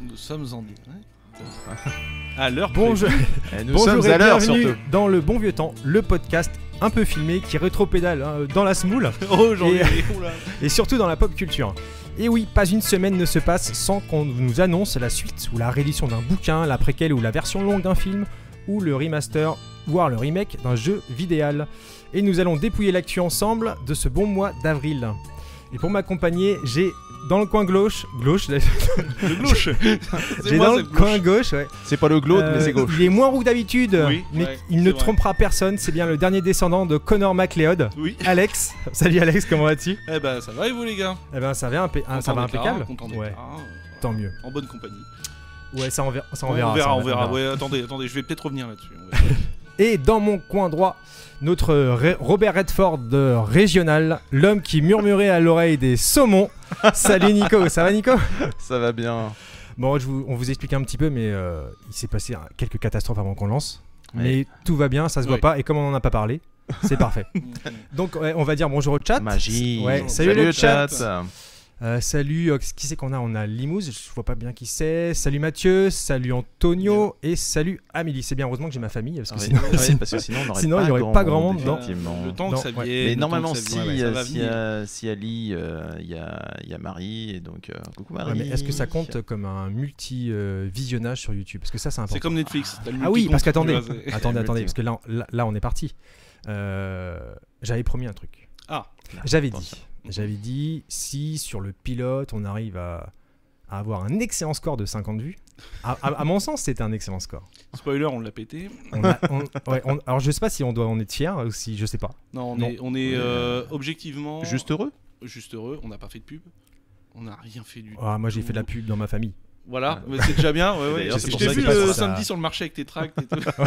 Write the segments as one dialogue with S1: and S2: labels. S1: Nous sommes en direct. À l'heure
S2: Bonjour,
S3: Eh, nous
S2: bonjour
S3: sommes
S2: et
S3: à l'heure
S2: bienvenue
S3: surtout.
S2: dans le bon vieux temps, le podcast un peu filmé qui rétropédale hein, dans la semoule
S1: prévue. Oh, j'en ai.
S3: euh,
S1: oula.
S2: et surtout dans la pop culture. Et oui, pas une semaine ne se passe sans qu'on nous annonce la suite ou la réédition d'un bouquin, la préquelle ou la version longue d'un film, ou le remaster, voire le remake d'un jeu vidéal. Et nous allons dépouiller l'actu ensemble de ce bon mois d'avril. Et pour m'accompagner, j'ai dans le coin gauche, gauche,
S1: Le glouche.
S2: j'ai dans le coin gauche, ouais,
S3: C'est pas le glaude, mais
S2: Euh,
S3: c'est gauche.
S2: Il est moins roux que d'habitude,
S1: Oui,
S2: mais
S1: ouais,
S2: il
S1: c'est
S2: ne
S1: vrai.
S2: trompera personne. C'est bien le dernier descendant de Connor MacLeod,
S1: Oui.
S2: Alex. Salut Alex, comment vas-tu
S1: Eh ben, ça va et vous, les gars
S2: Eh ben ça va, impé- ah, ça
S1: Content
S2: va
S1: d'être là,
S2: impeccable.
S1: content d'être
S2: ouais,
S1: là, hein, voilà.
S2: tant mieux.
S1: En bonne compagnie.
S2: Ouais, ça on verra. Ça on verra.
S1: on verra.
S2: ça,
S1: on verra. Ouais, attendez, attendez, je vais peut-être revenir là-dessus. on verra.
S2: Et dans mon coin droit, notre Re- Robert Redford de Régional, l'homme qui murmurait à l'oreille des saumons. Salut Nico, ça va Nico
S3: Ça va bien.
S2: Bon, je vous- on vous explique un petit peu, mais euh, il s'est passé euh, quelques catastrophes avant qu'on lance. Mais
S3: Ouais.
S2: tout va bien, ça se voit
S1: Ouais.
S2: pas, et comme on n'en a pas parlé, c'est parfait.
S1: Mm.
S2: Donc ouais, on va dire bonjour au chat.
S3: Magie.
S2: Ouais,
S1: salut
S2: salut,
S1: le
S2: le chat.
S3: chat.
S2: Euh, salut, euh, qui c'est qu'on a On a Limouze, je vois pas bien qui c'est. Salut Mathieu, salut Antonio et salut Amélie. C'est bien, heureusement que j'ai ma famille parce que
S3: Ouais,
S2: sinon,
S3: ouais,
S2: sinon-
S3: parce que sinon, on n'aurait
S2: sinon, il y aurait pas grand monde, non.
S3: effectivement.
S1: Le temps que
S2: Non,
S1: ça vienne.
S2: ouais.
S1: le temps
S3: Mais
S1: que
S3: normalement,
S1: ça
S3: si,
S1: vienne, ça va
S3: euh, si,
S1: venir.
S3: euh, si Ali, euh, il y, a, il y a Marie, et donc euh, coucou Marie.
S2: Ouais, mais est-ce que ça compte comme un multi euh, visionnage sur YouTube Parce que ça c'est
S1: C'est
S2: important.
S1: comme Netflix. t'as le
S2: Ah oui,
S1: multi-compte,
S2: parce
S1: tu
S2: qu'attendez,
S1: vois, c'est-
S2: attendez, attendez,
S3: Multi.
S2: parce que là, on- là, là, on est parti. Euh, j'avais promis un truc.
S1: Ah.
S2: J'avais dit,
S3: attention.
S2: j'avais dit si sur le pilote on arrive à, à avoir un excellent score de 50 vues. À, à- à mon sens, c'était un excellent score.
S1: Spoiler, on l'a pété.
S2: On a- on- ouais, on- alors je sais pas si on doit en être fier ou si je sais pas.
S1: Non, on
S2: Non.
S1: est, on est euh, objectivement
S3: Juste heureux
S1: juste heureux. On n'a pas fait de pub. On n'a rien fait du tout.
S2: Ah, moi j'ai fait de la pub dans ma famille.
S1: Voilà,
S3: Ah.
S1: mais c'est déjà bien. Ouais, ouais.
S3: D'ailleurs,
S2: c'est
S1: Je
S2: pour
S1: t'ai
S2: ça
S1: vu
S2: qu'il passe
S1: le
S2: ça.
S1: samedi sur le marché avec tes tracts et tout.
S3: Ah,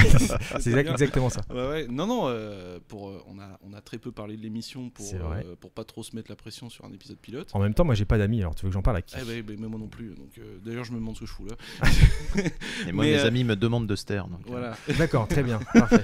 S2: C'est
S1: bien.
S2: exact- exactement ça.
S1: Ouais, Ah bah ouais. Non, non, euh, pour, euh, on, a, on a très peu parlé de l'émission pour,
S2: C'est vrai. Oh,
S1: euh, pour pas trop se mettre la pression sur un épisode pilote.
S2: En même temps, moi j'ai pas d'amis, alors tu veux que j'en parle à qui
S1: Eh ben, ben, mais moi non plus. Donc, euh, d'ailleurs, je me demande ce que je fous là.
S3: Et moi,
S1: Mais,
S3: mes
S1: euh,
S3: amis me demandent de ster. Donc, euh,
S1: Voilà.
S2: D'accord, très bien, parfait.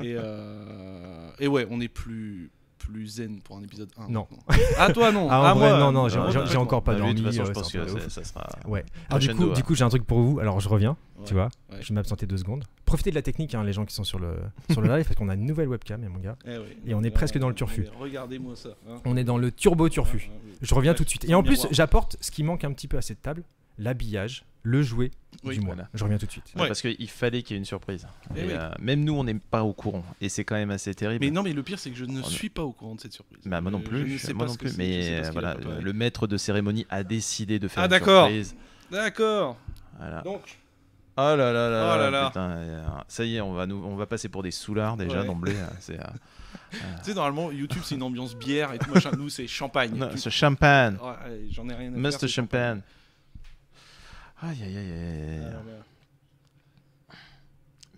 S1: Et, euh, et ouais, on est plus plus zen pour un épisode 1.
S2: Non.
S1: maintenant. Ah toi non.
S2: Ah, en vrai,
S1: moi,
S2: non, non, j'ai
S3: non,
S2: j'ai- j'ai
S1: complètement.
S2: encore pas
S3: bah, lui,
S2: dormi.
S3: De toute façon, je
S2: euh,
S3: pense
S2: c'est un peu
S3: que
S2: ouf.
S3: c'est- ça sera.
S2: Ouais. Alors du coup,
S3: Crescendo,
S2: du
S3: hein.
S2: coup, j'ai un truc pour vous. Alors je reviens, tu
S1: Ouais.
S2: vois.
S1: Ouais.
S2: Je vais m'absenter deux secondes. Profitez de la technique, hein, les gens qui sont sur le sur le live, parce qu'on a une nouvelle webcam, et mon gars.
S1: Eh ouais.
S2: Et on est presque dans le turfu.
S1: Eh, Regardez-moi ça. hein.
S2: On est dans le turbo turfu.
S1: Ah, oui.
S2: Je reviens
S1: Ouais,
S2: tout de suite.
S1: c'est
S2: Et
S1: un
S2: en plus,
S1: miroir.
S2: j'apporte ce qui manque un petit peu à cette table, l'habillage, le jouet
S1: Oui,
S2: du mois.
S3: voilà.
S2: Je reviens tout de suite.
S3: Ouais,
S1: Ouais.
S3: Parce qu'il fallait qu'il y ait une surprise.
S1: Eh
S3: Et,
S1: oui.
S3: euh, même nous, on n'est pas au courant. Et c'est quand même assez terrible.
S1: Mais non, mais le pire, c'est que je ne
S3: Oh, non.
S1: suis pas au courant de cette surprise.
S3: ben, Bah, moi non
S1: Euh, je ne
S3: plus,
S1: sais
S3: moi
S1: pas
S3: non
S1: ce que
S3: plus.
S1: c'est, je sais
S3: Mais
S1: pas ce
S3: euh,
S1: qu'il
S3: voilà,
S1: a préparé.
S3: le maître de cérémonie a décidé de faire
S1: Ah,
S3: une
S1: d'accord.
S3: surprise.
S1: D'accord.
S3: Voilà.
S1: Donc.
S3: Oh là là là,
S1: Oh là là.
S3: putain, euh, ça y est, on va, nous, on va passer pour des soulards déjà
S1: Ouais.
S3: d'emblée. euh, C'est euh,
S1: Tu sais, normalement, YouTube, c'est une ambiance bière et tout machin. Nous, c'est champagne.
S3: non,
S1: Tu-
S3: ce champagne,
S1: Ouais, allez, J'en ai rien à
S3: must
S1: faire, c'est champagne.
S3: champagne. Aïe aïe aïe aïe. aïe.
S1: Alors, bah,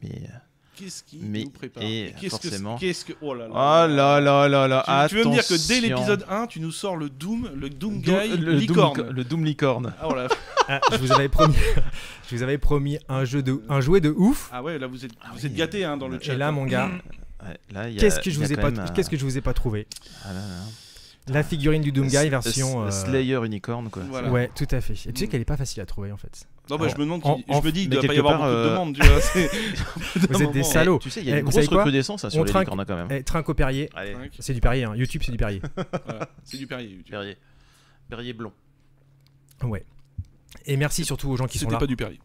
S3: Mais, euh,
S1: Qu'est-ce qui
S3: Mais-
S1: nous prépare
S3: et
S1: Qu'est-ce que-
S3: forcément-
S1: Qu'est-ce que. Oh là
S3: oh
S1: là.
S3: là là là là.
S1: Tu, tu veux me dire que dès
S3: attention.
S1: l'épisode 1, tu nous sors le Doom, le Doom
S3: Doom-
S1: Guy
S3: le
S1: licorne.
S3: Doom, le Doom licorne.
S1: Ah, oh là.
S2: Ah, je vous avais promis, je vous avais promis un jeu de, un jouet de ouf.
S1: Ah ouais, là, vous êtes, vous
S3: oui.
S1: êtes gâtés hein, dans le chat.
S2: Et là, mon
S3: Mm.
S2: gars,
S3: Ouais, là, il y a-
S2: qu'est-ce que je
S3: il y a
S2: vous ai
S3: quand
S2: pas,
S3: même, euh,
S2: qu'est-ce que je vous ai pas trouvé
S3: ah là là.
S2: La figurine du Doom
S3: S-
S2: Guy version.
S3: S-
S2: euh,
S3: Slayer unicorne quoi.
S1: Voilà.
S2: Ouais, tout à fait. Et tu sais
S1: Mm.
S2: qu'elle est pas facile à trouver en fait.
S1: Non, bah,
S3: Alors,
S1: je me demande, qui-
S2: en- en-
S1: je me dis qu'il
S3: mais
S1: doit pas y
S3: quelque
S1: avoir
S3: part,
S1: beaucoup de
S3: euh,
S1: demandes, tu vois. c'est- au bout
S2: Vous
S1: d'un
S2: êtes des
S1: moment.
S3: Eh,
S2: salauds.
S3: Tu sais, il y a
S2: Eh,
S3: une
S2: vous
S3: grosse
S2: savez quoi
S3: recrudescence hein,
S2: On
S3: sur les
S2: trinque-
S3: licornes hein, quand même.
S2: Eh, Trinco Perrier,
S3: Allez,
S1: Cinq,
S2: c'est du Perrier. hein. YouTube, c'est du Perrier.
S1: voilà. C'est du Perrier. YouTube.
S3: Perrier. Perrier blond.
S2: Ouais. Et merci surtout aux gens qui sont
S1: C'était
S2: là.
S1: pas du Perrier.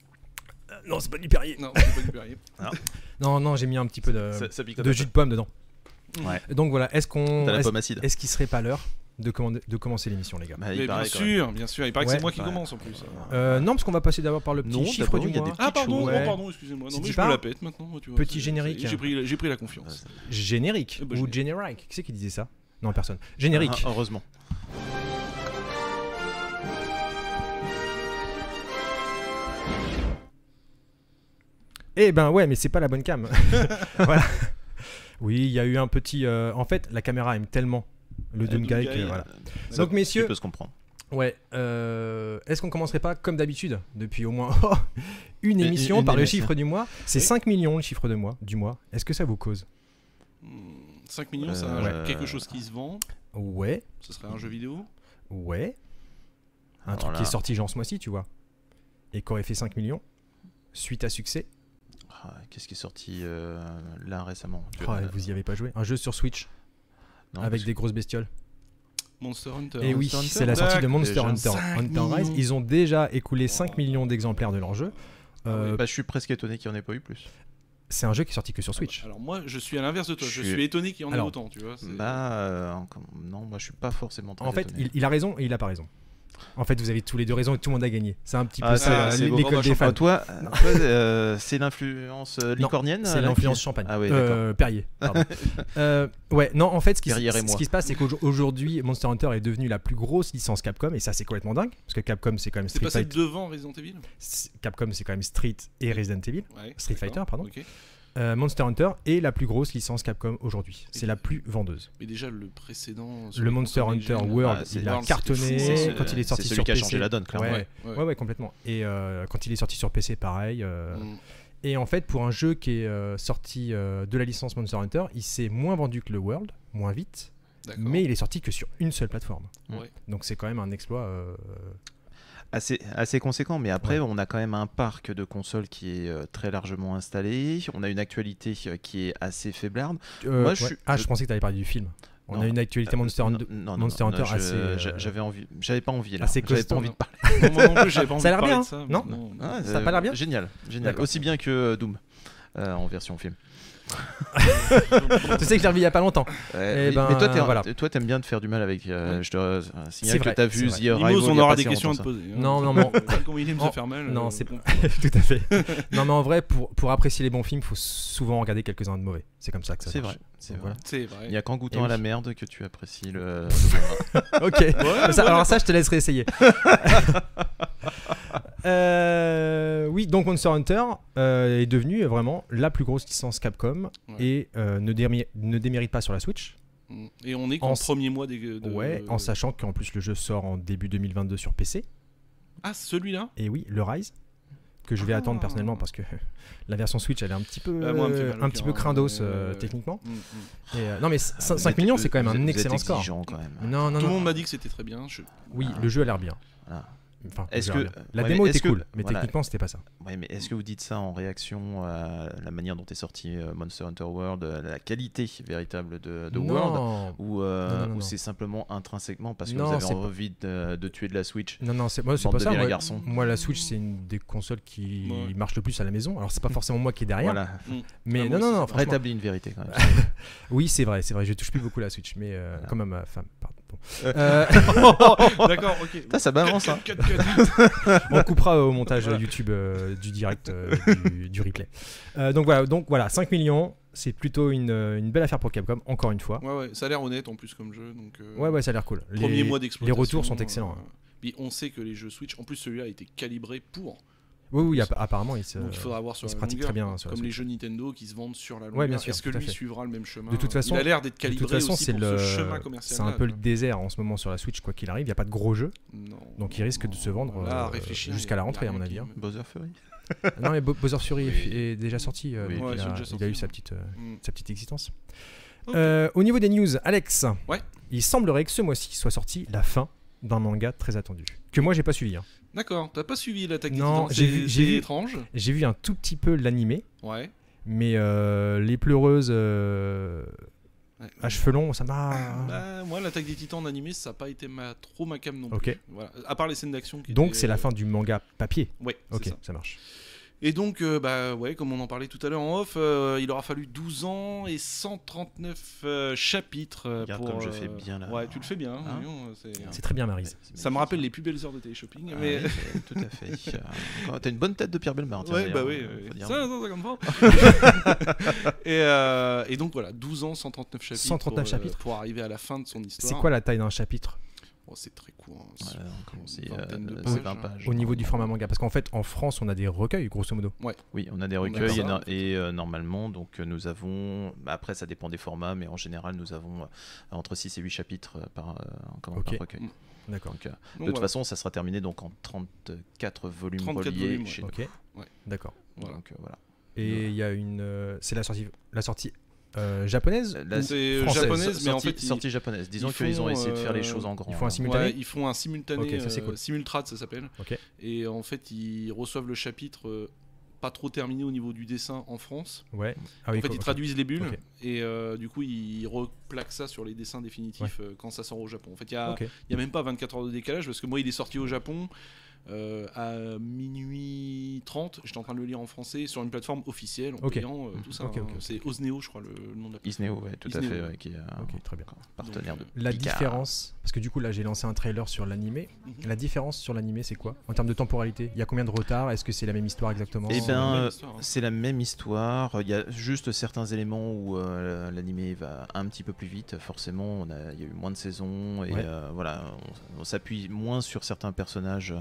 S2: Euh, Non, c'est pas du Perrier.
S1: Non, c'était pas du Perrier.
S3: Ah,
S2: Non, non, j'ai mis un petit peu de,
S3: ça, ça picote
S2: Euh, de
S3: un
S2: jus de pomme dedans.
S3: Ouais.
S2: Donc voilà, est-ce qu'on,
S3: peu. T'as la
S2: est-ce,
S3: pomme acide.
S2: est-ce qu'il serait pas l'heure de, commander- de commencer l'émission, les gars
S3: Bah, il
S1: Mais bien
S3: paraît, quand même.
S1: sûr, bien sûr. Il paraît que
S2: Ouais.
S1: c'est moi qui
S3: Ouais.
S1: commence en plus.
S2: Euh, Non, parce qu'on va passer d'abord par le petit
S3: Non,
S2: chiffre
S3: d'abord,
S2: du
S3: il y a
S2: mois.
S3: des
S1: Ah pardon,
S2: Ouais.
S1: oh, pardon, excusez-moi. Non
S2: Tu
S1: mais
S2: dis
S1: je
S2: pas
S1: me la pète maintenant, moi, tu vois.
S2: Petit
S1: c'est-
S2: générique. hein.
S1: c'est- J'ai pris, j'ai pris la confiance.
S2: Générique
S1: Eh ben,
S2: ou générique Qui c'est qui disait ça Non, personne. Générique.
S3: Ah, heureusement.
S2: Eh ben ouais, mais c'est pas la bonne cam. voilà. Oui, il y a eu un petit. euh, en fait, la caméra aime tellement le Doom
S1: Doom
S2: Guy
S1: Guy,
S2: que voilà.
S1: Ça
S2: Donc messieurs,
S3: Tu peux Euh, se comprendre.
S2: ouais. euh, Est-ce qu'on commencerait pas comme d'habitude depuis au moins oh, une
S3: Une-
S2: émission
S3: une
S2: par le
S3: émission.
S2: chiffre du mois C'est
S1: Oui.
S2: 5 millions le chiffre de mois du mois. Est-ce que ça vous cause
S1: 5 millions, c'est
S3: Euh,
S1: un-
S3: ouais.
S1: quelque chose qui se vend.
S2: Ouais,
S1: Ce serait un jeu vidéo.
S2: ouais. Un truc
S3: Alors
S2: qui est
S3: là.
S2: sorti genre ce mois-ci, tu vois. et qui aurait fait 5 millions, suite à succès.
S3: Ah, Qu'est-ce qui est sorti euh, là récemment Tu
S2: Oh,
S3: vois,
S2: vous y avez pas joué. Un jeu sur Switch
S3: non,
S2: avec
S3: parce
S2: des grosses bestioles.
S1: Monster Hunter.
S2: Et Eh oui,
S3: Hunter,
S2: c'est la sortie de Monster
S3: déjà.
S2: Hunter.
S1: 5
S2: Hunter Rise.
S1: millions.
S2: Ils ont déjà écoulé
S1: Wow.
S2: 5 millions d'exemplaires de leur jeu.
S3: que-
S2: Euh,
S3: Bah, je suis presque étonné qu'il n'y en ait pas eu plus.
S2: C'est un jeu qui est sorti que sur Switch.
S1: Alors moi, je suis à l'inverse de toi.
S3: Je
S1: Je
S3: suis-
S1: suis étonné qu'il y en ait
S2: Alors,
S1: autant, tu vois. c'est-
S3: Bah, euh, encore- non, moi je suis pas forcément très
S2: En fait,
S3: étonné.
S2: il, il a raison et il a pas raison. En fait, vous avez tous les deux raison et tout le monde a gagné. C'est un petit peu
S3: Ah,
S2: ça,
S1: c'est-
S2: l-
S3: beau.
S2: l'école
S3: Ah,
S2: des euh, fans.
S3: toi, euh, toi, euh, c'est l'influence euh,
S2: Non,
S3: licornienne
S2: C'est
S3: là,
S2: l'influence
S3: qui-
S2: champagne.
S3: Ah oui,
S2: Euh, Perrier. pardon. Euh, ouais, non, en fait, ce qui,
S3: Perrier et
S2: ce
S3: moi.
S2: qui se passe, c'est qu'aujourd'hui, Monster Hunter est devenu la plus grosse licence Capcom, et ça, c'est complètement dingue, parce que Capcom, c'est quand même
S1: C'est
S2: Street
S1: passé
S2: Fighter.
S1: devant Resident Evil
S2: c'est- Capcom, c'est quand même Street et Resident Evil.
S1: Ouais,
S2: Street
S1: d'accord,
S2: Fighter, pardon.
S1: ok.
S2: Euh, Monster Hunter est la plus grosse licence Capcom aujourd'hui. C'est
S1: Et-
S2: la plus vendeuse.
S1: Mais déjà, le précédent. sur
S2: Le
S1: les
S2: Monster
S1: consoles
S2: Hunter
S1: next-gen,
S2: World,
S3: Ah, c'est-
S2: il a
S1: World, c'était
S2: cartonné
S1: fou,
S3: c'est- c'est-
S2: quand il est sorti
S3: c'est
S2: sur
S3: celui qui a
S2: PC.
S3: changé la donne, clairement.
S2: Ouais.
S1: Ouais,
S2: Ouais, ouais, complètement. Et euh, quand il est sorti sur PC, pareil. euh,
S1: Mm.
S2: Et en fait, pour un jeu qui est euh, sorti euh, de la licence Monster Hunter, il s'est moins vendu que le World, moins vite,
S1: D'accord.
S2: mais il est sorti que sur une seule plateforme.
S1: Ouais.
S2: Donc c'est quand même un exploit. euh,
S3: assez, assez conséquent, mais après, on a quand même un parc de consoles qui est euh, très largement installé. On a une actualité euh, qui est assez faiblarde.
S2: euh,
S3: Moi, je
S2: ouais.
S3: suis-
S2: Ah,
S3: je-
S2: je pensais que tu avais parlé du film. On
S3: Non.
S2: a une actualité
S3: Euh,
S2: Monster
S3: non,
S2: Hunter.
S3: non, non,
S2: Monster
S3: non,
S2: Hunter
S3: je-
S2: assez, euh,
S3: j'a- J'avais envie, j'avais pas envie là.
S2: assez
S3: J'avais pas
S2: costaud,
S3: envie de parler.
S1: Non, moi non plus, j'avais pas envie
S2: Ça a l'air
S1: de parler
S2: bien,
S1: de ça,
S2: non
S1: non, non.
S3: Ah,
S2: Ça a
S3: euh,
S2: pas l'air bien
S3: Génial, génial.
S2: D'accord.
S3: Aussi bien que euh, Doom euh, en version film.
S2: tu sais que j'ai revu il y a pas longtemps.
S3: Ouais,
S2: Eh
S3: mais-
S2: ben,
S3: Euh, mais toi, t'es un-
S2: voilà.
S3: toi, t'aimes bien te faire du mal avec. euh, Je te euh, un signal
S2: C'est
S3: que
S2: vrai,
S3: t'as
S2: c'est
S3: vu
S2: vrai.
S3: The Arrival.
S1: Mimos,
S3: il
S1: on
S3: y a
S1: aura
S3: pas
S1: des
S3: si
S1: questions à te
S3: longtemps,
S1: poser. hein.
S2: Non, non, mais-
S1: Comment il aime se
S2: Non.
S1: faire mal
S2: Non,
S1: euh,
S2: c'est-
S1: bon.
S2: Tout à fait. non, mais en vrai, pour, pour apprécier les bons films, faut souvent regarder quelques-uns de mauvais. C'est comme ça que
S3: ça.
S2: ça
S3: C'est
S2: marche.
S3: vrai, c'est
S2: Donc,
S3: vrai.
S1: C'est
S3: Il
S1: vrai.
S3: n'y a qu'en goûtant
S2: Et
S3: à la
S2: oui.
S3: merde que tu apprécies le.
S2: Ok. Ça- alors ça, je te laisserai essayer. Euh, oui, donc Monster Hunter euh, est devenu vraiment la plus grosse licence Capcom
S1: Ouais.
S2: et euh, ne, démi- ne démérite pas sur la Switch.
S1: Mm. Et on est
S2: En
S1: qu'en
S2: s-
S1: premier mois des. de-
S2: ouais, en sachant qu'en plus le jeu sort en début 2022 sur PC.
S1: Ah, celui-là
S2: Et oui, le Rise que je vais
S1: Ah.
S2: attendre personnellement parce que euh, la version Switch elle est un petit peu
S1: Ouais, moi, elle me fait mal au
S2: un petit
S1: cœur,
S2: peu
S1: hein,
S2: crindos
S1: mais,
S2: euh,
S1: euh, Ah,
S2: techniquement.
S1: Mm, mm.
S2: Et, euh, non mais 5, millions c'est quand même un excellent score.
S3: Quand même.
S2: Non non
S1: Tout le
S2: non.
S1: monde m'a dit que c'était très bien. je-
S2: Oui,
S3: Ah.
S2: le jeu a l'air bien.
S3: Voilà.
S2: Enfin, le
S3: Est-ce
S2: jeu
S3: que-
S2: a l'air bien. la
S3: ouais,
S2: démo
S3: mais
S2: était
S3: est-ce que-
S2: cool, mais
S3: voilà.
S2: techniquement c'était pas ça.
S3: Ouais, mais est-ce que vous dites ça en réaction à la manière dont est sorti euh, Monster Hunter World, à la qualité véritable de, de
S2: Non.
S3: World ou, euh,
S2: Non, non, non,
S3: ou
S2: non.
S3: c'est simplement intrinsèquement parce que
S2: Non,
S3: vous avez
S2: c'est pas-
S3: envie de, de tuer de la Switch
S2: Non, non, c'est moi, c'est
S3: Bande
S2: pas
S3: de
S2: ça.
S3: vilains
S2: Moi,
S3: garçons.
S1: Mm.
S2: moi, la Switch, c'est une des consoles qui
S1: Ouais.
S2: marche le plus à la maison. Alors, c'est pas forcément moi qui est derrière,
S3: Voilà,
S2: mais
S1: Ah, moi aussi,
S2: non, non, non,
S1: c'est
S2: franchement.
S3: rétablis une vérité quand même.
S2: Oui, c'est vrai, c'est vrai. Je touche plus beaucoup la Switch, mais euh,
S3: Voilà.
S2: comme à ma femme, pardon.
S3: Euh.
S2: Euh,
S1: D'accord, ok.
S3: Putain, ça balance hein.
S1: Cut, cut, cut, cut.
S2: on coupera euh, au montage
S1: Voilà.
S2: euh, YouTube euh, du direct euh, du, du replay. Euh, donc voilà, donc voilà, 5 millions, c'est plutôt une, euh, une belle affaire pour Capcom. Encore une fois,
S1: Ouais, ouais, ça a l'air honnête en plus comme jeu. Donc, euh,
S2: ouais, ouais, ça a l'air cool. Les-
S1: Premier mois d'exploitation. euh,
S2: les retours sont excellents, hein.
S1: Puis on sait que les jeux Switch, en plus celui-là a été calibré pour. euh,
S2: Oui, oui, app- apparemment, il se-
S1: Donc il faudra voir sur
S2: il se
S1: la
S2: pratique
S1: longueur,
S2: très bien hein, sur la
S1: comme les
S2: Switch.
S1: jeux Nintendo qui se vendent sur la longueur.
S2: Ouais, bien sûr,
S1: Est-ce que
S2: tout à
S1: lui
S2: fait.
S1: suivra le même chemin
S2: De toute façon-
S1: il a l'air d'être
S2: de
S1: calibré
S2: toute façon,
S1: aussi
S2: c'est
S1: pour
S2: le,
S1: ce chemin
S2: c'est
S1: commercial.
S2: un peu le désert en ce moment sur la Switch, quoi qu'il arrive. Il n'y a pas de gros jeux.
S1: Non,
S2: Donc il risque de se vendre,
S1: Là, à
S2: euh,
S1: réfléchir,
S2: jusqu'à
S1: il y
S2: la
S1: a
S2: rentrée, à
S1: rien
S2: mon
S1: qui
S2: avis, hein.
S1: me-
S3: Bowser Fury
S2: Non, mais Bo- Bowser's Fury est-
S3: Oui.
S2: est déjà sorti. euh,
S3: Oui,
S2: donc
S1: ouais,
S2: il,
S1: ils sont
S2: a,
S1: déjà
S2: il a
S1: sortis,
S2: eu sa
S1: ouais.
S2: petite, euh,
S1: Mm.
S2: sa petite existence.
S1: Ok.
S2: Euh, au niveau des news, Alex,
S1: Ouais.
S2: il semblerait que ce mois-ci soit sorti la fin d'un manga très attendu. Que moi, j'ai pas suivi. hein.
S1: D'accord, t'as pas suivi l'attaque des
S2: Non,
S1: titans
S2: j'ai
S1: c'est-
S2: vu- j'ai
S1: C'est
S2: vu.
S1: étrange.
S2: J'ai vu un tout petit peu l'animé,
S1: Ouais.
S2: mais euh, les pleureuses euh,
S1: Ouais.
S2: à cheveux longs, ça m'a.
S1: Bah, moi, l'attaque des titans en animé, ça n'a pas été ma... trop ma cam non plus.
S2: Ok.
S1: Voilà. À part les scènes d'action. qui
S2: Donc
S1: étaient-
S2: c'est la fin du manga papier.
S1: Ouais, c'est
S2: Ok,
S1: ça.
S2: ça. marche.
S1: Et donc, euh, bah ouais, comme on en parlait tout à l'heure en off, euh, il aura fallu 12 ans et 139 euh, chapitres euh,
S3: Regarde
S1: pour.
S3: comme je
S1: euh,
S3: fais bien, là.
S1: Ouais, tu le fais bien. hein,
S3: Hein
S1: voyons, c'est-
S2: C'est très bien, Marise.
S1: Ça me rappelle les plus belles heures de téléshopping.
S3: Ah
S1: mais...
S3: oui, c'est- tout à fait. Euh, quand- T'as une bonne tête de Pierre Belmar. tiens,
S1: Ouais, bah
S3: d'ailleurs,
S1: oui,
S3: euh,
S1: oui.
S3: faut dire.
S1: ça, ça, ça comme fort. et, euh, et donc voilà, 12 ans, 139 chapitres.
S2: 139
S1: pour, euh,
S2: chapitres.
S1: pour arriver à la fin de son histoire.
S2: C'est quoi la taille d'un chapitre
S1: Oh, C'est très court. hein,
S3: Voilà, donc, c'est,
S1: Une vingtaine de
S3: euh,
S1: pages,
S3: c'est 20
S1: hein.
S3: pages.
S2: au niveau du format
S3: normalement.
S2: manga Parce qu'en fait, en France, on a des recueils, grosso modo.
S3: Oui, on a des
S1: On a
S3: recueils
S1: ça,
S3: et, no-
S1: en fait.
S3: et, euh, normalement, donc euh, nous avons. bah, Après, ça dépend des formats, mais en général, nous avons euh, entre 6 et 8 chapitres euh, par, euh, comment, par
S2: Ok.
S3: recueil.
S1: Mm.
S2: D'accord.
S3: Donc, euh, de
S1: Donc,
S3: toute
S1: voilà.
S3: façon, ça sera terminé donc en 34 volumes
S1: 34
S3: reliés.
S1: volumes,
S3: chez
S1: ouais.
S2: Ok.
S1: Ouais.
S2: D'accord.
S3: nous.
S1: Voilà.
S3: Donc, euh, voilà.
S2: Et il y a une. euh, c'est la sortie, la sortie euh, japonaise
S3: La-
S2: ou
S1: C'est euh,
S2: française.
S1: japonaise, mais en
S3: sortie,
S1: fait, ils-
S3: sortie japonaise. Disons
S1: ils
S3: qu'ils ont
S1: font,
S3: essayé de faire les
S1: euh,
S3: choses en grand.
S2: ils font un
S3: hein.
S2: simultané
S1: Ouais, ils font un simultané,
S2: Ok, ça, c'est
S1: euh,
S2: cool.
S1: simultrad ça s'appelle.
S2: Ok.
S1: Et en fait, ils reçoivent le chapitre euh, pas trop terminé au niveau du dessin en France.
S2: Ouais. Ah oui,
S1: Euh, en fait,
S2: quoi,
S1: ils
S2: ok.
S1: traduisent les bulles
S2: Ok.
S1: et euh, du coup, ils replaquent ça sur les dessins définitifs euh, quand ça sort au Japon. En fait, il y a,
S2: Ok.
S1: il y a même pas 24 heures de décalage parce que moi, il est sorti au Japon euh, à minuit 30. J'étais en train de le lire en français sur une plateforme officielle en
S2: Ok. Mmh.
S1: payant euh, tout ça.
S2: Ok,
S1: hein.
S2: ok, ok.
S1: C'est Osneo, je crois, le, le nom de la
S3: Isneo, ouais, tout à
S1: Isneo.
S3: fait, ouais, qui est un
S2: Ok, très bien.
S3: partenaire de.
S2: La
S3: Picard.
S2: différence, parce que du coup là j'ai lancé un trailer sur l'animé.
S1: Mhm.
S2: La différence sur l'animé c'est quoi En termes de temporalité, il y a combien de retard Est-ce que c'est la même histoire exactement
S3: Eh
S1: C'est
S3: ben,
S1: la même
S3: euh,
S1: histoire, hein.
S3: C'est la même histoire. Il y a juste certains éléments où euh, l'animé va un petit peu plus vite. Forcément, on a- il y a eu moins de saisons et
S2: Ouais.
S3: euh, voilà, on, on s'appuie moins sur certains personnages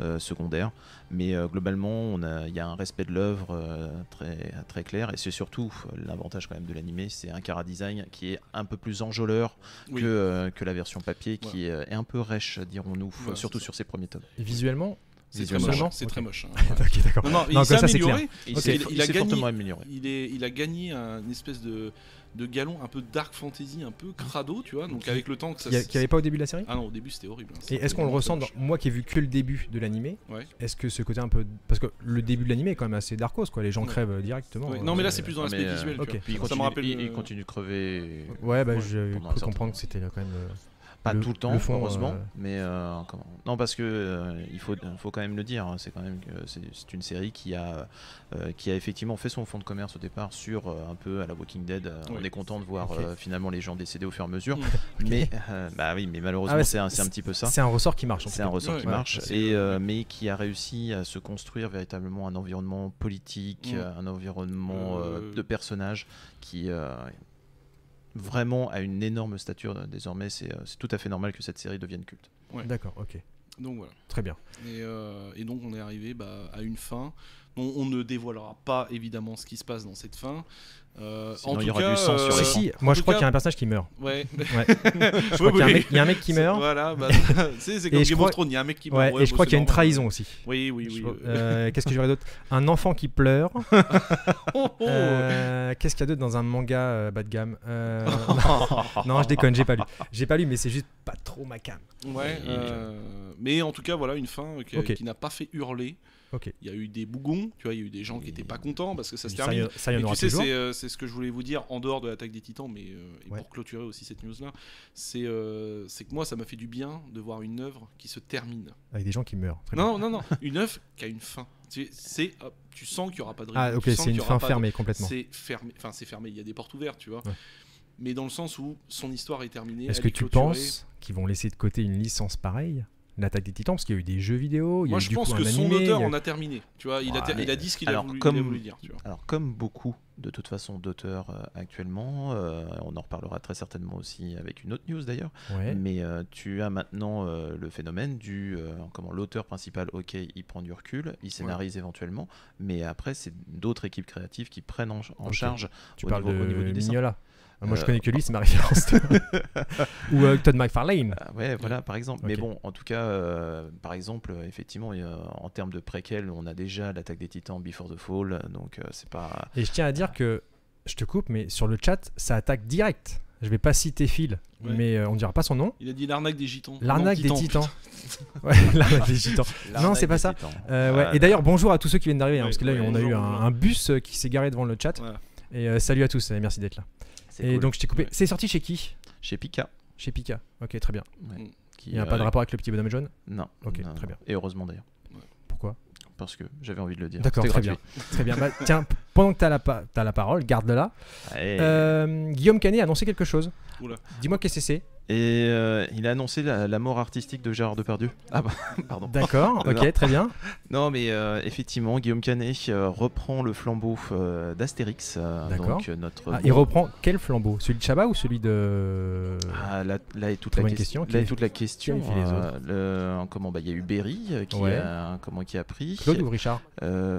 S3: euh, secondaires. Mais euh, globalement, on a- il y a un respect de l'œuvre euh, très très clair. Et c'est surtout euh, l'avantage quand même de l'animé, c'est un cara design qui est un peu plus enjôleur
S1: Oui.
S3: que euh, que la version papier, qui euh, est un peu rêche, dirons-nous,
S1: Voilà,
S3: surtout
S1: c'est ça.
S3: sur ses premiers tomes.
S2: Et Visuellement
S1: C'est très
S3: visuellement,
S1: moche.
S2: non
S1: C'est
S2: Ok.
S1: très moche. hein.
S2: Ok d'accord.
S1: Non, non,
S2: Non,
S1: il s'est
S2: comme ça, c'est clair.
S1: amélioré.
S3: Il
S1: Ok.
S3: s'est-
S1: Il- il
S3: il
S1: a
S3: s'est
S1: gagné-
S3: fortement amélioré.
S1: il, est, il a gagné un espèce de, de galon un peu dark fantasy, un peu crado, tu vois. Donc avec le temps que ça.
S2: Qu'il y a-
S1: se-
S2: qu'il y avait pas au début de la série
S1: Ah non, au début c'était horrible. hein.
S2: Et
S1: C'était
S2: est-ce qu'on le
S1: vraiment
S2: ressent dans...
S1: moche.
S2: Moi qui ai vu que le début de l'animé,
S1: Ouais.
S2: est-ce que ce côté un peu parce que le début de l'animé est quand même assez darkos quoi, les gens
S1: Ouais.
S2: crèvent euh, directement.
S1: Ouais,
S2: euh,
S1: Non mais là c'est plus dans
S3: non,
S1: l'aspect
S3: mais, euh,
S1: visuel. tu
S2: ok.
S1: vois.
S3: Puis il
S1: Ça
S3: continue,
S1: me rappelle
S3: il-
S1: le-
S3: il continue de crever.
S2: Ouais, bah
S3: Ouais,
S2: j'ai
S3: pendant un
S2: cru
S3: certain
S2: comprendre
S3: temps.
S2: que c'était quand même euh,
S3: Pas
S2: Le-
S3: tout le temps,
S2: le fond,
S3: heureusement,
S2: euh,
S3: mais euh, comment- non parce que euh, il faut, faut quand même le dire, hein, c'est quand même que c'est c'est une série qui a euh, qui a effectivement fait son fonds de commerce au départ sur euh, un peu à la Walking Dead. euh, On
S1: Oui.
S3: est content de voir
S2: Ok.
S3: euh, finalement les gens décédés au fur et à mesure,
S1: Mm.
S3: mais euh, bah oui, mais malheureusement
S2: Ah ouais,
S3: c'est un,
S2: c'est-
S3: c'est un petit peu ça.
S2: c'est un ressort qui marche en tout
S3: C'est un
S2: cas.
S3: ressort
S1: Ouais,
S3: qui
S1: ouais,
S3: marche,
S1: c'est-
S3: et, euh, mais qui a réussi à se construire véritablement un environnement politique,
S1: Mm.
S3: euh, un environnement euh,
S1: Euh,
S3: de personnages qui euh, vraiment a une énorme stature euh, désormais. C'est euh, c'est tout à fait normal que cette série devienne culte.
S1: Ouais.
S2: D'accord, OK.
S1: Donc voilà.
S2: Très bien.
S1: Et, euh, et donc on est arrivé bah, à une fin. On, on ne dévoilera pas évidemment ce qui se passe dans cette fin. Euh,
S3: Sinon,
S1: en
S3: il y
S1: tout
S3: aura
S1: cas,
S3: du sang sur
S1: euh,
S3: les
S2: si, moi je
S1: tout
S2: crois
S1: cas-
S2: qu'il y a un personnage qui meurt.
S1: Ouais.
S2: Ouais. je crois qu'il y a un mec- il y, a un mec qui meurt.
S1: Voilà, bah, c'est c'est
S2: Et
S1: comme
S2: je
S1: Game
S2: crois-
S1: of Thrones, il y a un mec qui
S2: Ouais,
S1: meurt.
S2: et je
S1: bon,
S2: crois
S1: c'est
S2: qu'il y a une
S1: normal.
S2: trahison aussi.
S1: Oui, oui,
S2: Je
S1: oui.
S2: crois-
S1: euh,
S2: euh, Qu'est-ce que j'aurais d'autre Un enfant qui pleure.
S1: oh, oh.
S2: Euh, Qu'est-ce qu'il y a d'autre dans un manga euh, bas de gamme Euh, Non, je déconne, j'ai pas lu. J'ai pas lu, mais c'est juste pas trop ma cam.
S1: Ouais,
S3: Et-
S1: euh, mais en tout cas, voilà une fin qui,
S2: Ok.
S1: qui n'a pas fait hurler.
S2: Ok.
S1: Il y a eu des bougons, tu vois, il y a eu des gens qui n'étaient pas contents parce que ça se
S2: Ça, il y
S1: termine.
S2: en- ça, il y
S1: Et
S2: en aura
S1: tu sais,
S2: toujours.
S1: c'est euh, c'est ce que je voulais vous dire en dehors de l'attaque des titans, mais euh, et
S2: Ouais.
S1: pour clôturer aussi cette news-là, c'est euh, c'est que moi, ça m'a fait du bien de voir une œuvre qui se termine.
S2: Avec des gens qui meurent. Très bien.
S1: Non, non, non, une œuvre qui a une fin. Tu, sais, c'est, hop, tu sens qu'il n'y aura pas de
S2: Ah,
S1: reboot,
S2: ok,
S1: tu sens
S2: c'est
S1: qu'il y
S2: une
S1: aura
S2: fin
S1: pas de-
S2: fermée complètement.
S1: C'est fermé, enfin, c'est fermé, il y a des portes ouvertes, tu vois.
S2: Ouais.
S1: Mais dans le sens où son histoire est terminée.
S2: Est-ce
S1: elle
S2: que
S1: est
S2: tu
S1: clôturée.
S2: penses qu'ils vont laisser de côté une licence pareille L'attaque des titans, parce qu'il y a eu des jeux vidéo, il y a
S1: Moi,
S2: eu
S1: je
S2: du
S1: pense
S2: coup
S1: que
S2: un
S1: son
S2: animé, il y
S1: auteur
S2: a-
S1: en a terminé. Tu vois, il, a,
S2: Ouais,
S1: il a dit ce qu'il a,
S3: alors,
S1: voulu- il a
S3: comme-
S1: voulu dire. Tu vois.
S3: Alors, comme beaucoup de toute façon d'auteurs euh, actuellement, euh, on en reparlera très certainement aussi avec une autre news d'ailleurs.
S2: Ouais.
S3: Mais euh, tu as maintenant euh, le phénomène du euh, comment l'auteur principal, ok, il prend du recul, il scénarise éventuellement, mais après c'est d'autres équipes créatives qui prennent en, en
S2: Ok.
S3: charge.
S2: Tu
S3: au
S2: parles
S3: niveau- au niveau
S2: de
S3: du dessin.
S2: Mignola. Ah, Moi, je
S3: Euh,
S2: connais que lui, c'est ma référence. Ou euh, Todd McFarlane.
S3: Ah ouais, voilà, par exemple. Mais
S2: Ok.
S3: bon, en tout cas, euh, par exemple, euh, effectivement, il y a- en termes de préquel, on a déjà l'attaque des Titans, Before the Fall, donc euh, c'est pas.
S2: Et je tiens à dire que, je te coupe, mais sur le chat, ça attaque direct. Je vais pas citer Phil,
S1: Ouais.
S2: mais euh, on dira pas son nom.
S1: Il a dit l'arnaque des gitans.
S2: L'arnaque
S1: Non,
S2: des titans. Ouais, l'arnaque des titans. Non, c'est pas ça. Euh, ouais. Et d'ailleurs, bonjour à tous ceux qui viennent d'arriver, hein,
S1: Ouais,
S2: parce que là,
S1: ouais,
S2: on a
S1: bonjour,
S2: eu un,
S1: bonjour.
S2: un bus euh, qui s'est garé devant le chat.
S1: Voilà.
S2: Et euh, salut à tous, et merci d'être là. Et donc, je t'ai coupé.
S1: Ouais.
S2: C'est sorti chez qui
S3: chez Pika.
S2: Chez Pika. Ok, très bien.
S3: qui,
S2: Il n'y a pas de
S3: euh,
S2: rapport avec le petit bonhomme jaune
S3: Non.
S2: Ok,
S3: non,
S2: très
S3: non.
S2: bien.
S3: Et heureusement d'ailleurs,
S2: Pourquoi
S3: parce que j'avais envie de le dire.
S2: D'accord,
S3: C'était
S2: très bien.
S3: gratuit.
S2: Très bien. Bah, tiens, pendant que tu as, la parole, garde-la.
S3: Allez.
S2: Euh, Guillaume Canet a annoncé quelque chose.
S1: Oula.
S2: Dis-moi qu'est-ce que c'est.
S3: Et euh, il a annoncé la, la mort artistique de Gérard Depardieu. Ah bah, pardon.
S2: D'accord,
S3: Non.
S2: ok, très bien.
S3: Non, mais euh, effectivement, Guillaume Canet euh, reprend le flambeau euh, d'Astérix. euh,
S2: D'accord.
S3: donc, euh, notre.
S2: Ah, il reprend quel flambeau Celui de Chabat ou celui de.
S3: Ah, là, là est toute
S2: Très
S3: la
S2: bonne
S3: question.
S2: question. Qui
S3: Là est
S2: a-
S3: toute la question.
S2: qui a fait les
S3: euh, le- comment bah il y a eu Berry euh, qui
S2: Ouais.
S3: a comment qui a pris.
S2: Claude ou Richard
S3: Euh,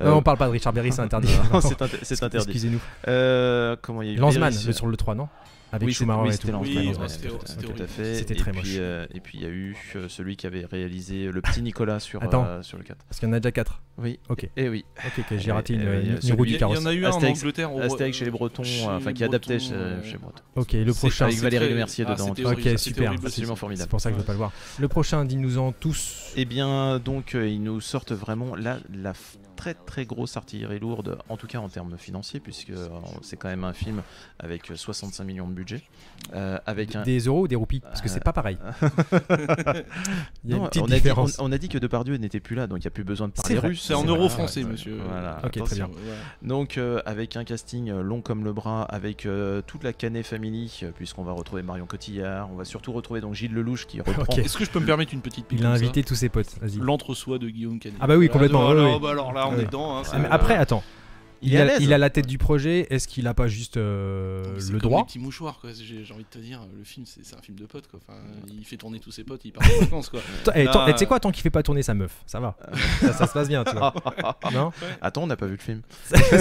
S2: Euh, on parle pas de Richard Berry, c'est interdit.
S3: Non, c'est inter- c'est interdit.
S2: Excusez-nous.
S3: Euh, comment il y a eu
S2: Lanzmann,
S3: Berry,
S2: le- sur le 3, non Avec
S3: oui, c'est-
S2: Schumacher
S3: oui,
S2: et tout. euh,
S3: c'était Lanzmann,
S1: Oui,
S3: Lanzmann,
S1: ouais,
S3: tout à fait,
S1: c'était
S3: tout à
S1: horrible.
S3: fait.
S2: C'était
S3: Et
S2: très
S3: puis,
S2: moche.
S3: euh, et puis il y a eu euh, celui qui avait réalisé le petit Nicolas sur,
S2: Attends.
S3: euh, sur le 4.
S2: Parce qu'il y en a déjà 4.
S3: Oui.
S2: Ok.
S3: Et oui.
S2: Ok, ok, j'ai raté
S3: Et-
S2: une,
S3: et
S2: une- une
S3: celui-
S2: roue
S1: Il y,
S2: du
S1: il y
S2: carrosse.
S1: en a eu un
S3: Astérix-
S1: en Angleterre. au-
S3: Astérix chez les Bretons,
S1: chez
S3: enfin qui
S1: les
S3: adaptait
S1: Bretons,
S3: chez,
S1: euh,
S3: chez Breton.
S2: Ok, le
S1: C'est-
S2: prochain.
S3: Avec Valérie
S1: très-
S3: Lemercier
S1: ah,
S3: dedans,
S1: c'était
S3: tout.
S2: Ok,
S1: horrible, c'était
S2: super.
S1: horrible aussi.
S3: Absolument
S2: C'est
S3: formidable.
S2: pour ça que je veux pas le voir. Le prochain, dis-nous-en tous.
S3: Eh bien, donc, euh, ils nous sortent vraiment là la f- très très grosse artillerie lourde, en tout cas en termes financiers, puisque euh, on- c'est quand même un film avec euh, 65 millions de budget, euh, avec un.
S2: Des euros ou des roupies Parce que c'est pas pareil. Il y a
S3: Non,
S2: une petite
S3: on, a dit, on,
S2: différence.
S3: on a dit que Depardieu n'était plus là, donc il n'y a plus besoin de
S2: C'est
S3: parler
S2: vrai.
S3: russe.
S1: C'est en
S2: C'est
S1: euros
S2: vrai,
S1: français,
S3: ouais,
S1: monsieur. Ah,
S3: Voilà.
S2: Ok, très
S1: Attention,
S2: bien.
S1: ouais.
S3: Donc euh, avec un casting euh, long comme le bras, avec euh, toute la Canet Family, euh, puisqu'on va retrouver Marion Cotillard, on va surtout retrouver donc Gilles Lelouch qui reprend.
S2: Ok.
S1: Est-ce que je peux me permettre une petite pique
S2: Il a
S1: comme ça
S2: invité tous ses potes. Vas-y.
S1: L'entre-soi de Guillaume Canet.
S2: Ah bah oui, complètement,
S1: Voilà,
S2: oui,
S1: alors,
S2: oui.
S1: bah alors là, on
S2: Oui.
S1: est dedans. hein, c'est-
S2: Ah, mais après, attends.
S3: Il
S2: Il,
S3: est à
S2: a,
S3: l'aise.
S2: il a la tête du projet. Est-ce qu'il a pas juste euh,
S1: Mais c'est
S2: le
S1: comme
S2: droit
S1: Des petits mouchoirs, quoi. J'ai j'ai envie de te dire, le film, c'est c'est un film de potes, quoi. Enfin, il fait tourner tous ses potes, il part en vacances, quoi.
S2: Tant- eh, tant-
S1: Là,
S2: eh, Tu sais quoi, tant qu'il fait pas tourner sa meuf, ça va. ça, ça se passe bien, tu vois. non
S3: Ah, Attends, on n'a pas vu le film.
S1: Ouais, ouais,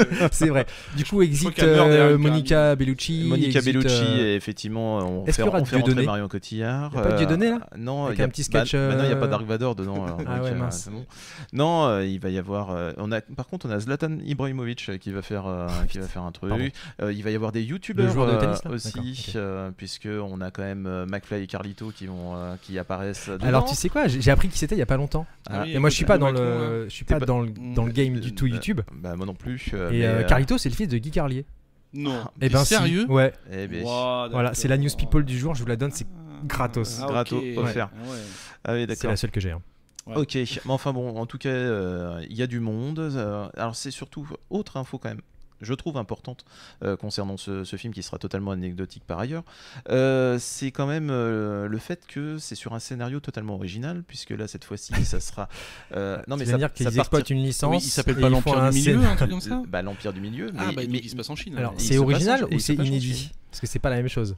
S1: ouais.
S2: C'est vrai. Du coup, exit
S1: qu'elle meurt
S2: euh,
S1: derrière une
S2: Monica Bellucci.
S3: Monica
S2: exit,
S3: Bellucci,
S2: euh,
S3: et effectivement, on
S2: est-ce
S3: fait,
S2: qu'il y aura
S3: on fait rentrer
S2: Dieudonné
S3: Marion Cotillard.
S2: Y a pas
S3: euh,
S2: Dieudonné, là
S3: Non,
S2: Avec
S3: y a-
S2: un petit
S3: bah-
S2: sketch,
S3: bah non, il n'y a
S2: euh,
S3: pas Dark Vador dedans. alors,
S2: Ah
S3: donc,
S2: ouais,
S3: euh,
S2: mince.
S3: c'est bon. Non, euh, il va y avoir. euh, on a, par contre, on a Zlatan Ibrahimovic euh, qui va faire, euh, qui va faire un truc.
S2: Ah, Pardon.
S3: Euh, il va y avoir des youtubeurs
S2: Le joueur de
S3: euh,
S2: tennis, là D'accord,
S3: aussi,
S2: ok.
S3: euh, puisque on a quand même euh, McFly et Carlito qui vont, euh, qui apparaissent. dedans.
S2: Alors, tu sais quoi, j'ai j'ai appris qui c'était il y a pas longtemps.
S3: Ah,
S1: oui,
S2: Et moi, je suis pas dans
S1: Macron, hein.
S2: le, je suis
S3: T'es
S2: pas
S3: pas-
S2: dans le, dans le game du tout
S3: Euh,
S2: YouTube.
S3: Bah, moi non plus. euh,
S2: Et
S3: mais,
S2: euh,
S3: euh,
S2: Carlito, c'est le fils de Guy Carlier.
S1: Non. T'es
S2: Et ben, si.
S1: sérieux
S2: Ouais.
S3: eh ben,
S1: Ouah,
S2: Voilà,
S1: d'accord.
S2: c'est la news people du jour. Je vous la donne, c'est gratos.
S1: Ah, ok.
S3: Gratos, offert.
S1: Ah ouais.
S3: ah oui,
S2: c'est
S3: d'accord.
S2: la seule que j'ai. hein.
S1: Ouais.
S3: Ok, mais enfin bon, en tout cas, euh, il y a du monde. euh, alors c'est surtout autre info quand même. Je trouve importante euh, concernant ce, ce film qui sera totalement anecdotique par ailleurs. euh, c'est quand même euh, le fait que c'est sur un scénario totalement original, puisque là cette fois-ci ça sera. euh, non mais ça,
S2: C'est-à-dire qu'ils
S3: ça partira-
S2: exploitent une licence.
S1: Oui, il s'appelle
S2: et
S1: pas
S2: ils font
S1: l'Empire
S2: un
S1: du Milieu,
S2: scén-
S1: un truc comme ça
S3: Bah, l'empire du milieu. Mais,
S1: Ah, bah,
S3: mais-
S1: il se passe en Chine.
S2: Alors,
S3: Et il se
S2: c'est
S3: passe en
S2: original
S3: Chine, et
S2: ou
S3: il se
S2: c'est
S3: passe en
S2: inédit
S3: Chine.
S2: Parce que c'est pas la même chose.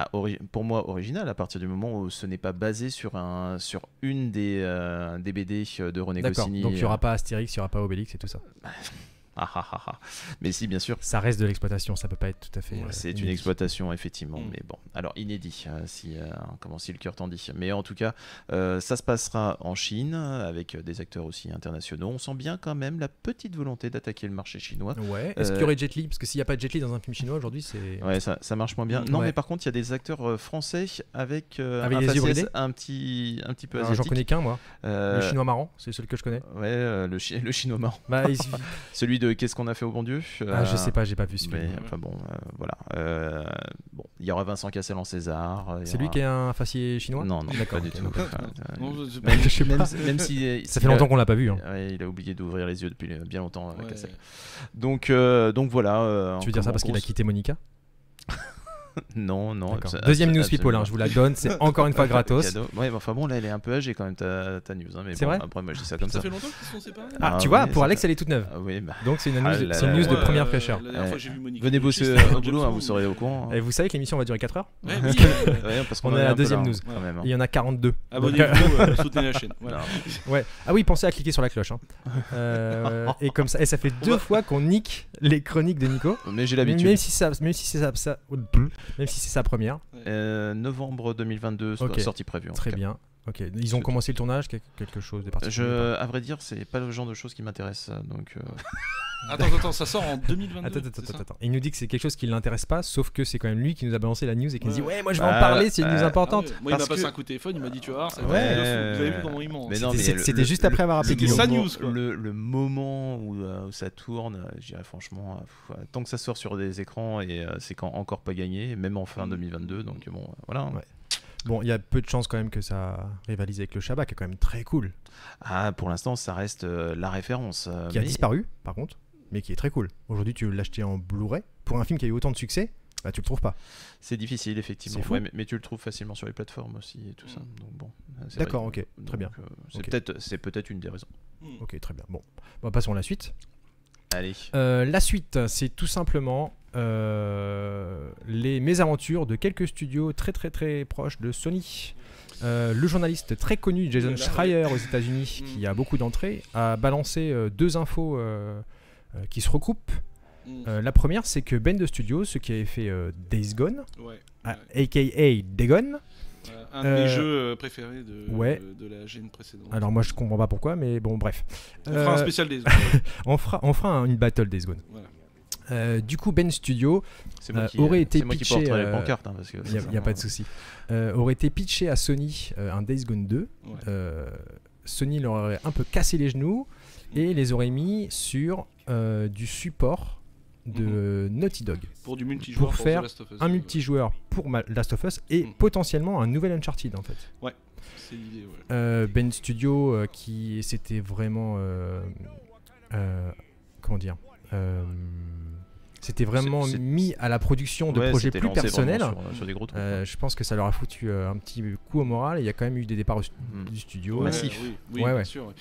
S3: Ah, ori- pour moi original à partir du moment où ce n'est pas basé sur un sur une des euh, des BD de René
S2: D'accord.
S3: Goscinny. euh,
S2: Donc, il y aura pas Astérix, il y aura pas Obélix et tout ça.
S3: Ah, ah, ah, ah. Mais si, bien sûr.
S2: Ça reste de l'exploitation, ça peut pas être tout à fait.
S1: Ouais,
S2: euh,
S3: C'est une
S2: inédit.
S3: exploitation, effectivement,
S1: Mm.
S3: mais bon. Alors, inédit, euh, si, euh, comment si le cœur t'en dit. Mais en tout cas, euh, ça se passera en Chine, avec euh, des acteurs aussi internationaux. On sent bien quand même la petite volonté d'attaquer le marché chinois.
S2: Ouais. Est-ce qu'il y
S3: Euh,
S2: aurait Jet Li Parce que s'il y a pas de Jet Li dans un film chinois aujourd'hui, c'est.
S3: Ouais, ça, ça marche moins bien.
S1: Mm.
S3: Non,
S2: Ouais.
S3: mais par contre, il y a des acteurs euh, français avec, euh,
S2: Avec
S3: un
S2: des yeux
S3: faciès
S2: bridés
S3: un petit, un petit peu
S2: Alors, J'en
S3: asiatique.
S2: connais qu'un moi.
S3: Euh,
S2: Le chinois marrant, c'est le seul que je connais.
S3: Ouais, euh, le, chi- le chinois marrant.
S2: Bah, il-
S3: Celui de Qu'est-ce qu'on a fait au bon Dieu
S2: ah, je
S3: euh,
S2: sais pas, j'ai pas vu ce
S3: Mais
S2: film.
S3: enfin bon, euh, voilà. Euh, bon, il y aura Vincent Cassel en César. euh, il y
S2: C'est lui
S3: aura-
S2: qui est un faciès chinois
S3: Non, non,
S2: D'accord,
S3: pas du
S2: ok,
S3: tout.
S2: donc,
S3: Enfin, euh,
S1: Non, je sais pas.
S3: Même,
S2: Je sais
S3: même-
S2: pas.
S3: même si, euh,
S2: Ça
S3: il
S2: fait
S3: a-
S2: longtemps qu'on l'a pas vu. hein.
S3: ouais, il a oublié d'ouvrir les yeux depuis euh, bien longtemps, euh,
S1: Ouais.
S3: Cassel. Donc, euh, donc voilà.
S2: Tu veux dire ça parce qu'il a quitté Monica
S3: Non, non.
S2: D'accord.
S3: abso-
S2: Deuxième
S3: Oh, abso-
S2: news people, hein, je vous la donne, c'est encore une fois
S3: absolument.
S2: gratos.
S3: Cadeau. Ouais, mais enfin bon, là, elle est un peu âgée quand même, ta, ta news. hein, mais
S2: C'est
S3: bon,
S2: vrai
S3: Après, moi, je dis ça comme
S1: Ça
S3: ça.
S1: fait longtemps qu'ils se sont séparés
S2: Ah,
S3: Ah
S2: tu
S3: ouais,
S2: vois, pour
S3: ça
S2: Alex, elle est toute neuve.
S3: Ah oui, bah,
S2: Donc c'est une news,
S3: Ah là
S2: c'est une
S3: là
S2: news
S3: là
S2: de
S3: là.
S2: première fraîcheur.
S1: euh, La dernière fois,
S3: Ouais.
S1: j'ai vu Monica
S3: Venez
S1: Bellucci,
S3: bosser
S1: c'était
S3: euh,
S1: un
S3: au boulot, hein,
S1: Jackson.
S3: vous serez au courant. hein.
S2: Et vous savez que l'émission va durer 4 heures
S1: Ouais, oui, euh,
S3: Ouais, parce
S2: On
S3: qu'on en
S2: est à la
S3: un peu
S2: deuxième
S3: là,
S2: news.
S3: quand même, hein.
S2: Et il y en a 42.
S1: Abonnez-vous, euh, soutenez la chaîne. Voilà.
S2: Ouais. Ah oui, pensez à cliquer sur la cloche. hein. Euh, et comme ça, et ça fait deux fois qu'on nique les chroniques de Nico.
S3: Mais j'ai
S2: Même
S3: l'habitude.
S2: si, ça, même si c'est ça, ça- même si c'est sa première.
S3: Euh, novembre 2022, so-
S2: Ok.
S3: sortie prévue. en
S2: Très
S3: tout cas.
S2: bien. Ok. Ils ont
S3: C'est
S2: commencé le tournage, quel- quelque chose de particulier.
S3: Je, à vrai dire, c'est pas le genre de choses qui m'intéresse. Donc, euh,
S1: Attends, attends, ça sort en 2022.
S2: Attends, attends,
S1: c'est ça
S2: attends, attends. Il nous dit que c'est quelque chose qui l'intéresse pas, sauf que c'est quand même lui qui nous a balancé la news et qui nous dit
S1: Ouais.
S2: ouais, moi je vais en
S3: Bah,
S2: parler, c'est une news
S3: euh,
S1: Ah ouais,
S2: importante.
S1: Moi, il m'a
S3: Parce
S1: passé
S3: que-
S1: un coup de téléphone, il m'a dit Tu vas voir, ça
S3: Ouais,
S1: va être de fou. Vous avez
S3: ouais.
S1: vu comment il ment hein,
S3: Mais non,
S2: C'était-
S3: mais le-
S2: c'était
S3: le-
S2: juste après avoir appelé
S3: Ah, le
S1: Guillaume. C'était sa
S3: moment-
S1: news, quoi.
S3: Le, le moment où, euh, où ça tourne, euh, je dirais franchement, euh, pff, euh, tant que ça sort sur des écrans et euh, c'est quand encore pas gagné, même en fin 2022, donc bon, euh, voilà.
S2: Ouais. Bon, il y a peu de chances quand même que ça rivalise avec le Shabbat, qui est quand même très cool,
S3: Ah, pour l'instant, ça reste euh, la référence. euh,
S2: qui a
S3: mais-
S2: disparu par contre, mais qui est très cool. Aujourd'hui, tu veux l'acheter en Blu-ray pour un film qui a eu autant de succès, bah tu le trouves pas.
S3: C'est difficile, effectivement.
S2: C'est fou.
S3: Ouais, mais, mais tu le trouves facilement sur les plateformes aussi et tout ça. Donc bon. euh, c'est
S2: D'accord,
S3: vrai
S2: ok,
S3: que-
S2: très bien.
S3: donc, euh, c'est
S2: Ok.
S3: peut-être, c'est peut-être une des raisons.
S2: Ok, très bien. Bon, Bon, passons à la suite.
S3: Allez.
S2: Euh, la suite, c'est tout simplement euh, les mésaventures de quelques studios très très très proches de Sony. Euh, le journaliste très connu Jason
S1: Voilà.
S2: Schreier aux États-Unis,
S1: Mm.
S2: qui a beaucoup d'entrées, a balancé euh, deux infos euh, euh, qui se recoupent.
S1: Mm.
S2: Euh, la première, c'est que Ben de Studio, ceux qui avaient fait euh, Days Gone,
S1: Ouais.
S2: a-
S1: Ouais.
S2: aka Dagon,
S1: Voilà. Un de mes
S2: Ah, Euh,
S1: jeux euh, préférés de,
S2: ouais.
S1: de, de la gêne précédente.
S2: alors moi je comprends pas pourquoi, mais bon, bref.
S1: On fera un
S2: Euh,
S1: spécial des
S2: on fera, on fera un- une battle Days Gone.
S1: Voilà.
S2: Euh, du coup, Ben Studio,
S3: C'est
S2: Euh,
S3: moi qui,
S2: aurait
S3: euh,
S2: été
S3: c'est moi qui
S2: pitché,
S3: porterai
S2: euh,
S3: les pancartes. hein, parce que
S2: il n'y a, pas de souci, euh, aurait été pitché à Sony euh, un Days Gone 2.
S1: Ouais.
S2: Euh, Sony leur aurait un peu cassé les genoux et les aurait mis sur euh, du support de
S1: Mhm.
S2: Naughty Dog.
S1: pour du multijoueur
S2: pour
S1: pour,
S2: faire
S1: The Last of Us. euh,
S2: Un
S1: Ouais.
S2: multijoueur pour Ma- Last of Us et
S1: Mm.
S2: potentiellement un nouvel Uncharted en fait.
S1: C'est l'idée, ouais.
S2: Euh, ben Studio euh, qui c'était vraiment euh, euh, comment dire euh, c'était vraiment
S3: C'est- c'est-
S2: mis à la production de
S3: euh, Ouais,
S2: projets
S3: c'était
S2: plus
S3: lancé vraiment
S2: personnels
S3: Sur, sur des gros trucs.
S2: Euh, je pense que ça leur a foutu euh, un petit coup au moral et il y a quand même eu des départs au stu-
S3: Mm.
S2: du studio
S1: Ouais,
S3: Massif.
S1: Oui, oui,
S2: Ouais,
S1: bien
S2: ouais.
S1: sûr. ouais.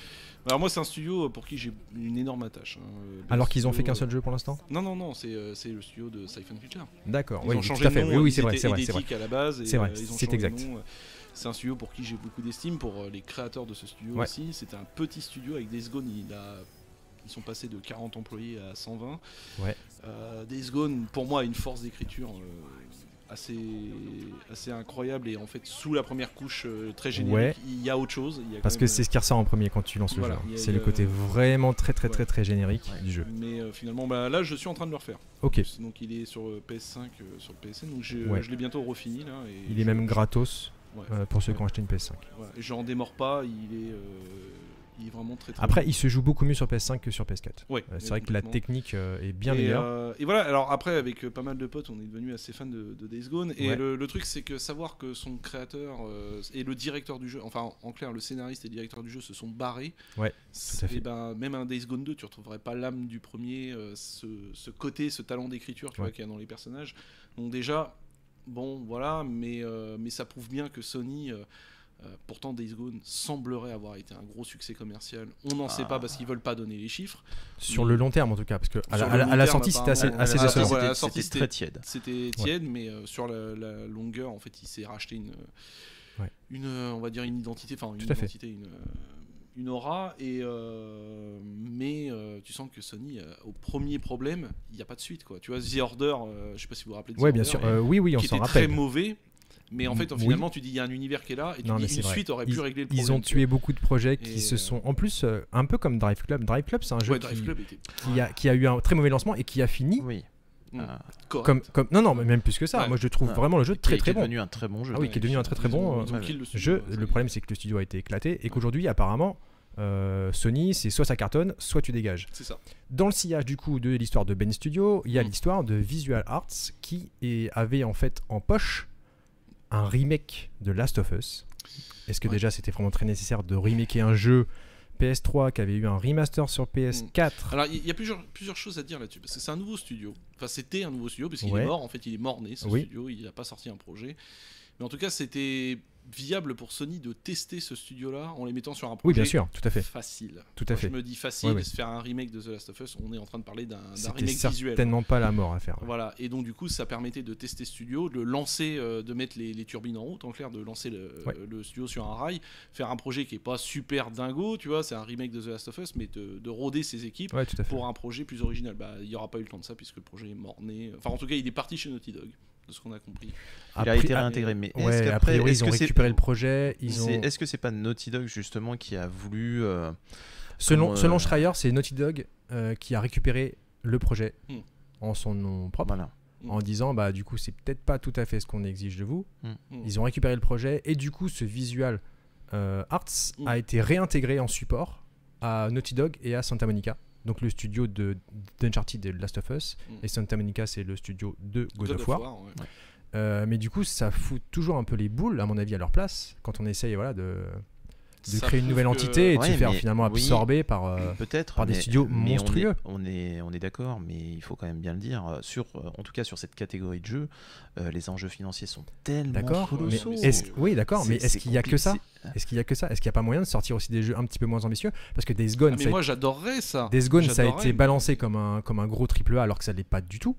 S1: Alors moi, c'est un studio euh, pour qui j'ai une énorme attache. hein. Euh,
S2: alors
S1: le
S2: qu'ils ont fait
S1: studio-
S2: qu'un seul jeu pour l'instant
S1: Non, non, non, c'est euh, c'est le studio de Siphon Filter.
S2: d'accord
S1: Ils
S2: oui,
S1: ont
S2: tout
S1: changé
S2: à
S1: de
S2: fait
S1: nom,
S2: oui, oui
S1: ils
S2: c'est vrai
S1: étaient
S2: c'est vrai c'est vrai
S1: Edétique à la base. et,
S2: C'est vrai,
S1: euh, ils ont
S2: c'est
S1: changé de
S2: exact.
S1: nom. C'est un studio pour qui j'ai beaucoup d'estime, pour euh, les créateurs de ce studio
S2: Ouais.
S1: aussi. C'était un petit studio avec Days Gone, il a- Ils sont passés de 40 employés à 120.
S2: Ouais.
S1: Euh, Days Gone, pour moi, a une force d'écriture euh, assez, assez incroyable. Et en fait, sous la première couche euh, très générique,
S2: Ouais.
S1: il y a autre chose. il y a
S2: parce
S1: quand
S2: que
S1: même, euh,
S2: c'est ce qui ressort en premier quand tu lances le
S1: Voilà,
S2: jeu
S1: il y a
S2: c'est le
S1: eu,
S2: côté
S1: euh,
S2: vraiment très très
S1: ouais.
S2: très très générique
S3: Ouais.
S2: du jeu
S1: Mais euh, finalement, bah, là, je suis en train de le refaire.
S2: ok
S1: Donc, il est sur euh, PS5, euh, sur le PSN. Donc, j'ai-
S2: Ouais.
S1: je l'ai bientôt refini. Là, et
S2: il est
S1: je-
S2: même gratos
S1: Ouais.
S2: euh, pour ceux qui ont acheté une PS5
S1: Voilà, J'en démords pas, il est, euh, il est vraiment très très
S2: Après, il se joue beaucoup mieux sur PS5 que sur PS4.
S1: bon. Ouais,
S2: Euh, C'est vrai que la
S1: complètement.
S2: technique euh, est bien
S1: et,
S2: meilleure.
S1: euh, et voilà, alors après, avec euh, pas mal de potes, on est devenu assez fan de, de Days Gone. Et
S2: Ouais.
S1: le, le truc, c'est que savoir que son créateur euh, et le directeur du jeu, enfin en, en clair, le scénariste et le directeur du jeu se sont barrés.
S2: Ouais,
S1: c'est-
S2: à fait.
S1: et ben, même un Days Gone 2, tu retrouverais pas l'âme du premier, euh, ce, ce côté, ce talent d'écriture tu
S2: Ouais.
S1: vois, qu'il y a dans les personnages. Donc déjà, bon, voilà, mais, euh, mais ça prouve bien que Sony. euh, euh, pourtant, Days Gone semblerait avoir été un gros succès commercial. On n'en sait
S3: Ah.
S1: pas parce qu'ils veulent pas donner les chiffres.
S2: Sur le long terme, en tout cas, parce que à,
S1: Sur le
S2: la- à la-
S1: long
S2: à la
S1: terme,
S2: sortie, c'était assez,
S1: apparemment,
S2: assez
S1: ouais,
S3: Ah,
S1: ça,
S2: décevant.
S1: ouais.
S3: c'était-
S1: la sortie,
S3: C'était
S1: c'était-
S3: très tiède.
S1: C'était tiède, mais euh, sur la, la longueur, en fait, il s'est racheté une,
S2: Ouais.
S1: une, euh, on va dire une identité, enfin une
S2: Tout à fait.
S1: identité, une, euh, une aura. Et euh, mais euh, tu sens que Sony, euh, au premier problème, il n'y a pas de suite, quoi. Tu vois, The Order, euh, je sais pas si vous vous rappelez. de
S2: Ouais,
S1: The
S2: bien
S1: Order,
S2: sûr.
S1: mais-
S2: Euh, oui, oui, on
S1: qui
S2: s'en
S1: était très
S2: rappelle. Mm,
S1: mauvais. Mais en fait,
S2: Oui.
S1: finalement, tu dis il y a un univers qui est là, et tu
S2: Non,
S1: dis
S2: mais c'est
S1: une
S2: vrai.
S1: suite aurait pu régler le problème.
S2: Ils ont
S1: tu vois.
S2: tué beaucoup de projets qui
S1: Et,
S2: se
S1: euh,
S2: sont. En plus, euh, un peu comme Drive Club. Drive Club, c'est un jeu
S1: Ouais,
S2: qui,
S1: Drive Club était
S2: qui a, qui a eu un très mauvais lancement et qui a fini
S3: Oui.
S1: Mm.
S3: Ah,
S1: correct.
S2: comme, comme. Non, non, mais même plus que ça.
S1: Ouais.
S2: Moi, je trouve
S3: Ouais.
S2: vraiment le jeu
S3: Qui
S2: très
S3: est
S2: très bon.
S3: devenu un très bon jeu.
S2: Ah oui, qui est devenu un très très
S1: Ils ont-
S2: bon. euh,
S1: ils ont
S3: ouais,
S1: kill le studio,
S2: jeu.
S1: ouais,
S2: Le
S1: c'est-
S2: problème, c'est que le studio a été éclaté et qu'aujourd'hui, apparemment, euh, Sony, c'est soit ça cartonne, soit tu dégages.
S1: C'est ça.
S2: Dans le sillage du coup de l'histoire de Ben Studio, il y a
S1: Mm.
S2: l'histoire de Visual Arts qui est- avait en fait en poche un remake de Last of Us. Est-ce que
S1: Ouais.
S2: déjà c'était vraiment très nécessaire de remaker un jeu PS3 qui avait eu un remaster sur PS4
S3: Mm.
S1: Alors, il y a plusieurs, plusieurs choses à dire là-dessus, parce que c'est un nouveau studio. Enfin, c'était un nouveau studio, parce qu'il
S2: Ouais.
S1: est mort, en fait, il est mort-né, ce
S2: Oui.
S1: studio, il n'a pas sorti un projet. Mais en tout cas, c'était viable pour Sony de tester ce studio-là en les mettant sur un projet
S2: Oui, bien sûr, tout à fait,
S1: facile.
S2: tout à
S1: Quand
S2: fait.
S1: Je me dis facile,
S2: Ouais, ouais.
S1: se faire un remake de The Last of Us, on est en train de parler d'un d'un
S2: C'était
S1: remake visuel.
S2: certainement
S3: hein.
S2: pas la mort à faire.
S1: Voilà, et donc du coup, ça permettait de tester ce studio, de lancer, euh, de mettre les, les turbines en route, en clair, de lancer le,
S2: Ouais.
S1: le studio sur un rail, faire un projet qui est pas super dingo, tu vois, c'est un remake de The Last of Us, mais de, de roder ses équipes
S2: Ouais, tout à fait.
S1: pour un projet plus original. Bah, il n'y aura pas eu le temps de ça puisque le projet est mort-né. Enfin, en tout cas, il est parti chez Naughty Dog, de ce qu'on a compris.
S3: Il a
S2: Après-
S3: été
S2: ah,
S3: réintégré. Mais est-ce
S2: Ouais, a
S3: qu'après,
S2: priori,
S3: est-ce
S2: ils ont
S3: que c'est-
S2: récupéré le projet. Ils
S3: c'est-
S2: ont...
S3: Est-ce que c'est pas Naughty Dog justement qui a voulu euh,
S2: Selon,
S3: Comment, euh,
S2: selon Schreier, c'est Naughty Dog euh, qui a récupéré le projet
S1: Hmm.
S2: en son nom propre.
S3: voilà
S1: Mm.
S2: en disant bah du coup c'est peut-être pas tout à fait ce qu'on exige de vous.
S3: Mm.
S1: Mm.
S2: Ils ont récupéré le projet et du coup ce visual euh, arts
S1: Mm.
S2: a été réintégré en support à Naughty Dog et à Santa Monica. Donc le studio de d'Uncharted et de Last of Us
S1: Mm.
S2: et Santa Monica c'est le studio de God,
S1: God
S2: of
S1: of
S2: War.
S1: War, ouais.
S2: Euh, mais du coup ça fout toujours un peu les boules à mon avis à leur place quand on essaye voilà de, de
S1: Ça
S2: créer une
S1: prouve
S2: nouvelle
S1: que-
S2: entité et de se
S3: Ouais,
S2: faire
S3: mais
S2: finalement
S3: oui.
S2: absorber par euh,
S3: peut-être
S2: par des
S3: mais-
S2: studios
S3: mais on est-
S2: monstrueux.
S3: On est on est, d'accord, mais il faut quand même bien le dire. euh, Sur euh, en tout cas sur cette catégorie de jeux, euh, les enjeux financiers sont tellement
S2: D'accord, mais
S3: colossaux.
S2: est-ce- oui d'accord,
S3: C'est-
S2: mais est-ce
S3: c'est
S2: qu'il y a que ça
S3: compli- c'est-
S2: Est-ce qu'il y a que ça Est-ce qu'il n'y a pas moyen de sortir aussi des jeux un petit peu moins ambitieux Parce que Days Gone,
S1: Ah, mais
S2: ça, a-
S1: moi, j'adorerais ça.
S2: Days Gone, ça a
S1: j'adorerais,
S2: été
S1: mais-
S2: balancé comme un, comme un gros triple A alors que ça l'est pas du tout.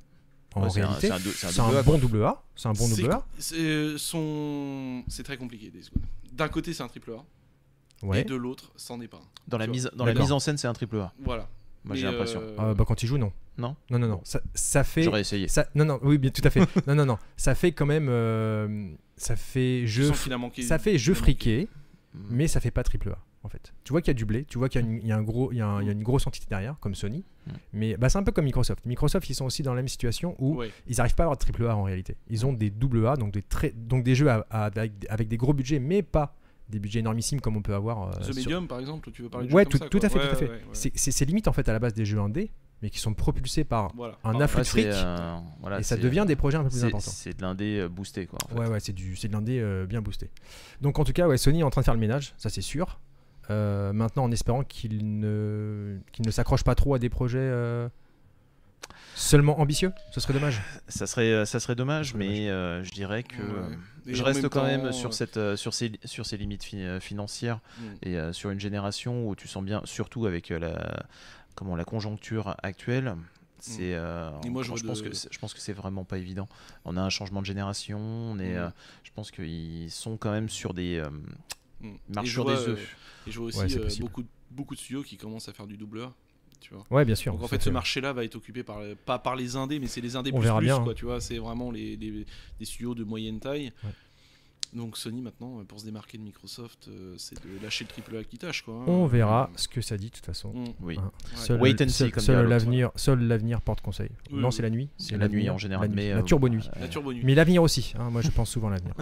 S2: En
S3: Ouais, c'est un-
S2: réalité,
S3: c'est un dou- c'est un
S2: c'est un,
S3: double A,
S2: bon double A. C'est un bon
S1: C'est-
S2: double A.
S1: c'est, euh, son- c'est très compliqué, Days Gone. D'un côté, c'est un triple A, et
S2: Ouais.
S1: de l'autre, c'en est pas un.
S3: Dans la
S1: Tu vois.
S3: mise, dans la
S2: D'accord.
S3: mise en scène, c'est un triple A.
S1: Voilà.
S3: Moi, j'ai
S1: Mais,
S3: l'impression.
S1: euh,
S2: Euh, bah, quand il joue, non.
S3: Non
S2: Non, non, non.
S3: Bon.
S2: Ça, ça fait.
S3: J'aurais essayé.
S2: ça- non, non, oui, bien, tout à fait. non, non, non. Ça fait quand même. euh, ça fait
S1: je
S2: jeu.
S1: sens qu'il a manqué.
S2: Ça fait jeu
S1: il a
S2: friqué,
S3: Mm.
S2: mais ça fait pas triple A, en fait. Tu vois qu'il y a du blé, tu vois qu'il y a une, il y a un gros, il y a un- il y a une grosse entité derrière, comme Sony.
S3: Mm.
S2: Mais bah, c'est un peu comme Microsoft. Microsoft, ils sont aussi dans la même situation où
S1: Ouais.
S2: ils n'arrivent pas à avoir de triple A en réalité. Ils ont des double A, donc des, très- donc des jeux à- à- avec, avec des gros budgets, mais pas des budgets énormissimes comme on peut avoir. euh,
S1: The
S2: sur-
S1: Medium, par exemple, tu veux parler de
S2: Ouais,
S1: jeux
S2: tout,
S1: comme ça,
S2: tout à fait,
S1: quoi.
S2: tout
S1: Ouais,
S2: à fait.
S1: ouais, ouais, ouais.
S2: C'est- C'est c'est limite en fait à la base des jeux indés, mais qui sont propulsés par
S1: Voilà.
S2: un
S3: Ah,
S2: afflux
S3: ouais,
S2: de fric,
S3: c'est, euh, voilà,
S2: et ça
S3: c'est-
S2: devient des projets un peu plus
S3: c'est-
S2: importants.
S3: C'est de l'indé euh, boosté, quoi. en fait.
S2: Ouais, ouais, c'est du- c'est de l'indé euh, bien boosté. Donc en tout cas, ouais, Sony est en train de faire le ménage, ça c'est sûr. Euh, maintenant, en espérant qu'il ne, qu'il ne s'accroche pas trop à des projets euh, seulement ambitieux, ce serait dommage.
S3: Ça serait, euh, ça serait dommage,
S2: dommage.
S3: mais euh, je dirais que euh,
S1: Ouais. Et
S3: je
S1: en
S3: reste quand
S1: temps,
S3: même
S1: euh,
S3: sur, cette, euh, sur, ces, li- sur ces limites fi- euh, financières
S1: mm.
S3: et euh, sur une génération où tu sens bien, surtout avec euh, la, comment, la conjoncture actuelle. C'est, euh,
S1: Mm. Et moi,
S3: je,
S1: j'aurais
S3: pense
S1: de-
S3: que c'est- je pense que c'est vraiment pas évident. On a un changement de génération, on est,
S1: Mm.
S3: euh, je pense qu'ils sont quand même sur des. euh,
S1: Mm.
S3: ils marchent
S1: Et je
S3: sur
S1: vois,
S3: des
S1: euh,
S3: œufs.
S1: Et je vois aussi
S2: Ouais, c'est
S1: euh,
S2: possible.
S1: beaucoup, de- beaucoup de studios qui commencent à faire du doubleur. Tu vois.
S2: Ouais, bien sûr.
S1: Donc en
S2: ça
S1: fait, ce marché-là va être occupé par les- pas par les indés, mais c'est les indés
S2: On
S1: plus
S2: verra
S1: plus,
S2: bien, hein.
S1: quoi. Tu vois, c'est vraiment les, les- des studios de moyenne taille.
S2: Ouais.
S1: Donc Sony maintenant, euh, pour se démarquer de Microsoft, euh, c'est de lâcher le triple A qui tâche, quoi. hein.
S2: On
S3: euh,
S2: verra ce que ça dit de toute façon.
S1: Mm.
S3: Oui.
S2: Hein. Seul,
S3: Wait and
S2: seul-
S3: see, comme
S2: seul
S3: dirait l'autre.
S2: l'avenir, seul l'avenir porte conseil.
S1: Oui,
S2: non,
S1: oui.
S2: c'est la nuit.
S3: C'est la nuit en général.
S2: La,
S3: mais,
S2: la
S3: euh,
S2: turbo nuit.
S1: La turbo nuit.
S2: Mais l'avenir aussi. hein, moi, je pense souvent à l'avenir.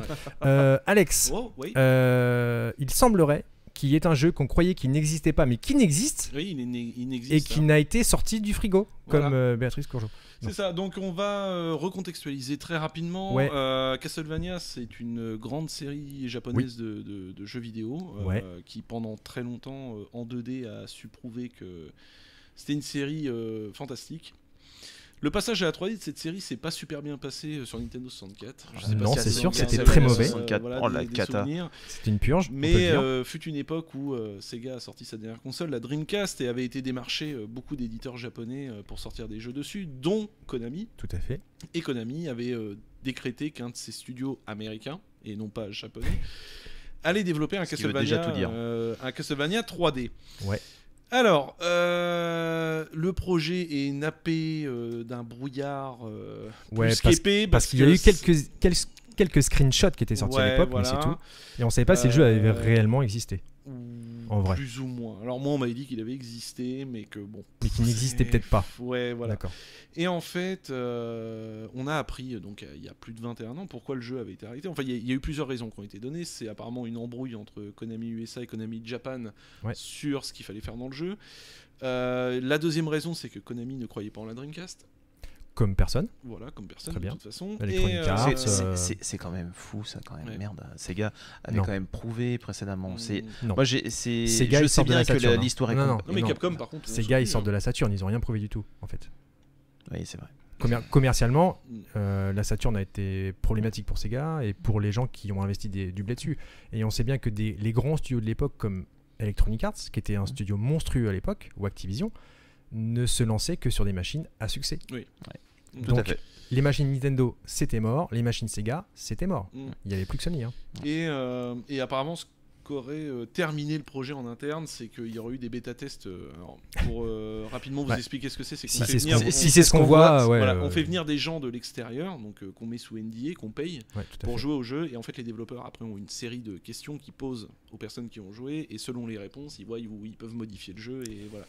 S2: Euh, Alex,
S1: Oh, oui.
S2: euh, il semblerait qu'il y ait un jeu qu'on croyait qu'il n'existait pas, mais qui n'existe
S1: Oui, il, est- il
S2: et
S1: existe.
S2: qui
S1: hein.
S2: n'a été sorti du frigo, comme
S1: Voilà.
S2: euh, Béatrice Courgeot.
S1: C'est ça, donc on va euh, recontextualiser très rapidement.
S2: Ouais.
S1: Euh, Castlevania, c'est une grande série japonaise de, de- de jeux vidéo euh,
S2: Ouais.
S1: qui, pendant très longtemps, euh, en 2D, a su prouver que c'était une série euh, fantastique. Le passage à la 3D de cette série s'est pas super bien passé euh, sur Nintendo 64. Je sais pas
S2: Euh, Non,
S1: si
S2: c'est
S1: ça
S2: sûr,
S1: vous en
S2: c'était
S1: garde,
S2: très
S1: euh,
S2: mauvais.
S3: 64,
S1: voilà,
S3: oh,
S1: des-
S3: la
S1: des
S3: cata.
S1: souvenirs.
S2: C'était une purge. on peut le
S1: Mais
S2: dire.
S1: euh, fut une époque où euh, Sega a sorti sa dernière console, la Dreamcast, et avait été démarché euh, beaucoup d'éditeurs japonais euh, pour sortir des jeux dessus, dont Konami.
S2: Tout à fait.
S1: Et Konami avait euh, décrété qu'un de ses studios américains, et non pas japonais, allait développer un
S3: Ce qui veut
S1: Castlevania,
S3: déjà tout dire.
S1: euh, un Castlevania 3D.
S2: Ouais.
S1: Alors, euh, le projet est nappé euh, d'un brouillard euh,
S2: Ouais,
S1: plus
S2: parce,
S1: qu'épais.
S2: parce qu'il y a
S1: que
S2: eu quelques, quelques, quelques screenshots qui étaient sortis à
S1: Ouais,
S2: l'époque,
S1: voilà.
S2: mais c'est tout. Et on savait pas si le jeu avait
S1: Euh,
S2: réellement existé,
S1: Ou
S2: En vrai.
S1: Plus ou moins. Alors moi, on m'avait dit qu'il avait existé, mais que bon.
S2: mais qui n'existait
S1: c'est-
S2: peut-être pas.
S1: Ouais, voilà.
S2: D'accord.
S1: Et en fait, euh, on a appris, donc euh, il y a plus de 21 ans, pourquoi le jeu avait été arrêté. Enfin, il y, a- il y a eu plusieurs raisons qui ont été données. C'est apparemment une embrouille entre Konami USA et Konami Japan
S2: Ouais.
S1: sur ce qu'il fallait faire dans le jeu. Euh, la deuxième raison, c'est que Konami ne croyait pas en la Dreamcast.
S2: Comme personne.
S1: Voilà, comme personne,
S2: Très bien.
S1: de toute façon.
S2: Electronic
S1: Et,
S2: Arts,
S3: ah, C'est-
S2: euh,
S3: c'est- C'est c'est quand même fou ça quand même
S1: Ouais. Mm.
S3: merde. Sega avait
S2: Non.
S3: quand même prouvé précédemment. C'est
S1: Non,
S2: Non.
S3: moi j'ai c'est
S2: Sega,
S3: je
S2: ils
S3: sais
S2: sortent de
S3: bien
S2: la
S3: que
S2: Saturn,
S3: la-
S2: hein.
S3: l'histoire est
S2: Non, non.
S3: com-
S1: mais
S2: Non.
S1: Capcom, par contre. on
S2: Ces
S1: s'en
S2: gars, ils
S1: fout,
S2: sortent de
S1: hein.
S2: la Saturn, ils ont rien prouvé du tout, en fait.
S3: Oui, c'est vrai.
S2: Commer- commercialement,
S1: Mm.
S2: euh, la Saturn a été problématique pour Sega et pour les gens qui ont investi des- du blé dessus. Et on sait bien que des, les grands studios de l'époque, comme Electronic Arts, qui était un studio monstrueux à l'époque, ou Activision, ne se lançaient que sur des machines à succès.
S3: Tout à
S2: Donc,
S3: fait.
S2: Les machines Nintendo, c'était mort. Les machines Sega, c'était mort.
S1: Mm.
S2: Il n'y avait plus que Sony. hein.
S1: Et, euh, et apparemment, ce qu'aurait euh, terminé le projet en interne, c'est qu'il y aurait eu des bêta-tests. euh, alors, pour euh, rapidement vous
S2: Ouais.
S1: expliquer ce que c'est, c'est qu'on
S2: Si
S1: fait
S2: Bah, c'est ce
S1: venir-
S2: qu'on-
S1: on-
S2: si c'est ce qu'on voit, ouais,
S1: voilà,
S2: ouais,
S1: on fait
S2: ouais.
S1: venir des gens de l'extérieur, donc euh, qu'on met sous NDA, qu'on paye
S2: Ouais, tout à
S1: pour
S2: fait.
S1: jouer au jeu. Et en fait, les développeurs après ont une série de questions qu'ils posent aux personnes qui ont joué, et selon les réponses, ils voient où ils peuvent modifier le jeu. Et voilà.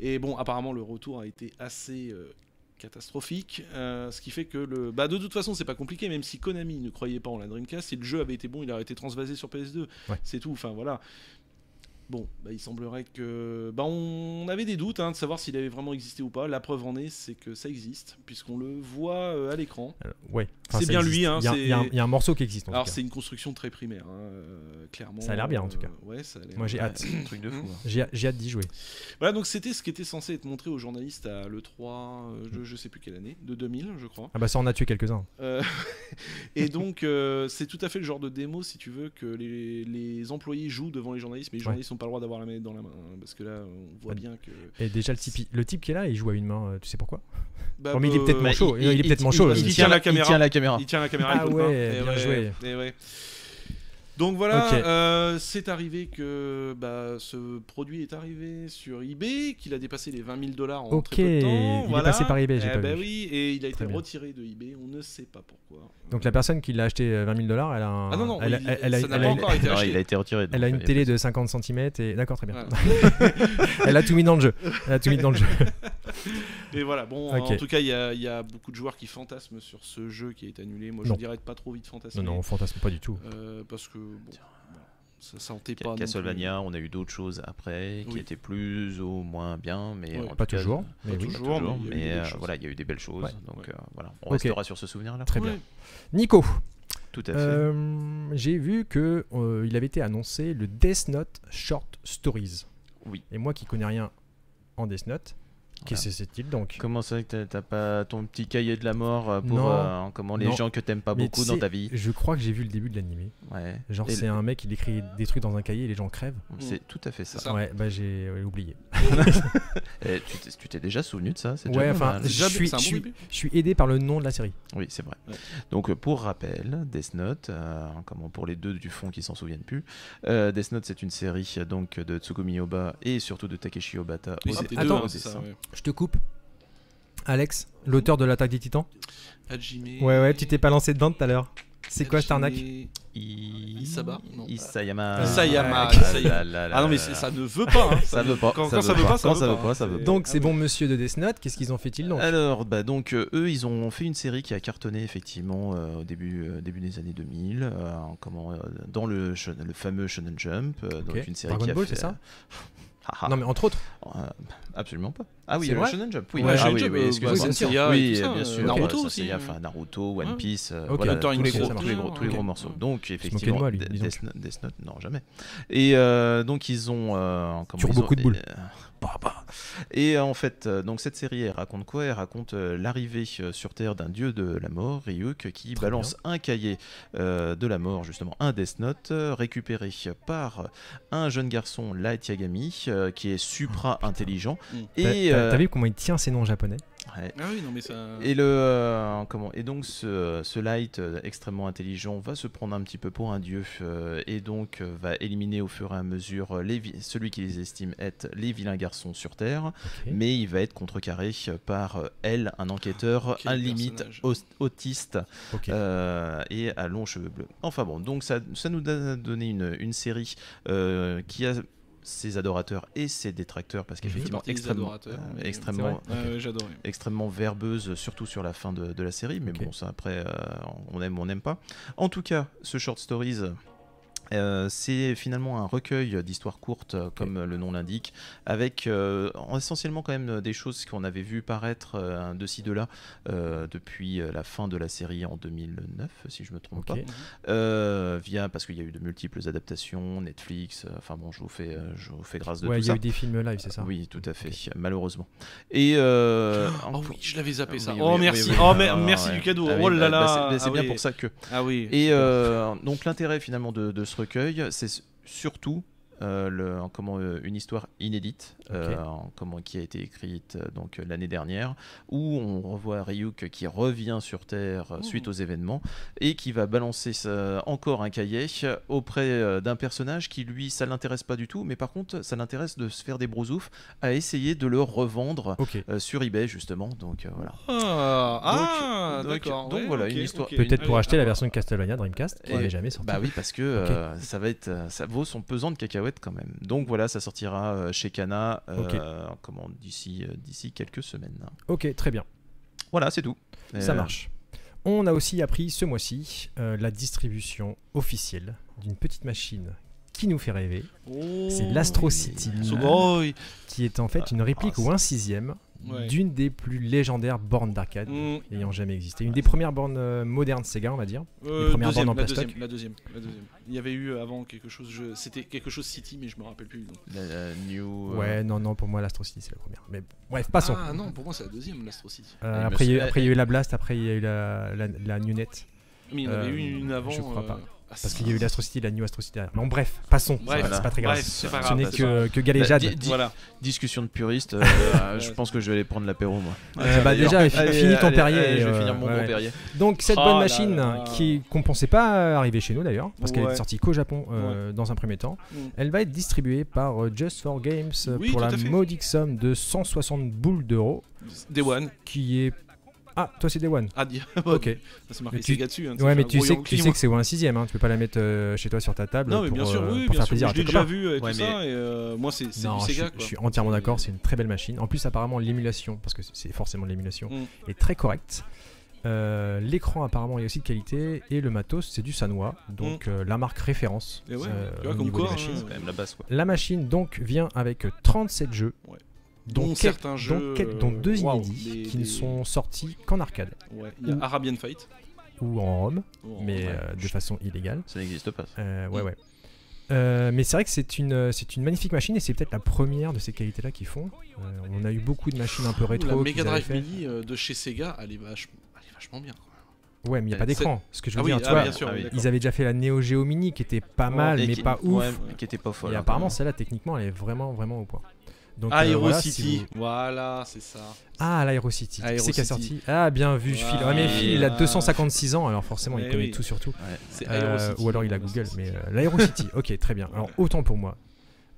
S1: Et bon, apparemment, le retour a été assez euh, catastrophique, euh, ce qui fait que le, bah de toute façon, c'est pas compliqué. Même si Konami ne croyait pas en la Dreamcast, si le jeu avait été bon, il aurait été transvasé sur PS2.
S2: Ouais.
S1: C'est tout. Enfin voilà. Bon, bah, il semblerait que. Bah, on avait des doutes hein, de savoir s'il avait vraiment existé ou pas. La preuve en est, c'est que ça existe, puisqu'on le voit euh, à l'écran.
S2: Alors, ouais. Enfin,
S1: C'est
S2: ça
S1: bien
S2: existe.
S1: lui, hein,
S2: Il y a-
S1: c'est-
S2: il y, a un- il y a un morceau qui existe. en
S1: Alors
S2: tout cas.
S1: c'est une construction très primaire, hein, euh, clairement.
S2: Ça a l'air bien, en tout cas.
S1: Euh, ouais, ça a l'air.
S2: Moi, j'ai hâte.
S3: C'est un truc de fou. hein.
S2: J'ai j'ai hâte d'y jouer.
S1: Voilà, donc c'était ce qui était censé être montré aux journalistes à l'E3, euh,
S2: Mm.
S1: je, je sais plus quelle année, de 2000, je crois.
S2: Ah bah ça, on a tué quelques-uns.
S1: Euh, et donc, euh, c'est tout à fait le genre de démo, si tu veux, que les, les employés jouent devant les journalistes, mais les
S2: Ouais. Bah,
S1: journalistes n'ont pas le droit d'avoir la manette dans la main, hein, parce que là, on voit
S2: Ouais.
S1: bien que.
S2: Et déjà, le type, le type qui est là, il joue à une main. euh, Tu sais pourquoi
S1: Bah,
S2: Comme il est peut-être
S1: euh,
S3: Bah,
S2: manchot.
S3: il-
S2: Il, il est
S3: il-
S2: peut-être manchot.
S1: il-
S2: là.
S1: il- tient la caméra.
S3: Il tient la caméra.
S1: Il tient la caméra.
S2: Ah
S1: il peut
S2: ouais,
S1: pas. Eh
S2: bien joué.
S1: eh ouais. Donc voilà,
S2: Ok.
S1: euh, c'est arrivé que bah, ce produit est arrivé sur eBay, qu'il a dépassé les 20 000 dollars en
S2: Ok,
S1: très peu de temps.
S2: il est
S1: voilà.
S2: passé par eBay, j'ai
S1: Eh
S2: pas
S1: bah
S2: vu.
S1: oui, et il a été
S2: Très bien.
S1: retiré de eBay, on ne sait pas pourquoi.
S2: Donc la personne qui l'a acheté euh, 20 000 dollars, elle a un-
S1: Ah non, non,
S2: elle a-
S1: il-
S2: elle a-
S1: ça n'a
S2: elle
S1: pas
S2: a-
S1: encore été
S3: Alors,
S1: acheté.
S3: il a été retiré.
S2: elle a
S3: donc,
S2: une
S3: euh,
S2: télé de 50 cm et d'accord, très bien.
S1: Voilà.
S2: Elle a tout mis dans le jeu. Elle a tout mis dans le jeu.
S1: Et voilà, bon,
S2: Ok.
S1: en tout cas, il y, a- il y a beaucoup de joueurs qui fantasment sur ce jeu qui est annulé. Moi, je
S2: Non.
S1: dirais de pas trop vite fantasmer.
S2: Non, non, on fantasme pas du tout.
S1: Euh, parce que bon, voilà, ça sentait
S3: Ca-
S1: pas. non plus.
S3: Castlevania, on a eu d'autres choses après qui
S1: Oui.
S3: étaient plus ou moins bien, mais
S1: Ouais.
S3: en tout
S2: Pas
S3: cas,
S2: toujours.
S3: pas
S2: mais oui.
S1: toujours.
S3: toujours,
S1: mais il y a eu
S3: mais
S1: des
S3: euh,
S1: choses.
S3: voilà, il y a eu des belles choses.
S2: Ouais.
S3: Donc
S1: Ouais.
S3: euh, voilà, on
S2: Ok.
S3: restera sur ce souvenir-là.
S2: Très bien.
S1: Ouais.
S2: Nico,
S3: Tout à fait.
S2: euh, j'ai vu que euh, il avait été annoncé le Death Note Short Stories.
S3: Oui.
S2: Et moi qui connais rien en Death Note, qu'est-ce que c'est-il donc
S3: Comment ça que t'as- t'as pas ton petit cahier de la mort euh, pour
S2: Non.
S3: euh, comment les
S2: Non.
S3: gens que t'aimes pas
S2: Mais
S3: beaucoup
S2: tu
S3: dans
S2: sais-
S3: ta vie
S2: Je crois que j'ai vu le début de l'animé.
S3: Ouais.
S2: Genre
S3: Et
S2: c'est un mec il écrit des trucs dans un cahier et les gens crèvent.
S3: C'est tout à fait ça.
S1: Ça.
S2: Ouais, bah j'ai ouais, oublié.
S3: Et Eh, tu t'es- tu t'es déjà souvenu de ça c'est déjà
S2: Ouais,
S3: pas
S2: enfin,
S3: mal.
S2: je
S1: Déjà,
S2: suis,
S1: c'est un
S2: je
S1: bon
S2: suis-
S1: début.
S2: je suis aidé par le nom de la série.
S3: Oui, c'est vrai.
S1: Ouais.
S3: Donc euh, pour rappel, Death Note, euh, comment pour les deux du fond qui s'en souviennent plus, euh, Death Note c'est une série euh, donc de Tsugumi Oba et surtout de Takeshi Obata.
S1: Oui,
S3: au-
S1: c'était
S3: au-
S1: deux,
S2: attends.
S1: hein, c'est ça.
S3: dessin.
S1: ouais.
S2: Je te coupe. Alex, l'auteur de l'attaque des titans
S1: Hajime-
S2: Ouais, ouais, tu t'es pas lancé dedans tout à l'heure. C'est quoi cette arnaque
S1: Hajime-
S3: I-
S1: Isaba Non.
S3: Isayama.
S1: Isayama,
S3: Ah, là,
S1: Isayama.
S3: là, là,
S1: Ah non, mais
S3: là,
S1: c'est-
S3: là.
S1: ça ne veut pas. hein,
S3: Ça veut pas.
S1: Quand, quand ça veut pas, ça
S3: Quand
S1: veut
S3: ça
S1: pas.
S3: veut pas, ça veut pas.
S2: Donc c'est bon monsieur de Death Note, qu'est-ce qu'ils en fait-ils donc
S3: Alors, bah donc euh, eux, ils ont fait une série qui a cartonné effectivement euh, au début, euh, début des années 2000, euh, comment, euh, dans le, shon- le fameux Shonen Jump. euh,
S2: Ok.
S3: Donc une série
S2: Dragon
S3: qui a
S2: Ball,
S3: fait-
S2: c'est ça
S3: Ah, ah.
S2: Non mais entre autres.
S3: Euh, absolument pas. Ah oui,
S2: C'est
S3: le
S2: vrai
S3: Shonen Jump. Oui,
S2: Ouais,
S3: ah
S1: Shonen
S3: oui,
S1: Jump,
S3: oui,
S1: euh, bah,
S3: excuse-moi.
S1: Saint Seiya et
S3: oui,
S1: tout ça,
S3: euh, bien
S1: euh,
S3: sûr.
S1: Naruto
S3: euh, Saint
S1: aussi,
S3: Seiya,
S1: hein.
S3: enfin, Naruto, One
S1: Ouais.
S3: Piece, euh,
S2: Ok.
S3: voilà,
S1: Hunter
S3: tous
S1: x
S3: les
S1: Hunter,
S3: gros,
S1: ça
S3: tous les
S1: marche.
S3: gros, tous les gros
S1: Ok.
S3: morceaux.
S1: Mm.
S3: Donc
S2: moquait de
S3: effectivement,
S2: moi, lui,
S3: Death,
S2: dis donc.
S3: Note- Death Note, non jamais. Et euh, donc ils ont euh, comment
S2: Sur
S3: ils ont-
S2: beaucoup de boules.
S3: euh, bah, bah. Et euh, en fait, euh, donc cette série, elle raconte quoi Elle raconte euh, l'arrivée euh, sur Terre d'un dieu de la mort, Ryuk, qui
S2: Très
S3: balance un cahier euh, de la mort, justement un Death Note, euh, récupéré par un jeune garçon, Light Yagami, euh, qui est supra-intelligent.
S1: Mm.
S2: T'as-
S3: et,
S2: T'as
S3: euh,
S2: t'as vu comment il tient ces noms japonais
S3: ouais.
S1: Ah oui, non, mais ça.
S3: Et le euh, comment et donc ce, ce light euh, extrêmement intelligent va se prendre un petit peu pour un dieu euh, et donc euh, va éliminer au fur et à mesure euh, les vi- celui qu'ils estiment être les vilains garçons sur Terre,
S2: Ok.
S3: mais il va être contrecarré euh, par euh, elle, un enquêteur,
S1: Quel
S3: un limite
S1: personnage.
S3: aus- autiste
S2: Ah, Ok.
S3: euh, et à longs cheveux bleus. Enfin bon, donc ça, ça nous a donné une, une série euh, qui a ses adorateurs et ses détracteurs parce
S2: Mhm.
S3: qu'effectivement
S1: partie des
S3: extrêmement,
S1: adorateurs,
S3: euh,
S1: mais-
S2: C'est
S3: extrêmement
S2: vrai.
S1: Ouais, ouais, j'adorais.
S3: extrêmement verbeuse, surtout sur la fin de, de la série. Mais
S2: Ok.
S3: bon, ça après, euh, on aime ou on n'aime pas. En tout cas, ce short stories. euh, c'est finalement un recueil d'histoires courtes, euh, comme le nom l'indique, avec euh, essentiellement quand même euh, des choses qu'on avait vu paraître euh, de ci de là euh, depuis euh, la fin de la série en 2009, si je me trompe
S2: Ok.
S3: pas. Euh, via parce qu'il y a eu de multiples adaptations, Netflix. euh, Enfin bon, je vous fais, euh, je vous fais grâce de
S2: Ouais,
S3: tout
S2: il y a
S3: ça.
S2: eu des films live, c'est ça
S3: Oui, tout à fait, malheureusement. Et euh,
S1: Oh oui, je l'avais zappé ça.
S3: oui,
S1: oh
S3: oui,
S1: merci,
S3: oui, oui.
S1: oh
S3: Ah,
S1: mer-
S3: ouais.
S1: merci du cadeau.
S3: Ah oui,
S1: oh là
S3: bah,
S1: là.
S3: bah, c'est- bah, c'est
S1: ah
S3: bien
S1: oui.
S3: pour ça que.
S1: Ah oui.
S3: Et euh, donc l'intérêt finalement de, de ce recueil, c'est s- surtout euh, le, comment, euh, une histoire inédite, euh, en- comment, qui a été écrite euh, donc euh, l'année dernière, où on revoit Ryuk qui revient sur Terre euh, suite
S1: Ouh.
S3: aux événements et qui va balancer sa- encore un cahier auprès euh, d'un personnage qui lui ça l'intéresse pas du tout, mais par contre ça l'intéresse de se faire des brousoufs à essayer de le revendre
S2: Ok.
S3: euh, sur eBay justement. Donc euh, voilà.
S1: Ah, ah,
S3: donc-
S1: d'accord.
S3: donc
S1: ouais,
S3: voilà,
S1: ok,
S3: une histoire-
S1: ok.
S2: Peut-être pour
S1: Ah,
S2: acheter la
S1: ah,
S2: version de Castlevania Dreamcast qui
S3: Et-
S2: n'est jamais sortie.
S3: Bah oui, parce que
S2: Ok.
S3: euh, ça va être, euh, ça vaut son pesant de cacahuètes quand même. Donc voilà, ça sortira euh, chez Kana, euh, comment d'ici, euh, d'ici quelques semaines.
S2: Ok, très bien.
S3: Voilà, c'est tout.
S2: Ça
S3: Euh,
S2: marche. On a aussi appris ce mois-ci euh, la distribution officielle d'une petite machine qui nous fait rêver,
S1: oh,
S2: c'est l'Astro City,
S1: Sugoi.
S2: qui est en fait une réplique
S3: ah,
S2: ou un sixième
S1: Ouais.
S2: d'une des plus légendaires bornes d'arcade
S1: Mm,
S2: ayant jamais existé, une des premières bornes euh, modernes Sega, on va dire.
S1: euh,
S2: Les premières
S1: deuxième,
S2: bandes en
S1: la
S2: plastoc.
S1: deuxième, la deuxième, la deuxième. Il y avait eu avant quelque chose, je- c'était quelque chose City, mais je me rappelle plus. donc.
S3: la- la new. euh,
S2: Ouais, non, non, pour moi l'Astro City c'est la première. Mais bref, passons.
S1: Ah non, pour moi c'est la deuxième, l'Astro City.
S2: Euh,
S3: Il me
S2: après, il y a eu-
S3: semble-
S2: après, il y a eu la Blast, après il y a eu la, la, la Nunette.
S1: Mais il y en avait
S2: Euh,
S1: eu une avant.
S2: je crois
S1: euh,
S2: pas. Parce qu'il y a eu l'Astro City, la New Astro City. Bon, bref, passons.
S1: Bref,
S2: c'est pas, c'est pas très grave.
S1: Bref, c'est pas
S2: Ce
S1: grave.
S2: n'est
S1: c'est
S2: que, que
S3: Bah,
S2: galéjade.
S3: di- di-
S1: Voilà.
S3: Discussion de puriste, euh, je pense que je vais aller prendre l'apéro moi.
S2: Euh, bah, déjà, fi-
S3: Allez,
S2: finis ton
S3: allez,
S2: Perrier,
S3: allez, je vais
S2: euh,
S3: finir mon
S2: ouais.
S3: bon Perrier.
S2: Donc cette
S1: Oh
S2: bonne
S1: là
S2: machine
S1: là.
S2: qui qu'on pensait pas euh, arriver chez nous d'ailleurs, parce qu'elle
S1: Ouais.
S2: est sortie qu'au Japon euh, dans un premier temps,
S1: Mm.
S2: elle va être distribuée par euh, Just for Games euh,
S1: Oui,
S2: pour
S1: tout
S2: la
S1: à fait.
S2: modique somme de 160 boules d'euros,
S1: Day One.
S2: qui est ah toi c'est Day One.
S1: Ah, di-
S2: Ok.
S1: Ça, c'est marqué
S2: Mais tu-
S1: Sega dessus. hein,
S2: Ouais
S1: c'est
S2: mais
S1: un
S2: tu
S1: gros
S2: sais,
S1: Yankee,
S2: tu sais
S1: moi.
S2: que c'est ouais, un sixième, hein, tu peux pas la mettre euh, chez toi sur ta table
S1: Non, mais
S2: pour,
S1: bien sûr,
S2: euh,
S1: oui,
S2: pour
S1: bien
S2: faire
S1: sûr.
S2: plaisir
S1: mais
S2: à
S1: Je l'ai
S2: tes
S1: déjà
S2: copains.
S1: vu et
S3: Ouais,
S1: tout
S3: mais-
S1: ça. Et euh, moi, c'est c'est
S2: Non,
S1: du
S2: je,
S1: Sega.
S2: je
S1: quoi.
S2: suis entièrement d'accord, c'est une très belle machine. En plus, apparemment, l'émulation, parce que c'est forcément de l'émulation,
S1: Mm.
S2: est très correcte. Euh, L'écran, apparemment, est aussi de qualité. Et le matos, c'est du Sanwa, donc euh, la marque référence.
S1: Mm. Et ouais,
S2: euh,
S1: tu vois,
S2: au
S1: comme
S2: niveau
S1: quoi.
S2: des machines.
S1: hein,
S3: C'est quand même la base quoi.
S2: La machine, donc, vient avec 37 jeux.
S1: Ouais.
S2: Dont,
S1: Dont
S2: quel-
S1: certains
S2: dont
S1: jeux,
S2: quel-
S1: euh,
S2: dont deux
S1: waouh,
S2: inédits
S1: des-
S2: qui ne
S1: des-
S2: sont sortis qu'en arcade
S1: ouais, Il y a
S2: Ou-
S1: Arabian Fight.
S2: ou en ROM,
S1: Bon,
S2: Mm. mais
S1: ouais.
S2: euh, de façon illégale.
S3: Ça n'existe pas. ça.
S2: Euh, ouais,
S1: Mm.
S2: ouais. Euh, mais c'est vrai que c'est une, euh, c'est une magnifique machine et c'est peut-être la première de ces qualités-là qu'ils font. Euh, on a eu beaucoup de machines un peu rétro.
S1: la
S2: qu'ils
S1: Mega
S2: avaient
S1: Drive
S2: fait.
S1: Mini euh, de chez Sega, elle est, vache- elle est vachement bien. quoi.
S2: Ouais, mais il n'y a pas
S1: C'est-
S2: d'écran. Ce que je
S1: Ah
S2: veux
S1: oui,
S2: dire, tu
S1: ah,
S2: vois,
S1: bien sûr.
S3: ah
S1: oui,
S3: oui.
S1: d'accord. Oh,
S2: ils avaient déjà fait la Neo Geo Mini qui était pas mal,
S3: Et
S2: mais
S3: qui-
S2: pas ouf.
S3: ouais, mais qui était pas folle.
S2: et
S3: hein,
S2: apparemment,
S3: quand
S2: celle-là, techniquement, elle est vraiment, vraiment au point. Donc,
S1: Ah,
S2: euh,
S1: Hero
S2: voilà, si
S1: City.
S2: vous-
S1: Voilà, c'est ça.
S2: Ah, l'Aero City.
S1: Aero
S2: C'est qui a
S1: City.
S2: sorti Ah, bien vu, Phil. Ouais, mais
S1: Voilà.
S2: Phil, il a 256 ans, alors forcément, il
S1: Eh
S2: connaît
S1: oui.
S2: tout sur tout.
S3: même. Ouais.
S1: C'est
S2: Euh,
S1: Aero City.
S2: ou alors il a Google, mais euh, l'Aero City, ok, très bien. Alors, autant pour moi.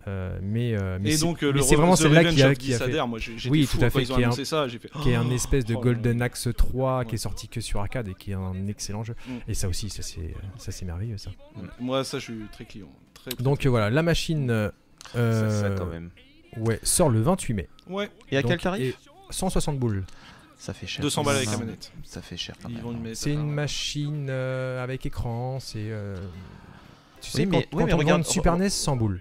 S2: Euh, mais euh, mais
S1: Et
S2: c'est-
S1: donc,
S2: mais
S1: euh, le
S2: c'est vraiment
S1: Revenge of
S2: celle-là qui a,
S1: Dissader,
S2: qui a fait.
S1: Moi, j'ai- j'étais
S2: Oui,
S1: fou
S2: tout à
S1: quand
S2: fait,
S1: Ils ont
S2: qui est un-
S1: annoncé Ah, ça. J'ai fait.
S2: qui est un espèce de
S1: Oh là
S2: Golden Axe 3 qui
S1: Ouais.
S2: est sorti que sur arcade et qui est un excellent jeu.
S1: Mm.
S2: Et ça aussi, ça c'est ça c'est merveilleux ça.
S1: Moi, ça, je suis très client. Très, très-
S2: Donc euh, voilà, la machine euh,
S3: Ça, ça,
S2: euh,
S3: quand même.
S2: ouais, sort le 28 mai.
S1: Ouais,
S3: Et à
S2: Donc,
S3: quel tarif
S2: et 160 boules.
S3: Ça fait cher.
S1: 200 balles avec la
S3: Ça-
S1: manette.
S3: Ça fait cher quand
S1: Ils
S3: même.
S1: vendent une manette
S2: C'est
S1: à
S2: une
S1: part.
S2: machine euh, avec écran, c'est euh, tu sais
S3: Oui, mais-
S2: quand,
S3: oui,
S2: quand
S3: mais
S2: on vend
S3: regarde-
S2: une Super NES sans boules.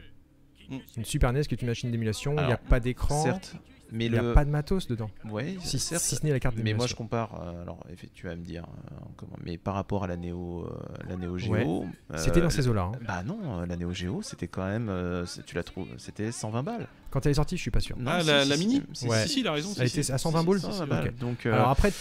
S1: Mm.
S2: Une Super NES qui est une machine d'émulation, il n'y a
S3: Alors,
S2: pas d'écran,
S3: Certes, mais
S2: il n'y a
S3: le.
S2: pas de matos dedans.
S3: Ouais,
S2: Si,
S3: certes,
S2: si ce n'est la carte
S3: Mais
S2: d'émulation.
S3: moi je compare, euh, alors effectivement, tu vas me dire, euh, comment, mais par rapport à la Neo, euh, la Neo Geo,
S2: Ouais. C'était
S3: euh,
S2: dans ces eaux-là. hein.
S3: Bah non, euh, la Neo Geo, c'était quand même, euh, c'est- tu la trouves, c'était 120 balles.
S2: Quand elle est sortie, je suis pas sûr.
S3: Non,
S1: Ah,
S3: si,
S1: la-
S3: si,
S1: la
S3: si,
S1: mini
S3: si,
S2: Ouais.
S1: Si, si, il a raison.
S2: Elle
S1: si, si.
S2: était à 120 boules
S1: si, si,
S3: 120
S1: si,
S3: balles.
S1: ouais.
S3: Donc, euh,
S2: Alors après,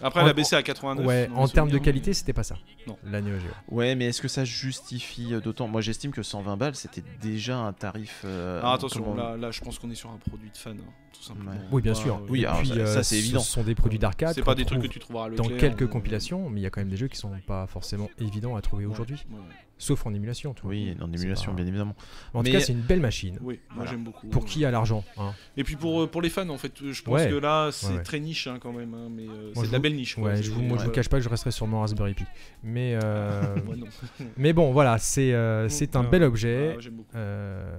S1: Après, elle
S2: En-
S1: a baissé à 89.
S2: ouais,
S1: dans mes
S2: en termes de
S1: souvenirs.
S2: qualité, c'était pas ça.
S1: Non.
S2: La Neo Geo.
S3: ouais, mais est-ce que ça justifie euh, d'autant Moi j'estime que 120 balles, c'était déjà un tarif. euh,
S1: Ah, attention,
S3: comment-
S1: là, là, je pense qu'on est sur un produit de fan, hein, tout simplement.
S3: Ouais.
S2: Oui, bien
S1: Bah,
S2: sûr.
S1: euh,
S3: Oui,
S2: Et
S3: alors,
S2: puis,
S3: ça- ça, c'est
S2: ce
S3: évident.
S2: sont des produits d'arcade.
S1: C'est pas
S2: qu'on
S1: des trucs que
S2: trouve
S1: tu trouveras à
S2: dans
S1: Leclerc,
S2: quelques
S1: euh,
S2: compilations, mais il y a quand même des jeux qui sont pas forcément évidents à trouver
S1: ouais,
S2: aujourd'hui, euh,
S1: ouais, ouais.
S2: sauf en émulation. tu vois.
S3: Oui, en
S2: C'est
S3: émulation,
S2: pas-
S3: bien évidemment.
S2: En tout
S3: Mais-
S2: cas, c'est une belle machine.
S1: Oui, moi
S3: Voilà.
S1: j'aime beaucoup.
S2: Pour
S1: ouais.
S2: qui a l'argent hein.
S1: Et puis pour, euh, pour les fans, en fait, euh, je pense
S2: Ouais.
S1: que là, c'est
S2: Ouais, ouais.
S1: très niche hein, quand même, hein, mais euh,
S2: je
S1: c'est de la
S2: vous-
S1: belle niche. quoi.
S2: Ouais,
S1: C'est-
S2: je vous, moi, je vous
S1: voilà.
S2: cache pas que je resterai sur mon Raspberry Pi. Mais, euh,
S1: Moi, non.
S2: mais bon, voilà, c'est euh,
S1: Mm,
S2: c'est un
S1: ouais,
S2: bel
S1: ouais.
S2: objet.
S1: Ah, j'aime beaucoup.
S2: euh,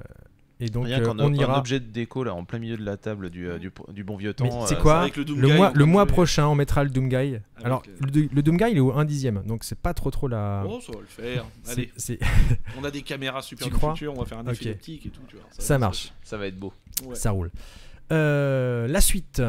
S2: et donc,
S3: Rien
S2: euh,
S3: qu'en
S2: on
S3: un
S2: ira.
S3: objet de déco là, en plein milieu de la table du, euh, du, du bon vieux temps.
S2: Mais c'est
S3: euh,
S2: quoi
S1: C'est vrai que Doom
S2: Le
S1: Guy,
S2: mois,
S1: on
S2: le mois
S1: peut-
S2: prochain, on mettra le Doomguy. Alors,
S1: euh,
S2: le, le Doomguy, il est au 1 dixième, donc c'est pas trop trop la.
S1: Oh, ça va le faire.
S2: c'est-
S1: Allez,
S2: c'est-
S1: on a des caméras super
S2: Tu
S1: du
S2: crois
S1: futur, on va faire un
S2: Ok.
S1: effet optique et tout. tu vois, va-
S2: ça marche,
S3: Ça va être beau.
S1: Ouais.
S2: ça roule. Euh, la suite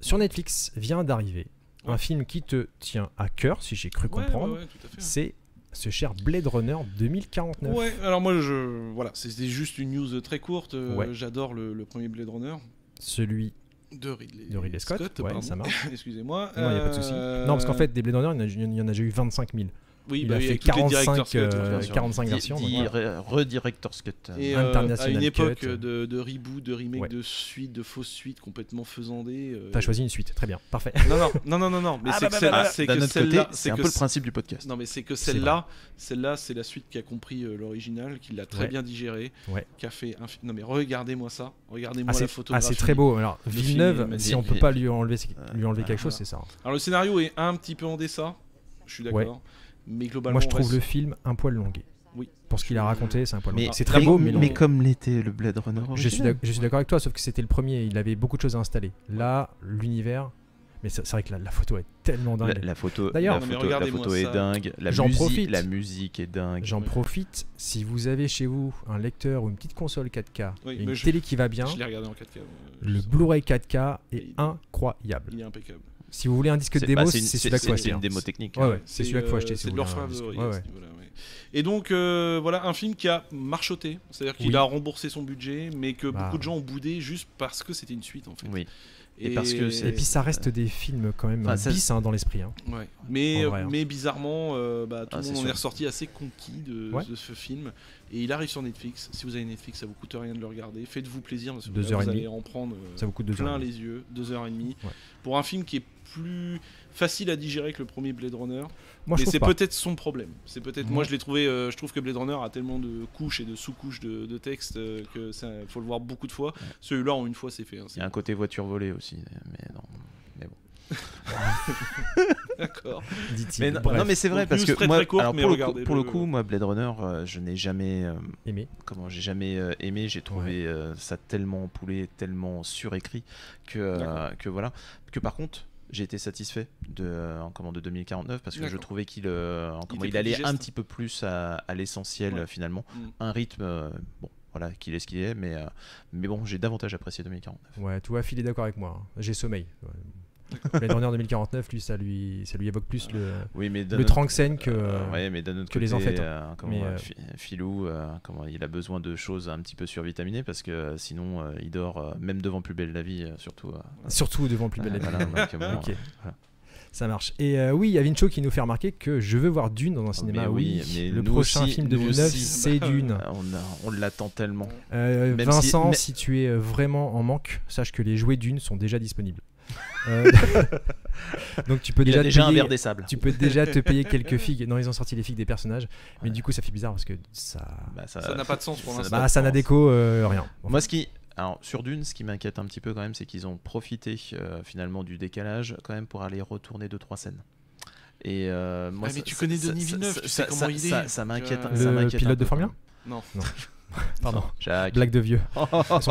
S2: sur Netflix vient d'arriver. Un
S1: Ouais.
S2: film qui te tient à cœur, si j'ai cru
S1: Ouais, ouais,
S2: comprendre,
S1: ouais, tout à fait.
S2: c'est ce cher Blade Runner 2049.
S1: Ouais, alors moi, je voilà, c'était juste une news très courte. euh,
S2: Ouais.
S1: J'adore le, le premier Blade Runner
S2: Celui
S1: de Ridley,
S2: de Ridley Scott, ouais,
S1: pardon.
S2: ça marche.
S1: Excusez-moi.
S2: Non, il a pas de souci.
S1: Euh,
S2: Non, parce qu'en fait, des Blade Runner, il y en a- il y en a, déjà eu 25 000.
S1: oui,
S2: il
S1: bah
S2: a
S1: oui,
S2: fait
S1: avec tous les
S2: 45,
S1: directeurs Scott,
S2: euh,
S1: bien
S3: Bien
S1: sûr.
S3: sûr.
S2: 45
S3: Di-
S2: versions, donc
S3: di- re-
S2: voilà.
S3: Redirector's Cut.
S1: Et
S3: Ouais.
S1: euh, à
S2: International
S1: une époque
S2: Cut.
S1: de, de reboot, de remake,
S2: Ouais.
S1: de suite, de fausses suites complètement faisandées. euh,
S2: T'as choisi une suite, très bien, parfait.
S1: Non, non, non, non, non, non, Mais
S3: Ah,
S1: c'est
S3: bah,
S1: que
S3: bah,
S1: celle-là,
S3: bah,
S1: c'est
S3: d'un
S1: que
S3: autre côté,
S1: celle-là,
S3: c'est
S1: c'est
S3: un
S1: que
S3: peu le
S1: c-
S3: principe du podcast.
S1: Non, mais c'est que
S2: C'est
S1: celle-là, celle-là, c'est la suite qui a compris euh, l'original, qui l'a très
S2: Ouais.
S1: bien digéré,
S2: Ouais.
S1: qui a fait. Un... fi- Non, mais regardez-moi ça. Regardez-moi
S2: Ah,
S1: la
S2: c'est ah,
S1: photographie.
S2: c'est très beau. Alors,
S1: Le film est
S2: Villeneuve,
S1: magnifique.
S2: si on peut pas lui enlever, lui enlever
S3: Euh,
S2: quelque chose,
S1: voilà.
S2: c'est ça.
S1: Alors le scénario est un petit peu en dessa. Je suis d'accord.
S2: Ouais.
S1: Mais globalement,
S2: Moi, je
S1: on
S2: trouve
S1: reste-
S2: le film un poil longué.
S1: Oui.
S2: Pour ce qu'il a raconté, c'est un poil
S3: Mais
S2: longué. C'est
S1: la-
S2: très beau,
S1: la-
S2: mais
S1: non.
S2: longué.
S3: comme l'était le Blade Runner.
S2: Je suis
S3: original.
S2: d'ac- je suis d'accord avec toi, sauf que c'était le premier. Il avait beaucoup de choses à installer. Là, l'univers. Mais c'est c'est vrai que la, la photo est tellement
S3: La,
S2: dingue.
S3: la photo,
S2: D'ailleurs-
S3: la
S1: Non, mais
S3: photo, la
S1: regardez-moi
S3: photo est
S1: ça.
S3: dingue. La
S2: J'en
S3: musique,
S2: profite.
S3: la musique est dingue.
S2: J'en
S1: Ouais.
S2: profite. Si vous avez chez vous un lecteur ou une petite console 4K,
S1: Oui,
S2: et une
S1: mais je-
S2: télé qui va bien,
S1: Je l'ai regardé en 4K. euh,
S2: le
S1: ça.
S2: Blu-ray 4K est
S1: Il-
S2: incroyable.
S1: Il est impeccable.
S2: Si vous voulez un disque
S3: C'est-
S2: démo,
S3: bah,
S2: c'est
S3: une-
S2: celui-là qu'il faut
S3: C'est
S2: acheter.
S3: une
S2: hein.
S3: démo technique.
S2: Ouais, ouais, c'est celui-là qu'il faut
S1: euh,
S2: acheter. si
S1: C'est
S2: vous
S1: de
S2: voulez
S1: leur
S2: un
S1: faveur.
S2: disque.
S1: oui,
S2: Ouais,
S1: à ce
S2: ouais.
S1: niveau-là, ouais. Et donc, euh, voilà, un film qui a marchoté. C'est-à-dire qu'il
S2: Oui.
S1: a remboursé son budget, mais que
S2: Bah.
S1: beaucoup de gens ont boudé juste parce que c'était une suite, en fait.
S3: Oui. Et parce que c'est-
S2: Et puis ça reste des films quand même
S3: Enfin, ça-
S2: bis hein, dans l'esprit. hein.
S1: Ouais. Mais, euh,
S2: En vrai, hein.
S1: mais bizarrement, euh, bah, tout
S3: Ah,
S1: le
S3: c'est
S1: monde en
S3: sûr.
S1: est ressorti assez conquis de,
S2: Ouais.
S1: de ce film. Et il arrive sur Netflix. Si vous avez Netflix, ça vous coûte rien de le regarder. Faites-vous plaisir parce que
S2: Deux
S1: là,
S2: heures et
S1: vous
S2: demie.
S1: allez en prendre euh,
S2: Ça vous coûte deux
S1: plein
S2: heures.
S1: les yeux. Deux heures et demie.
S2: Ouais.
S1: Pour un film qui est plus facile à digérer que le premier Blade Runner.
S2: Moi, je
S1: mais
S2: trouve
S1: c'est
S2: pas.
S1: peut-être son problème. C'est peut-être moi je l'ai trouvé. euh, je trouve que Blade Runner a tellement de couches et de sous-couches de, de textes euh, que ça faut le voir beaucoup de fois. Celui-là en une fois c'est fait. hein,
S3: Il
S1: c'est
S3: y a un côté voiture volée aussi, mais non.
S1: D'accord.
S2: Dit-il.
S3: Mais non,
S2: Bref,
S3: non, mais c'est vrai
S1: Donc,
S3: parce
S1: news
S3: que
S1: très,
S3: moi,
S1: très courte,
S3: alors,
S1: mais
S3: pour, le
S1: regardez-le.
S3: coup, pour le coup, moi Blade Runner, euh, je n'ai jamais, euh,
S2: aimé.
S3: comment, j'ai jamais euh, aimé. J'ai trouvé euh, ça tellement poulet, tellement surécrit que euh,
S1: D'accord.
S3: que voilà. Que par contre. J'ai été satisfait de, euh, comment, de 2049 parce que je
S1: D'accord.
S3: trouvais qu'il euh, comment,
S1: était
S3: il
S1: plus
S3: allait
S1: digeste.
S3: un petit peu plus à, à l'essentiel
S1: Ouais.
S3: euh, finalement.
S1: Mm.
S3: Un rythme, euh, bon, voilà, qu'il est ce qu'il est, mais, euh, mais bon, j'ai davantage apprécié 2049.
S2: Ouais, tu vois, Phil est d'accord avec moi. hein. J'ai sommeil. Ouais. Blade Runner 2049, lui, ça lui, ça lui évoque plus le,
S3: Oui, mais d'un
S2: le
S3: autre-
S2: tranxène que.
S3: Ah. Euh, ouais, mais d'un autre
S2: que
S3: côté,
S2: les enfêtes, hein.
S3: euh, comment,
S2: Mais,
S3: euh,
S2: euh,
S3: Fi- Filou, euh, comment, il a besoin de choses un petit peu survitaminées parce que euh, sinon euh, il dort euh, même devant Plus Belle la Vie, euh, surtout. euh,
S2: Surtout devant Plus Belle la
S3: euh,
S2: Vie.
S3: voilà, donc, bon,
S2: Ok.
S3: euh,
S2: Ça marche. Et euh, oui, il y a Vincho qui nous fait remarquer que je veux voir Dune dans un
S3: Oh,
S2: cinéma.
S3: Mais oui, mais
S2: le
S3: nous
S2: prochain
S3: aussi,
S2: film de
S3: nous
S2: Villeneuve,
S3: aussi.
S2: c'est Dune.
S3: euh, on, a- on l'attend tellement.
S2: Euh,
S3: Même si-
S2: Vincent,
S3: mais-
S2: si tu es euh, vraiment en manque, sache que les jouets Dune sont déjà disponibles. Euh, Donc tu peux
S3: Il
S2: déjà,
S3: a
S2: te
S3: déjà un
S2: payer-
S3: verre des sables.
S2: Tu peux déjà te payer quelques figues. Non, ils ont sorti les figues des personnages, mais
S3: Ouais.
S2: du coup ça fait bizarre parce que ça,
S3: Bah, ça-
S1: Ça n'a pas de sens pour
S3: ça n'a
S1: l'instant.
S2: bah, ça n'a d'écho euh, rien. Enfin,
S3: Moi, ce qui. Alors, sur Dune, ce qui m'inquiète un petit peu quand même, c'est qu'ils ont profité euh, finalement du décalage quand même pour aller retourner 2-3 scènes. Et euh, moi,
S1: Ah, mais
S3: ça-
S1: tu
S3: ça-
S1: connais
S3: ça-
S1: Denis
S3: ça-
S1: Villeneuve,
S3: ça-
S1: tu sais
S3: ça-
S1: comment
S3: ça-
S1: il est.
S3: ça- Ça m'inquiète.
S1: Le
S3: ça m'inquiète un
S2: pilote de
S3: peu,
S2: Formule
S3: quand même.
S1: Non.
S2: pardon,
S3: Jacques.
S2: blague de vieux. Son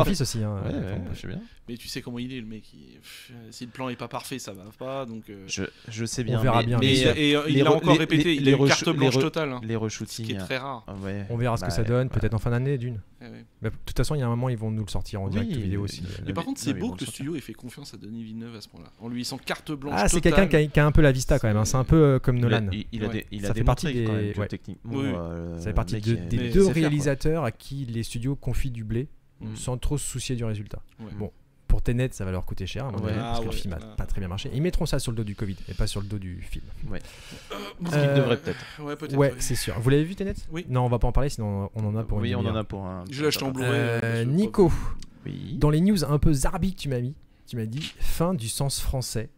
S3: ouais,
S2: fils aussi. hein.
S3: ouais,
S2: Enfin,
S3: je sais bien.
S1: Mais tu sais comment il est, le mec. il- pff, Si le plan est pas parfait, ça va pas. Donc, euh,
S3: Je, je sais bien.
S2: verra
S3: mais-
S2: bien,
S1: mais
S3: mais,
S1: il-
S3: euh,
S1: et, euh, il
S3: les
S1: l'a
S3: re-
S1: encore
S3: les-
S1: répété,
S3: les-
S1: il
S3: les
S1: a une
S3: recho-
S1: carte
S3: les
S1: blanche
S3: re-
S1: totale, hein,
S3: les
S1: ce qui
S3: reshootings.
S1: est très rare.
S3: ah ouais.
S2: On verra ce que
S3: Bah,
S2: ça donne,
S3: ouais.
S2: peut-être en fin d'année Dune.
S1: Eh ouais.
S2: Mais de toute façon, il y a un moment, ils vont nous le sortir en
S3: Oui,
S2: direct vidéo
S3: euh, il-
S2: aussi.
S1: Mais par
S3: Ah, mais-
S1: contre,
S3: non,
S1: c'est
S3: mais
S1: beau
S3: bon,
S1: que le
S3: ça-
S1: studio ait fait confiance à Denis Villeneuve à ce point-là, en lui laissant carte blanche.
S2: Ah, c'est quelqu'un
S1: totale.
S2: qui a, qui a un peu la vista quand même, hein. c'est un peu euh, comme
S3: Il a-
S2: Nolan.
S3: Il, il a,
S1: Ouais.
S3: dé- il a
S2: Ça fait partie
S3: démontré quand
S2: des-
S3: même que
S2: ouais.
S3: techniquement.
S1: Oui, oui.
S3: euh,
S2: Ça fait
S3: le
S2: partie
S3: mec
S2: de-
S3: est-
S2: des
S1: mais
S2: deux
S3: sait faire, quoi.
S2: réalisateurs à qui les studios confient du blé
S1: Mm.
S2: sans trop se soucier du résultat.
S1: Ouais.
S2: Bon, pour Tenet, ça va leur coûter cher, à mon
S3: Ouais.
S2: avis,
S1: Ah
S2: parce que
S1: ouais.
S2: le film a
S1: Ah.
S2: pas très bien marché. Ils mettront ça sur le dos du Covid et pas sur le dos du film.
S3: Ce qu'il
S2: Euh,
S3: devrait peut-être.
S1: Ouais, peut-être.
S2: Ouais,
S1: ouais.
S2: c'est sûr. Vous l'avez vu Tenet
S1: Oui.
S2: Non, on va pas en parler, sinon on en a pour
S3: Oui,
S2: une
S3: on en
S2: demi-heure.
S3: a pour un.
S1: Je l'achète en Blu-ray.
S2: Euh,
S1: euh, parce que-
S2: Nico,
S3: Oui.
S2: dans les news un peu zarbi que tu m'as mis, tu m'as dit fin du sens français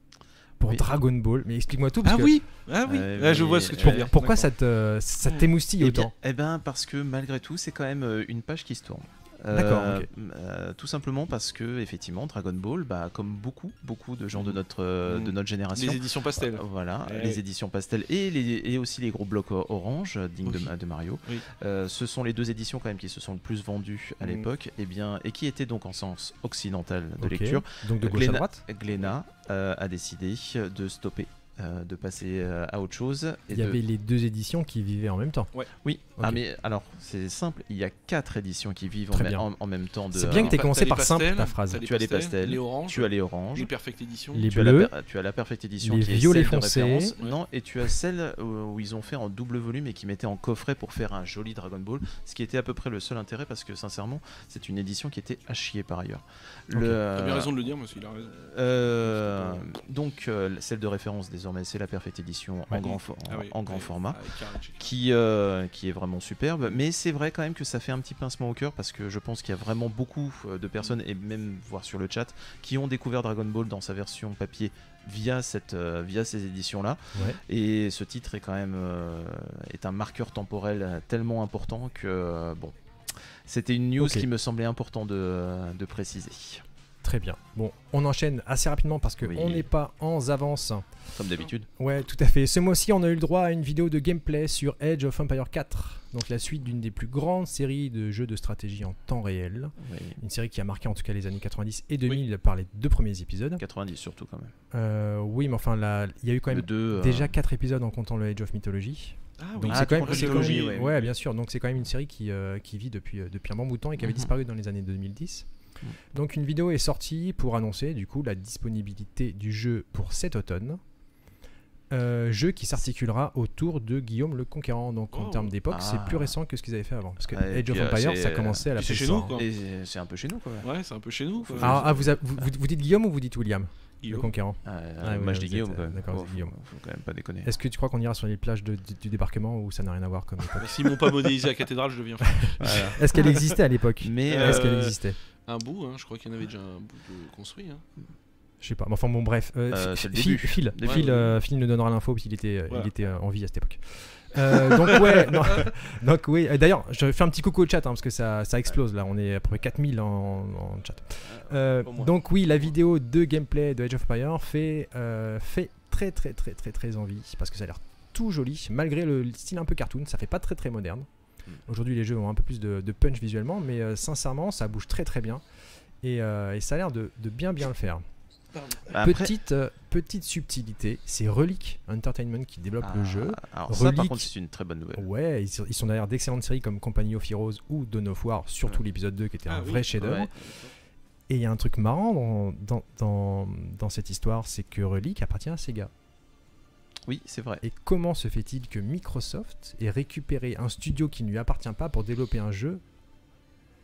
S2: pour
S3: Oui.
S2: Dragon Ball. Mais explique-moi tout parce
S1: Ah
S2: que
S1: oui Ah oui
S3: Euh,
S1: Là, je
S3: oui,
S1: vois ce que
S3: euh,
S1: tu veux dire.
S2: pourquoi
S1: D'accord.
S2: ça te ça t'émoustille
S3: Eh
S2: autant
S3: bien, eh ben, parce que malgré tout, c'est quand même euh, une page qui se tourne. Euh,
S2: D'accord, ok.
S3: euh, tout simplement parce que effectivement Dragon Ball, bah, comme beaucoup, beaucoup de gens de notre, euh,
S1: Mm.
S3: de notre génération,
S1: Les éditions pastel.
S3: Voilà,
S1: Eh
S3: les
S1: oui.
S3: éditions pastel et, les- et aussi les gros blocs euh, orange euh, dignes de
S1: Oui.
S3: Ma- de, Mario.
S1: Oui.
S3: Euh, ce sont les deux éditions quand même qui se sont le plus vendues à
S1: Mm.
S3: l'époque et, bien, et qui étaient donc en sens occidental de
S2: Ok.
S3: lecture. Euh,
S2: Donc de gauche à
S3: Glénat-
S2: droite.
S3: Glénat euh, a décidé de stopper, euh, de passer euh, à autre chose. et
S2: Il y
S3: de-
S2: avait les deux éditions qui vivaient en même temps.
S3: Oui, ah,
S2: Ok.
S3: mais alors c'est simple, il y a quatre éditions qui vivent en,
S2: Très
S3: me-
S2: bien.
S3: en- en même temps. De,
S2: C'est bien que t'aies
S1: T'as
S2: commencé
S1: les
S2: par simple
S1: pastels,
S2: ta phrase.
S1: t'as les
S3: Tu as les
S1: pastels,
S3: pastels,
S1: les oranges,
S3: tu as les oranges.
S1: les perfect éditions.
S2: Les
S3: tu as, la
S2: bleus.
S3: per- tu as la Perfect Edition
S2: les
S3: qui est
S2: violets
S3: celle de
S2: foncés.
S3: référence.
S1: Ouais.
S3: Non, et tu as celle où, où ils ont fait en double volume et qui mettaient en coffret pour faire un joli Dragon Ball, ce qui était à peu près le seul intérêt parce que sincèrement, c'est une édition qui était à chier par ailleurs.
S2: Ok.
S1: T'as bien raison de le dire, monsieur, il a raison.
S3: euh, donc euh, celle de référence désormais, c'est la Perfect Edition
S2: Ouais.
S3: en grand, for-
S1: Ah oui,
S3: en grand
S1: ouais,
S3: format
S1: avec Carnage.
S3: qui, euh, qui est vraiment superbe. Mais c'est vrai quand même que ça fait un petit pincement au cœur parce que je pense qu'il y a vraiment beaucoup euh, de personnes, et même voir sur le chat, qui ont découvert Dragon Ball dans sa version papier via, cette, euh, via ces éditions-là.
S2: Ouais.
S3: Et ce titre est quand même euh, est un marqueur temporel euh, tellement important que, euh, bon, c'était une news
S2: Ok.
S3: qui me semblait important de, de préciser.
S2: Très bien. Bon, on enchaîne assez rapidement parce que
S3: Oui.
S2: on n'est pas en avance.
S3: Comme d'habitude.
S2: Ouais, tout à fait. Ce mois-ci, on a eu le droit à une vidéo de gameplay sur Edge of Empire 4, donc la suite d'une des plus grandes séries de jeux de stratégie en temps réel.
S3: Oui.
S2: Une série qui a marqué en tout cas les années 90 et 2000 par les deux premiers épisodes.
S3: 90 surtout quand même.
S2: Euh, oui, mais enfin, là, il y a eu quand
S3: Le
S2: même
S3: deux, euh,
S2: déjà 4 épisodes en comptant le Edge of Mythology.
S1: Ah oui,
S2: Donc
S3: Ah,
S2: c'est
S3: tu
S2: quand même,
S3: prends la
S2: c'est quand
S3: mythologie,
S2: même-
S3: ouais.
S2: ouais, bien sûr. Donc c'est quand même une série qui, euh, qui vit depuis, euh, depuis un bon bout de temps et qui avait
S3: Mhm.
S2: disparu dans les années 2010.
S3: Mhm.
S2: Donc une vidéo est sortie pour annoncer du coup la disponibilité du jeu pour cet automne. euh, jeu qui s'articulera autour de Guillaume le Conquérant. Donc en
S1: Oh.
S2: termes d'époque, c'est
S3: Ah.
S2: plus récent que ce qu'ils avaient fait avant. Parce que
S3: Ouais, et
S2: Age of
S3: puis, euh,
S2: Empires,
S3: c'est-
S2: ça commençait à la
S1: puis c'est
S2: PS1.
S1: chez nous, quoi.
S3: Et c'est- c'est un peu chez nous quoi. Euh,
S1: Ouais, c'est un peu chez nous. quoi.
S2: Ah, ah, vous, a- vous, vous- vous dites Guillaume ou vous dites William
S1: Guillaume.
S2: Le Conquérant
S3: Ah, euh,
S2: Ah oui,
S3: moi je dis
S2: vous êtes,
S3: Guillaume
S2: euh,
S3: quand même.
S2: d'accord,
S3: Oh,
S2: c'est
S3: faut-
S2: Guillaume.
S3: Faut quand même pas déconner.
S2: Est-ce que tu crois qu'on ira sur les plages de- du, du débarquement ou ça n'a rien à voir comme époque
S1: S'ils m'ont pas modélisé à cathédrale, je deviens fou.
S3: Voilà.
S2: Est-ce qu'elle existait à l'époque
S3: Mais
S1: Euh,
S2: Est-ce qu'elle existait
S1: un bout, hein, je crois qu'il y en avait déjà un bout de construit. hein.
S2: Je sais pas. Mais Enfin bon, bref. Euh,
S3: Euh,
S2: Phi-
S3: c'est le
S2: Phi-
S3: début.
S2: Phil,
S3: Début.
S2: Phil, euh, Phil nous donnera l'info parce qu'il était, euh, il
S1: Voilà.
S2: était euh, en vie à cette époque. Euh, donc ouais, non. donc oui. Euh, D'ailleurs, je fais un petit coucou au chat hein, parce que ça, ça explose là. On est à peu près 4000 en, en chat. Euh,
S1: Au moins.
S2: donc oui, la vidéo de gameplay de Age of Empires fait euh, fait très très très très très envie parce que ça a l'air tout joli malgré le style un peu cartoon. Ça fait pas très très moderne.
S3: Mm.
S2: Aujourd'hui, les jeux ont un peu plus de, de punch visuellement, mais euh, sincèrement, ça bouge très très bien et, euh, et ça a l'air de- de bien bien le faire.
S3: Après-
S2: Petite, euh, petite subtilité, c'est Relic Entertainment qui développe
S3: Ah,
S2: le jeu.
S3: Alors ça par
S2: Relique. Oh.
S3: contre c'est une très bonne nouvelle.
S2: Ouais, ils sont, ils sont derrière d'excellentes séries comme Company of Heroes ou Dawn of War, surtout l'épisode 2 qui était un
S1: Ah oui.
S2: vrai chef-d'œuvre.
S3: Ouais.
S2: Et il y a un truc marrant dans, dans, dans- dans cette histoire, c'est que Relic appartient à Sega.
S3: Oui c'est vrai.
S2: Et comment se fait-il que Microsoft ait récupéré un studio qui ne lui appartient pas pour développer un jeu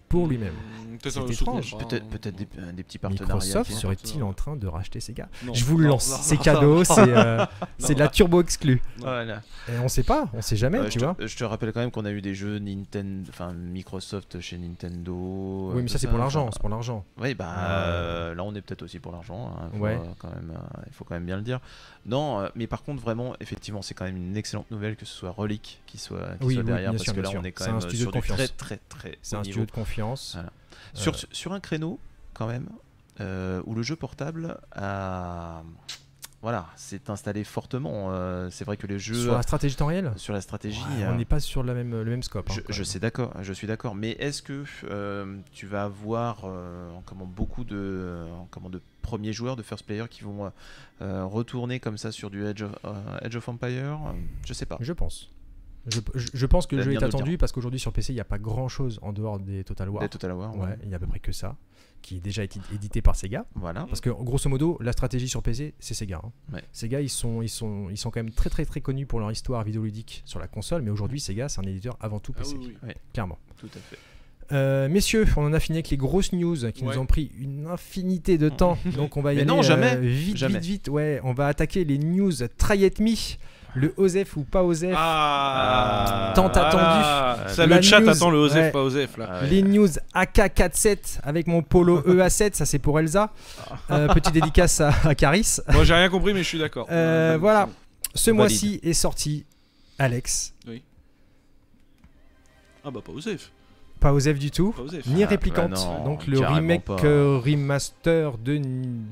S2: pour lui-même
S1: Hmm, Peut-être
S2: C'est
S1: un
S2: étrange.
S1: souvenir,
S3: Peut-être
S1: hein.
S3: peut-être des, euh, des petits partenariats.
S2: Microsoft
S3: qui-
S1: se-
S2: serait-il en train de racheter Sega
S1: Non, Ah,
S2: Je vous le
S1: non,
S2: lance,
S1: non,
S2: c'est
S1: non,
S2: cadeau, c'est euh, c'est de la
S1: non.
S2: turbo exclue.
S3: Voilà.
S2: Et on sait pas, on sait jamais,
S3: Ouais, je,
S2: tu
S3: te-
S2: vois.
S3: je te rappelle quand même qu'on a eu des jeux Nintendo, enfin Microsoft chez Nintendo. euh,
S2: Oui, mais
S3: tout
S2: ça c'est pour
S3: enfin,
S2: l'argent, c'est pour l'argent.
S3: Oui, bah
S2: Euh.
S3: euh, là on est peut-être aussi pour l'argent. hein, faut,
S2: Ouais.
S3: euh, quand même, euh, il faut quand même bien le dire. Non, euh, mais par contre vraiment, effectivement, c'est quand même une excellente nouvelle que ce soit Relic qui soit, qui
S2: Oui,
S3: soit
S2: oui,
S3: derrière
S2: bien
S3: parce
S2: sûr,
S3: que là
S2: bien
S3: on
S2: sûr.
S3: est quand
S2: C'est un
S3: même euh,
S2: studio
S3: sur
S2: de
S3: du très
S2: confiance.
S3: très très
S2: C'est
S3: haut
S2: un
S3: niveau.
S2: studio de confiance.
S3: Voilà.
S2: Euh,
S3: Sur, sur un créneau quand même euh, où le jeu portable a voilà s'est installé fortement. euh, c'est vrai que les jeux
S2: sur la stratégie temps réel
S3: sur la stratégie.
S2: Ouais, On
S3: euh,
S2: n'est pas sur la même, le même scope. hein,
S3: je,
S2: quand
S3: je
S2: même.
S3: sais d'accord, je suis d'accord. Mais est-ce que euh, tu vas avoir euh, comment, beaucoup de, euh, comment, de premiers joueurs, de first players qui vont euh, euh, retourner comme ça sur du Edge of, euh, Age of Empire euh, Je sais pas.
S2: Je pense. Je, je- je pense que le jeu
S3: L'avenir
S2: est
S3: nous le
S2: attendu parce qu'aujourd'hui sur PC il n'y a pas grand chose en dehors des Total War.
S3: Dès Total War,
S2: Ouais, il y a à peu près que ça qui est déjà été édité par Sega.
S3: Voilà.
S2: Parce que grosso modo, la stratégie sur PC, c'est Sega. hein.
S3: Ouais.
S2: Sega, ils sont, ils, sont, ils sont quand même très très très connus pour leur histoire vidéoludique sur la console, mais aujourd'hui, Sega, c'est un éditeur avant tout
S1: Ah
S2: PC,
S1: oui, oui.
S2: clairement.
S3: Tout à fait.
S2: Euh, messieurs, on en a fini avec les grosses news qui
S1: Ouais.
S2: nous ont pris une infinité de temps. Donc on va y
S3: Mais
S2: aller
S3: non,
S2: euh,
S3: jamais.
S2: vite,
S3: Jamais.
S2: vite, vite. Ouais, on va attaquer les news Try It Me, le OZEF ou pas OZEF.
S1: Ah,
S2: Tant
S1: voilà.
S3: attendu.
S1: Ça,
S2: La
S1: le chat
S2: news,
S1: attend le Osef,
S2: ouais.
S1: pas Osef là.
S3: Ah ouais.
S2: Les news AK47 avec mon polo EA7, ça c'est pour Elsa.
S3: Ah.
S2: Euh, petite dédicace à, à Caris.
S1: Moi j'ai rien compris, mais je suis d'accord.
S2: Euh,
S1: Ouais,
S2: voilà. Ce
S3: Valide.
S2: mois-ci est sorti Alex.
S1: Ah bah pas Osef.
S2: Pas OZEF du tout,
S1: Pas Osef.
S2: ni
S3: Ah, bah
S2: Réplicante.
S3: non,
S2: Donc le
S3: carrément
S2: remake
S3: pas.
S2: euh, remaster de, de,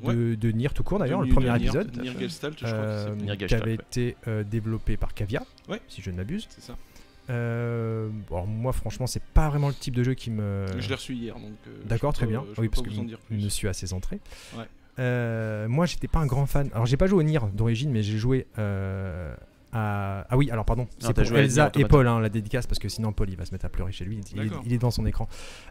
S1: Ouais.
S2: de Nier tout court d'ailleurs, le
S1: Devenue
S2: premier
S1: Nir-
S2: épisode.
S1: Nirgelstalt, je crois que
S2: euh,
S1: ça s'appelle.
S3: Nir
S2: qui
S3: Gestalt,
S2: avait
S3: ouais.
S2: été euh, développé par Cavia,
S1: Ouais.
S2: si je ne m'abuse.
S1: C'est ça.
S2: Euh, alors moi, franchement, c'est pas vraiment le type de jeu qui me.
S1: Je l'ai reçu hier donc. euh,
S2: D'accord,
S1: je
S2: très
S1: peux-
S2: bien.
S1: je peux
S2: Oui,
S1: pas
S2: parce que
S1: vous en
S2: m-
S1: dire plus.
S2: monsieur a ses entrées.
S1: Ouais.
S2: Euh, moi, j'étais pas un grand fan. Alors, j'ai pas joué au Nier d'origine, mais j'ai joué euh, à. Ah oui, alors pardon, c'est
S3: t'as
S2: pour
S3: joué à
S2: Elsa
S3: Nier
S2: et
S3: Automata.
S2: Paul, hein, la dédicace, parce que sinon Paul il va se mettre à pleurer chez lui. Il, il est,
S1: D'accord.
S2: il est dans son écran.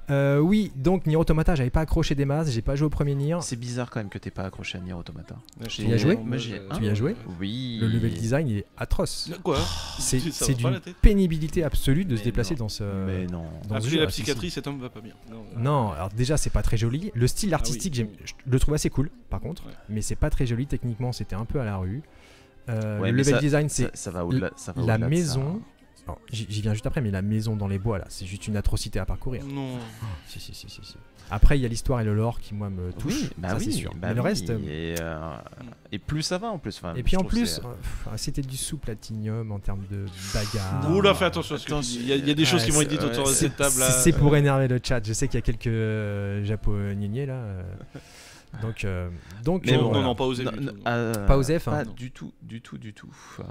S2: Euh, oui, donc Nier Automata, j'avais pas accroché des masses, j'ai pas joué au premier Nier.
S3: C'est bizarre quand même que t'es pas accroché à Nier Automata.
S1: Tu
S2: y as joué
S3: Tu
S1: Euh,
S2: y as joué
S3: Oui.
S2: Le level design il est atroce.
S1: Quoi
S3: Oh,
S2: C'est
S1: Oh, ça
S2: c'est
S1: va pas la
S2: d'une
S1: tête
S2: pénibilité absolue de se
S3: Mais
S2: déplacer
S3: non.
S2: dans ce.
S3: Mais non.
S2: dans ce
S1: Après
S2: jeu,
S1: la
S2: ah, si, si.
S1: psychiatrie, cet homme va pas bien. euh,
S2: Non, alors déjà c'est pas très joli. Le
S3: Ah
S2: style artistique, j'aime- je le trouve assez cool par contre,
S1: Ouais.
S2: mais c'est pas très joli techniquement, c'était un peu à la rue. Euh,
S3: Ouais,
S2: le
S3: mais
S2: level
S3: ça-
S2: design,
S3: Ça,
S2: c'est
S3: ça va au-delà. ça va
S2: la
S3: au-delà de ça.
S2: maison. alors, J'y j'y viens juste après, mais la maison dans les bois là, c'est juste une atrocité à parcourir.
S1: Non.
S2: Si, si, si, si, si. Après, il y a l'histoire et le lore qui, moi, me touchent.
S3: Oui, bah
S2: ça,
S3: oui,
S2: c'est sûr.
S3: bah
S2: mais le
S3: oui,
S2: reste. euh,
S3: Et, euh, et plus ça va en plus. enfin,
S2: Et puis
S3: je
S2: en
S3: trouve que
S2: plus,
S3: c'est-
S2: euh, pff, c'était du sous-platinium en termes de bagarre.
S1: Oula, fais attention à ce que
S3: Attends,
S1: tu dis. Il y a- il y a
S2: Ouais,
S1: des choses qui vont être
S3: c'est-
S1: dites autour de
S3: ouais,
S1: cette table euh. là.
S2: Ah. C'est pour énerver le chat. Je sais qu'il y a quelques euh, japonais là. euh, Donc, euh, donc
S3: Mais
S2: euh,
S1: non,
S2: voilà.
S1: non, non, pas osé.
S3: Non,
S1: du
S3: non,
S1: tout.
S3: euh,
S2: Pas aux F, hein.
S3: Pas
S1: Non.
S3: du tout, du tout, du tout. Euh,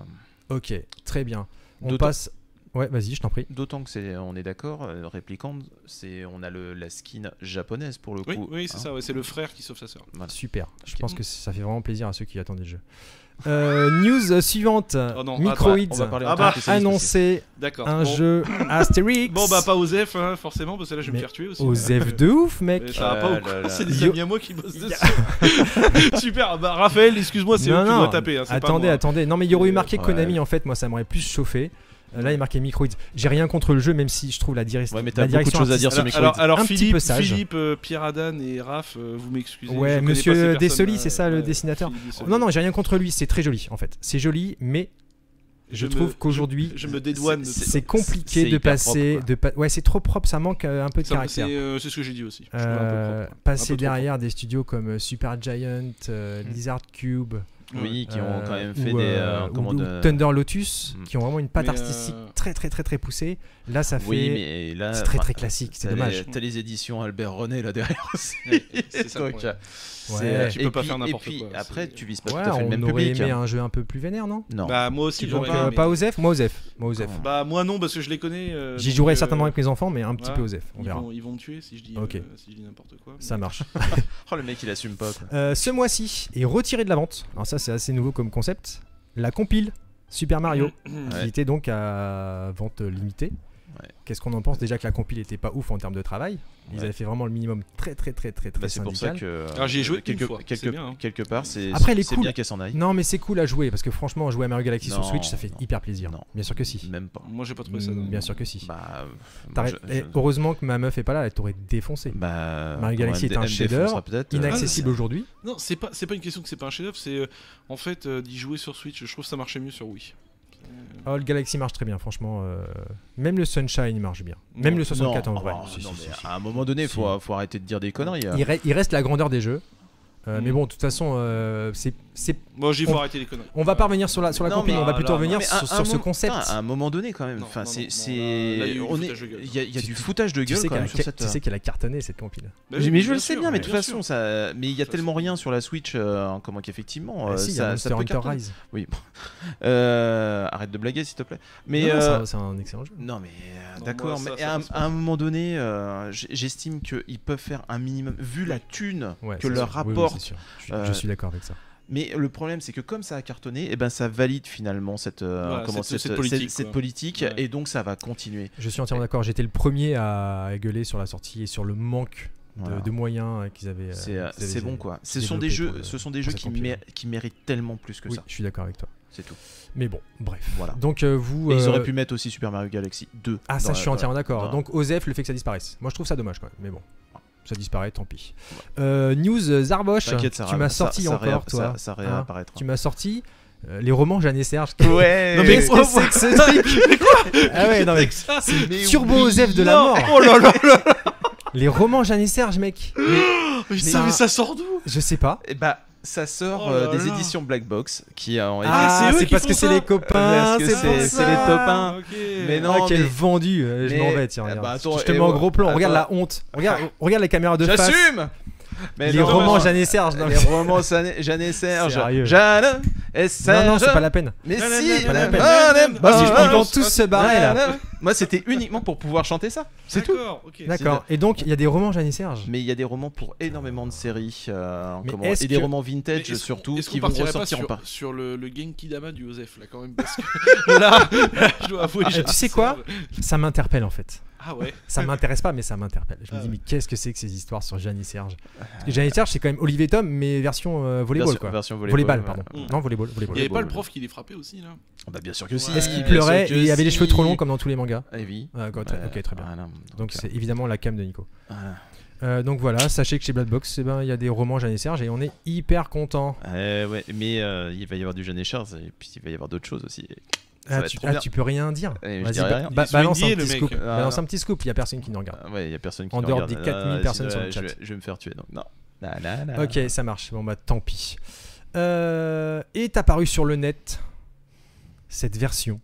S2: Ok, très bien. On
S3: D'autant-
S2: passe Ouais, vas-y, je t'en prie.
S3: D'autant que c'est, on est d'accord, euh, Replicant, c'est, on a le, la skin japonaise pour le
S1: Oui,
S3: coup.
S1: oui, c'est
S3: hein.
S1: ça, ouais, c'est le frère qui sauve sa sœur.
S3: Voilà.
S2: Super. Je
S3: Ok.
S2: pense que ça fait vraiment plaisir à ceux qui attendaient le jeu. Euh, news euh, suivante.
S1: Oh non,
S2: Microids
S1: attends,
S3: On va parler
S1: Ah
S3: en tant
S1: bah,
S3: que spécialiste aussi.
S2: annoncé
S1: D'accord.
S2: un
S1: bon.
S2: jeu Astérix.
S1: Bon, bah, pas aux F, hein, forcément, parce que là, je vais
S2: Mais
S1: me faire tuer aussi.
S2: Aux F de ouf, mec.
S1: Mais ça va
S3: Ah
S1: pas ou
S3: là
S1: quoi
S3: là.
S1: C'est des
S2: Yo-
S1: amis à moi qui bossent dessus. Super, bah Raphaël, excuse-moi, c'est eux
S2: Non,
S1: que tu
S2: non,
S1: dois taper. hein, c'est pas
S2: attendez,
S1: moi.
S2: attendez. Non, mais il y aurait eu marqué
S3: Ouais.
S2: Konami en fait. Moi, ça m'aurait plus chauffé. Euh, Là, il est marqué Microids. J'ai rien contre le jeu, même si je trouve la, direct-
S3: Ouais, mais t'as
S2: la
S3: beaucoup de
S2: direction
S3: choses à dire sur
S2: artistique-
S1: Alors,
S3: Microids.
S1: alors, alors
S2: Un petit
S1: Philippe,
S2: peu sage.
S1: Philippe euh, Pierre Adam et Raph, euh, vous m'excusez.
S2: Ouais,
S1: je connais
S2: monsieur
S1: pas ces personnes-là,
S2: Dessoli,
S1: euh,
S2: c'est ça, le
S1: ouais,
S2: dessinateur.
S1: Philippe Dessoli.
S2: Non, non, j'ai rien contre lui. C'est très joli en fait. C'est joli, mais je
S1: me-
S2: trouve qu'aujourd'hui,
S1: je, je me dédouane. de tout ça.
S2: c'est compliqué
S3: c'est
S2: de
S3: hyper
S2: passer.
S3: propre, quoi.
S2: de pa- Ouais, c'est trop propre. Ça manque euh, un peu de
S1: Ça me- C'est
S2: caractère.
S1: euh, c'est ce que j'ai dit aussi. Je trouve un peu
S2: Euh,
S1: propre.
S2: passer
S1: Un peu trop
S2: derrière des studios comme euh, Supergiant, euh,
S1: Mm.
S2: Lizard Cube,
S3: Hein. Oui, qui ont
S2: euh,
S3: quand même
S2: ou,
S3: fait des.
S2: euh,
S3: euh,
S2: ou-
S3: comment
S2: ou
S3: de-
S2: Thunder Lotus,
S3: Mm.
S2: qui ont vraiment une patte
S1: Mais,
S2: artistique
S1: euh,
S2: très très très très poussée. Là, ça fait.
S3: Oui, mais là.
S2: C'est très
S3: enfin,
S2: très classique, c'est
S3: t'as
S2: dommage.
S3: les- T'as les éditions Albert René là derrière aussi.
S1: Ouais, c'est ça le
S3: Donc,
S1: problème.
S3: euh,
S2: Ouais.
S3: c'est-
S1: Tu
S3: et
S1: peux pas
S3: puis-
S1: faire n'importe
S3: Et puis
S1: quoi,
S3: après,
S1: c'est-
S3: tu vises pas
S2: Ouais,
S3: tout à fait le même
S2: on aurait
S3: public.
S2: aimé
S3: hein.
S2: un jeu un peu plus vénère, non
S3: Non.
S1: Bah, moi aussi,
S2: Donc,
S1: j'aurais
S2: euh,
S1: aimé.
S2: pas Osef Moi, Osef. Moi, Osef.
S1: Bah, moi non, parce que je les connais. euh,
S2: J'y
S1: donc,
S2: jouerai
S1: euh,
S2: certainement avec mes enfants, mais un petit
S1: voilà.
S2: peu Osef. On
S1: Ils
S2: verra.
S1: vont, ils vont me tuer si je dis,
S2: Ok.
S1: euh, si je dis n'importe quoi.
S2: Ça marche.
S3: Oh, le mec, il assume pas. quoi.
S2: Euh, ce mois-ci est retiré de la vente. Alors, ça, c'est assez nouveau comme concept. La compile Super Mario,
S3: Ouais.
S2: qui était donc à vente limitée.
S3: Ouais.
S2: Qu'est-ce qu'on en pense Déjà que la compile était pas ouf en termes de travail. Ils
S3: Ouais.
S2: avaient fait vraiment le minimum très très très très très
S3: Bah, c'est pour ça
S2: syndical.
S3: que. euh,
S1: Alors, Ah, j'y ai joué
S3: quelque,
S1: une fois,
S3: quelque,
S1: c'est bien, hein.
S3: quelque part, c'est
S2: Après, elle est
S3: c'est
S2: cool.
S3: bien qu'elle s'en aille.
S2: Non, mais c'est cool à jouer parce que franchement, jouer à Mario Galaxy sur
S3: Non,
S2: Switch, ça fait
S3: non,
S2: hyper plaisir.
S3: non.
S2: Bien sûr que si.
S3: Même pas.
S1: Moi, j'ai pas trouvé ça.
S2: Mm,
S1: dingue.
S2: Bien sûr que si.
S3: Bah. euh, moi,
S2: T'arrêtes-
S3: je-
S2: eh,
S3: je-
S2: Heureusement que ma meuf est pas là, elle t'aurait défoncé.
S3: Bah,
S2: Mario Galaxy est un chef-d'œur,
S1: Ah,
S2: Inaccessible aujourd'hui.
S1: Non, c'est pas, c'est pas une question que c'est pas un chef-d'œuvre, c'est euh, en fait euh, d'y jouer sur Switch. Je trouve que ça marchait mieux sur Wii. Euh,
S2: Oh, le Galaxy marche très bien, franchement. euh, Même le Sunshine marche bien.
S1: Non.
S2: Même le 64 en vrai.
S3: Non, Ah, bah,
S2: Si,
S3: euh, non,
S2: si,
S3: mais euh,
S2: si, si.
S3: à un moment donné,
S2: Si.
S3: faut, faut arrêter de dire des conneries. hein.
S2: Il, re- il reste la grandeur des jeux. Euh,
S3: Hmm.
S1: Mm.
S2: Mais bon, de toute façon, euh, c'est- c'est-
S1: Bon, j'y faut
S2: On-
S1: arrêter les conneries.
S2: on va pas revenir sur la, sur la
S3: Non,
S2: compil,
S3: mais-
S2: on va
S3: ah,
S2: plutôt
S3: là, non,
S2: revenir
S3: mais à-
S2: sur,
S3: à un
S2: sur ce
S3: moment-
S2: concept.
S3: putain, à un moment donné, quand même.
S1: Non,
S3: Enfin,
S1: non, non,
S3: c'est,
S1: non,
S3: c'est-
S1: là, il y a eu du
S3: on est,
S1: foutage de gueule.
S3: il y a, il y a
S2: Tu-
S3: du foutage de
S2: Tu
S3: gueule
S2: sais
S3: quand
S2: qu'elle a,
S3: même sur
S2: ca-
S3: cette. euh,
S2: tu sais qu'elle a cartonné cette compil.
S1: Bah
S3: Mais,
S1: oui,
S3: mais je
S1: bien
S3: le sais
S1: sûr,
S3: bien, mais de toute
S1: bien sûr.
S3: façon, ça. Mais il y a
S1: De toute
S3: tellement
S1: façon.
S3: rien sur la Switch, euh, comment qu'effectivement,
S2: Ah
S3: euh,
S2: si, il y a
S3: ça,
S2: Monster
S3: ça peut
S2: Hunter
S3: cartonner.
S2: Rise.
S3: Oui. bon. Euh, arrête de blaguer, s'il te plaît. Mais
S2: Non, non, c'est
S3: euh,
S2: un- c'est un excellent jeu.
S3: Non mais euh,
S1: Non,
S3: d'accord,
S1: moi, ça,
S3: mais
S1: ça
S3: à,
S1: passe
S3: à un moment donné, euh, j- j'estime qu'ils peuvent faire un minimum, vu la thune
S2: Ouais,
S3: que
S2: c'est
S3: leur
S2: sûr. Oui, oui,
S3: rapporte.
S2: c'est sûr. Je suis- Je
S3: euh,
S2: suis d'accord avec ça.
S3: mais le problème c'est que comme ça a cartonné, eh ben, ça valide finalement cette, euh,
S1: Voilà,
S3: comment,
S1: cette- cette politique,
S3: cette
S1: quoi.
S3: politique,
S1: Ouais.
S3: et donc ça va continuer.
S2: Je suis entièrement d'accord. J'étais le premier à gueuler sur la sortie et sur le manque de,
S3: Voilà.
S2: de moyens euh, qu'ils avaient. euh,
S3: C'est euh,
S2: qu'ils avaient-
S3: c'est bon quoi. Ce sont
S2: développé
S3: des jeux,
S2: pour, euh,
S3: ce sont des
S2: pour
S3: jeux
S2: cette
S3: qui,
S2: compil.
S3: mér- qui méritent tellement plus que
S2: Oui,
S3: ça.
S2: je suis d'accord avec toi.
S3: C'est tout.
S2: Mais bon, bref.
S3: Voilà.
S2: Donc euh, vous.
S3: Et ils
S2: euh,
S3: auraient pu mettre aussi Super Mario Galaxy 2.
S2: Ah, ça,
S3: dans
S2: je
S3: la-
S2: suis entièrement d'accord.
S3: dans-
S2: Donc, Osef, le fait que ça disparaisse. Moi, je trouve ça dommage quand même. Mais bon, ça disparaît, tant pis.
S3: Ouais.
S2: Euh, news euh, Zarboche.
S3: T'inquiète, ça
S2: tu
S3: ra-
S2: m'as
S3: ça-
S2: sorti
S3: ça
S2: encore,
S3: réapp-
S2: toi.
S3: Ça, ça
S2: Hein
S3: réapparaîtra.
S2: tu m'as sorti euh, les romans Jeanne et Serge.
S3: Ouais.
S2: Non, mais qu'est-ce que c'est que ce truc Ah ouais, non, mais
S3: Mais
S2: Turbo Osef de la
S1: Non.
S2: mort.
S1: Oh là là là
S2: Les romans Jeanne et Serge, mec.
S1: Putain,
S2: Ah.
S1: mais ça sort d'où
S2: Je sais pas.
S3: Eh bah, ça sort
S1: Oh
S3: euh,
S1: là
S3: des
S1: là.
S3: éditions Black Box qui euh, ont été-
S1: Ah, c'est eux qui
S2: parce
S1: font
S2: que c'est
S1: ça
S2: les copains.
S3: Parce que
S2: pour
S3: c'est-
S2: ça.
S3: c'est les top
S1: Ok.
S3: Mais non.
S2: Ah, quel
S3: mais-
S2: vendu euh, Je
S3: mais-
S2: m'en vais, tiens.
S3: Ah
S2: regarde.
S3: bah attends,
S2: je te
S3: et
S2: mets en
S3: ouais,
S2: gros plan. Regarde la
S3: attends.
S2: honte. Regarde, regarde la caméra de face.
S3: J'assume Mais
S2: Les
S3: non,
S2: romans
S3: mais-
S2: Jeanne et Serge. Non,
S3: Les
S2: mais-
S3: romans Jeanne Jeanne et Serge.
S2: Sérieux.
S3: Jeanne et Serge.
S2: non, non, c'est pas la peine.
S3: Mais
S1: Non, non,
S3: si
S1: non,
S2: pas la
S3: Oh,
S2: peine.
S3: les
S2: Vas-y,
S3: bonnes-
S2: ils vont tous se barrer là.
S3: Voilà. Moi, c'était uniquement pour pouvoir chanter ça. C'est tout.
S1: D'accord, ok.
S2: D'accord. Et donc, il y a des romans Jeanne et Serge.
S3: Mais il y a des romans pour énormément de séries. euh,
S2: Mais
S3: comment-
S2: est-ce
S3: Et des
S2: que-
S3: romans
S1: Mais
S3: vintage
S1: est-ce
S3: surtout
S1: qu'on- est-ce
S3: qui
S1: qu'on
S3: vont
S1: partirait pas
S3: ressortir en
S1: sur,
S3: pas.
S1: sur le, le Genkidama du Joseph là quand même parce que là je dois avouer
S2: Ah,
S1: j'ai-
S2: tu sais quoi Ça m'interpelle en fait.
S1: ah ouais
S2: Ça m'intéresse pas, mais ça m'interpelle. Je me
S1: Ah
S2: dis,
S1: ouais.
S2: mais qu'est-ce que c'est que ces histoires sur Jeanne et Serge Parce que Jeanne et Serge, c'est quand même Olivier Tom, mais version euh, volleyball
S3: Ah. Version-
S2: quoi.
S3: version
S2: Volleyball,
S3: volleyball, Mm.
S2: pardon.
S3: voilà.
S2: Non, volleyball.
S1: il
S2: volleyball.
S1: n'y avait pas
S3: Volleyball,
S1: le prof qui les frappait aussi là
S3: Bah, bien sûr que si.
S1: Ouais.
S2: Est-ce qu'il
S3: Bien sûr
S2: pleurait
S3: que
S2: et il avait les
S3: si.
S2: cheveux trop longs comme dans tous les mangas
S3: Eh oui.
S2: Ah, quoi, très-
S3: Euh,
S2: Ok, très bien.
S3: voilà.
S2: Donc
S3: euh,
S2: c'est évidemment la cam de Nico.
S3: voilà.
S2: Euh, donc voilà, sachez que chez Bloodbox, eh ben, il y a des romans Jeanne et Serge et on est hyper content.
S3: Euh, ouais, mais euh, il va y avoir du Jeanne et Charles et puis il va y avoir d'autres choses aussi. Ça va être
S2: tu,
S3: trop
S2: ah,
S3: bien.
S2: tu peux rien dire.
S3: Eh, je
S2: Vas-y,
S3: dis
S2: ba-
S3: rien.
S2: ba-
S1: Il est
S2: balance, un
S1: soigné, le
S2: petit
S1: mec.
S2: scoop.
S3: Ah,
S2: balance
S3: non.
S2: un petit scoop, il y a personne qui nous regarde.
S3: Ah, ouais, il y a personne qui
S2: En
S3: nous
S2: dehors
S3: regarde.
S2: des
S3: Non,
S2: 4000
S3: non, non,
S2: personnes
S3: je-
S2: sur le
S3: Je
S2: chat.
S3: vais, je vais me faire tuer donc. Non. Na, na, na.
S2: Ok, ça marche. Bon bah tant pis. Euh, est apparue sur le net cette version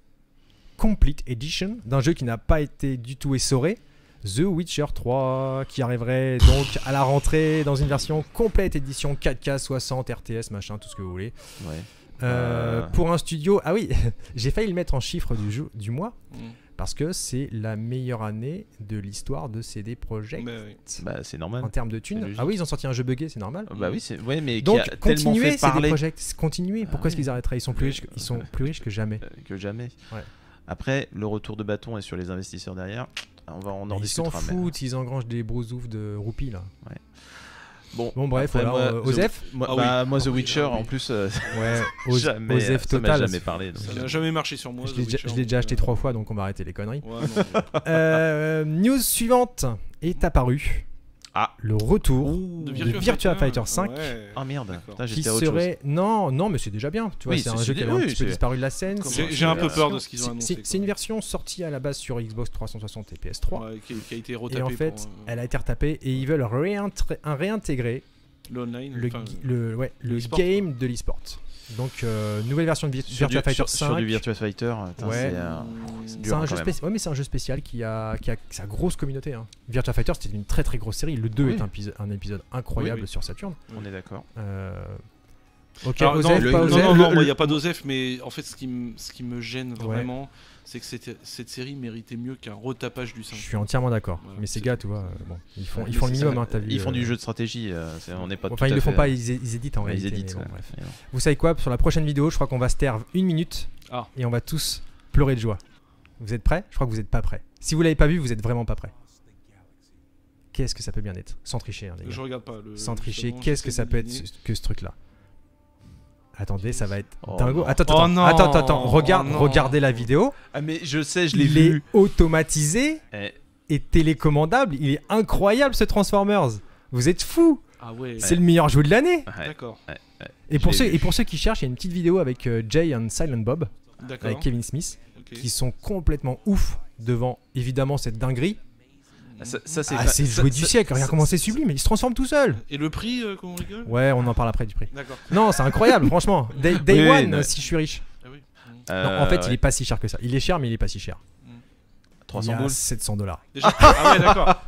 S2: Complete Edition d'un jeu qui n'a pas été du tout essoré, The Witcher 3, qui arriverait donc à la rentrée dans une version complète édition 4K 60 RTS machin tout ce que vous voulez.
S3: Ouais.
S2: Euh,
S3: Euh.
S2: ah Pour un studio, ah oui, j'ai failli le mettre en chiffre du, jou- du mois.
S1: Mm.
S2: parce que c'est la meilleure année de l'histoire de CD Projekt.
S1: Mais oui.
S3: Bah, c'est normal.
S2: En termes de
S3: C'est
S2: thunes.
S3: logique.
S2: Ah oui, ils ont sorti un jeu buggé, c'est normal.
S3: Bah oui, c'est. Ouais, mais
S2: Donc,
S3: qui a tellement
S2: continuez,
S3: fait
S2: c'est des
S3: parler
S2: projets. Continuez. Pourquoi est-ce
S3: oui.
S2: qu'ils arrêteraient Ils sont plus
S3: Mais,
S2: riches, que- ils sont plus riches que jamais.
S3: euh, que jamais.
S2: Ouais.
S3: Après, le retour de bâton est sur les investisseurs derrière. Ah, On va on en
S2: ils s'en
S3: discutera. mais- hein.
S2: foutent, ils engrangent des brousoufs de roupies là.
S3: hein. Bon,
S2: Bon bref,
S3: après,
S2: alors
S3: moi,
S2: euh,
S3: The-
S2: Osef,
S3: moi,
S1: Ah
S3: bah,
S1: oui.
S3: moi, The
S1: Ah oui,
S3: Witcher,
S1: ah oui.
S3: en plus, euh,
S2: ouais, Os-
S3: jamais, hein.
S2: Osef
S3: ça m'a
S2: total.
S3: jamais parlé. donc,
S1: Ça
S3: euh,
S1: n'a jamais marché sur moi.
S2: Je
S1: The
S2: l'ai déjà- je
S1: Witcher,
S2: l'ai déjà
S1: donc,
S2: acheté
S1: euh,
S2: trois fois, donc on va arrêter les conneries.
S1: Ouais, non, mais-
S2: Euh, news suivante est apparue.
S3: Ah.
S2: Le retour
S1: de
S2: de Virtua Fighter 5
S1: ouais.
S3: Ah merde,
S1: D'accord.
S3: putain,
S2: qui
S3: j'étais à autre chose.
S2: serait non non mais c'est déjà bien. Tu vois,
S3: Oui,
S2: c'est un
S3: c'est-
S2: jeu qui
S3: c'est-
S2: avait un
S3: oui,
S2: petit peu
S3: c'est-
S2: disparu de la scène.
S3: Comment
S1: J'ai
S3: c'est-
S1: j'ai un peu
S3: c'est-
S1: peur de ce qu'ils
S2: C'est-
S1: ont annoncé.
S2: c'est- C'est une
S1: quoi.
S2: version sortie à la base sur Xbox 360 et PS3.
S1: Ouais, qui, qui a été retapée
S2: Et en fait,
S1: pour, euh,
S2: elle a été retapée et ils veulent réintré- un- réintégrer
S1: le online.
S2: le,
S1: enfin,
S2: gui- le, ouais, le
S1: l'e-sport,
S2: game de l'e-sport. Donc, euh, nouvelle version de Vi-
S3: Sur
S2: Virtua
S3: du,
S2: Fighter
S3: sur-
S2: 5.
S3: sur du Virtua Fighter, putain,
S2: Ouais.
S3: c'est, euh,
S1: euh,
S2: c'est
S3: dur
S2: un,
S3: quand
S2: jeu
S3: même.
S2: spéci- ouais, mais c'est un jeu spécial qui a, qui a sa grosse communauté. hein. Virtua Fighter, c'était une très très grosse série. Le 2
S3: Oui.
S2: est un, épiso- un épisode incroyable
S1: Oui, oui.
S2: sur Saturne.
S3: On est d'accord.
S2: Euh, Ok,
S1: Alors,
S2: Osef,
S1: Ah, non,
S2: pas
S1: non,
S2: Osef
S1: non, non,
S3: Le-
S1: moi, il
S3: le-
S1: n'y a pas d'Osef, mais en fait, ce qui, me- ce qui me gêne
S2: Ouais.
S1: vraiment, c'est que cette, cette série méritait mieux qu'un retapage du
S2: Je
S1: 5.
S2: suis entièrement d'accord.
S1: Voilà,
S2: mais ces
S1: c'est
S2: gars,
S1: tout.
S2: tu vois, euh, bon, ils font,
S3: Ouais,
S2: ils font
S3: mais
S2: le
S3: c'est
S2: minimum.
S3: ça,
S2: hein, t'as vu,
S3: Ils font
S2: euh,
S3: du jeu de stratégie. euh, c'est- on n'est pas
S2: Enfin,
S3: tout
S2: ils
S3: à
S2: le font
S3: fait-
S2: pas, ils, é- ils éditent en
S3: Ouais,
S2: réalité.
S3: ils éditent.
S2: mais
S3: ouais.
S2: bon, bref.
S3: Mais bon.
S2: Vous savez quoi Sur la prochaine vidéo, je crois qu'on va se taire une minute
S1: Ah.
S2: et on va tous pleurer de joie. Vous êtes prêts Je crois que vous n'êtes pas prêts. Si vous l'avez pas vu, vous êtes vraiment pas prêts. Qu'est-ce que ça peut bien être Sans tricher, hein, les gars.
S1: Je regarde pas. Le,
S2: Sans tricher,
S1: justement,
S2: qu'est-ce que
S1: j'essaie
S2: ça peut être
S1: d'éliminer.
S2: ce- que ce truc-là Attendez, ça va être
S3: Oh
S2: dingo.
S3: non.
S2: Attends,
S1: Oh
S2: attends,
S1: non.
S2: attends, attends, regarde,
S1: Oh non.
S2: regardez la vidéo.
S3: Ah, mais je sais, je l'ai
S2: Il est
S3: vu.
S2: automatisé
S3: Eh,
S2: et télécommandable. Il est incroyable ce Transformers. Vous êtes fous
S1: Ah ouais,
S2: C'est le meilleur jeu de l'année.
S3: ouais.
S1: d'accord.
S2: Et pour,
S3: Je
S2: ceux,
S3: l'ai vu.
S2: et pour ceux qui cherchent, il y a une petite vidéo avec euh, Jay and Silent Bob,
S1: D'accord.
S2: avec Kevin Smith,
S1: ok.
S2: qui sont complètement ouf devant évidemment cette dinguerie.
S1: Mm.
S3: Ah, ça, ça, c'est
S2: Ah,
S3: pas-
S2: c'est le
S3: ça-
S2: jouet du
S3: ça-
S2: siècle, regarde
S3: ça-
S2: comment c'est sublime, il se transforme tout seul.
S1: Et le prix, euh, comment on rigole
S2: Ouais, on en parle après du prix.
S1: D'accord.
S2: Non, c'est incroyable, franchement. Day, day
S3: Oui, oui,
S2: one,
S3: non, mais-
S2: si je suis riche.
S1: Ah oui. Mm.
S2: Non,
S3: Euh,
S2: en fait, il
S3: ouais.
S2: est pas si cher que ça. Il est cher, mais il est pas si cher.
S3: 300
S2: il y a
S3: boules.
S2: 700 dollars.
S1: Déjà. Ah ouais, d'accord.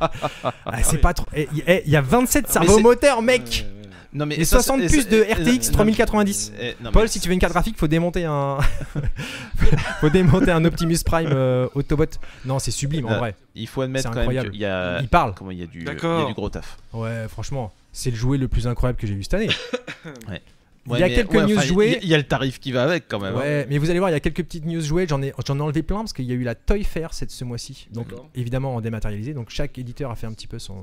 S2: Ah, c'est
S1: oui.
S2: pas trop. eh, Il eh, il y a 27
S3: Ah, mais
S2: servomoteurs, mec.
S1: Ouais, ouais, ouais.
S3: Non, mais
S2: Et
S3: ça,
S2: 60
S3: c'est-
S2: puces
S3: c'est-
S2: de
S3: eh,
S2: RTX
S3: non,
S2: 3090.
S3: eh, non, mais-
S2: Paul, si tu veux une carte graphique, faut démonter un, faut démonter un Optimus Prime euh, Autobot. Non, c'est sublime en
S3: Non.
S2: vrai.
S3: il faut admettre
S2: c'est
S3: quand même
S2: incroyable.
S3: qu'il y a.
S2: Il parle.
S3: Comment il y a du, il y a
S1: D'accord.
S3: du gros taf.
S2: Ouais, franchement, c'est le jouet le plus incroyable que j'ai vu cette année.
S3: Ouais,
S2: il y a
S3: mais-
S2: quelques
S3: ouais,
S2: news
S3: enfin, il-
S2: jouées.
S3: Il y a le tarif qui va avec quand même. hein.
S2: Ouais, mais vous allez voir, il y a quelques petites news jouées. J'en ai, j'en ai enlevé plein parce qu'il y a eu la Toy Fair cette, ce mois-ci. Donc,
S1: D'accord.
S2: évidemment, en dématérialisé. Donc, chaque éditeur a fait un petit peu son,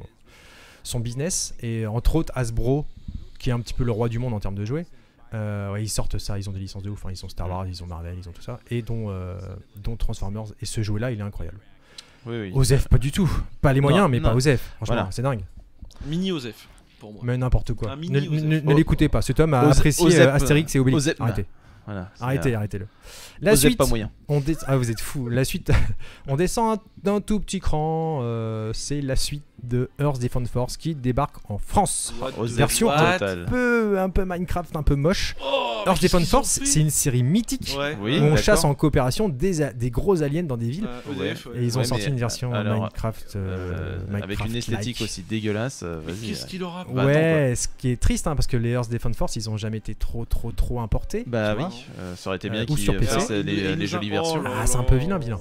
S2: son business. Et entre autres, Hasbro, qui est un petit peu le roi du monde en termes de jouets. euh, ouais, ils sortent ça, ils ont des licences de ouf. Enfin, ils ont Star Wars, ils ont Marvel, ils ont tout ça. Et dont, euh, dont Transformers. Et ce jouet-là, il est incroyable.
S3: Oui, oui.
S2: Osef, pas du tout. Pas les moyens,
S3: Non,
S2: mais
S3: non.
S2: pas Osef. Franchement,
S3: Voilà.
S2: c'est dingue.
S1: Mini Osef, pour moi.
S2: Mais n'importe quoi.
S1: Un
S2: Ne,
S1: mini
S2: ne-
S1: Osef.
S2: ne-
S3: Oh.
S2: ne l'écoutez pas. Cet homme a
S3: Ose-
S2: apprécié
S3: Osep,
S2: euh, Astérix et Obélix.
S3: Osep, bah,
S2: arrêtez,
S3: Voilà, c'est-
S2: arrêtez, arrêtez-le. La
S3: Osez
S2: suite,
S3: pas moyen.
S2: on dé- ah, vous êtes fou. La suite, on descend un- d'un tout petit cran. euh, c'est la suite de Earth Defense Force qui débarque en France.
S1: What
S3: Osef
S1: the-
S2: version
S1: What
S2: Un
S3: totale.
S2: peu, un peu Minecraft, un peu moche.
S1: Oh, mais
S2: Earth
S1: qu'est-ce
S2: Defense
S1: qu'ils ont
S2: Force,
S1: fait
S2: c'est une série mythique
S1: Ouais.
S3: Oui,
S2: où on
S3: d'accord. Ah,
S2: chasse en coopération des, a- des gros aliens dans des villes.
S1: Euh, EDF, ouais.
S2: Et ils ont
S3: Ouais,
S2: sorti
S3: mais,
S2: une version
S3: alors,
S2: Minecraft, euh,
S3: Euh, avec
S2: Minecraft-like.
S3: une esthétique aussi dégueulasse. euh,
S1: Mais
S3: Vas-y.
S1: qu'est-ce qu'il aura
S3: Bah,
S2: ouais, ce qui est triste, hein, parce que les Earth Defense Force, ils ont jamais été trop, trop, trop importés.
S3: Bah
S1: Ça va,
S3: oui, euh, ça aurait été
S2: Euh,
S3: bien
S2: ou
S3: qu'ils
S2: sur PC.
S3: fassent les,
S1: Il- il
S3: les
S1: nous a-
S3: jolies
S1: oh
S3: versions.
S1: là
S2: Ah, c'est un
S1: là.
S2: peu vilain, vilain.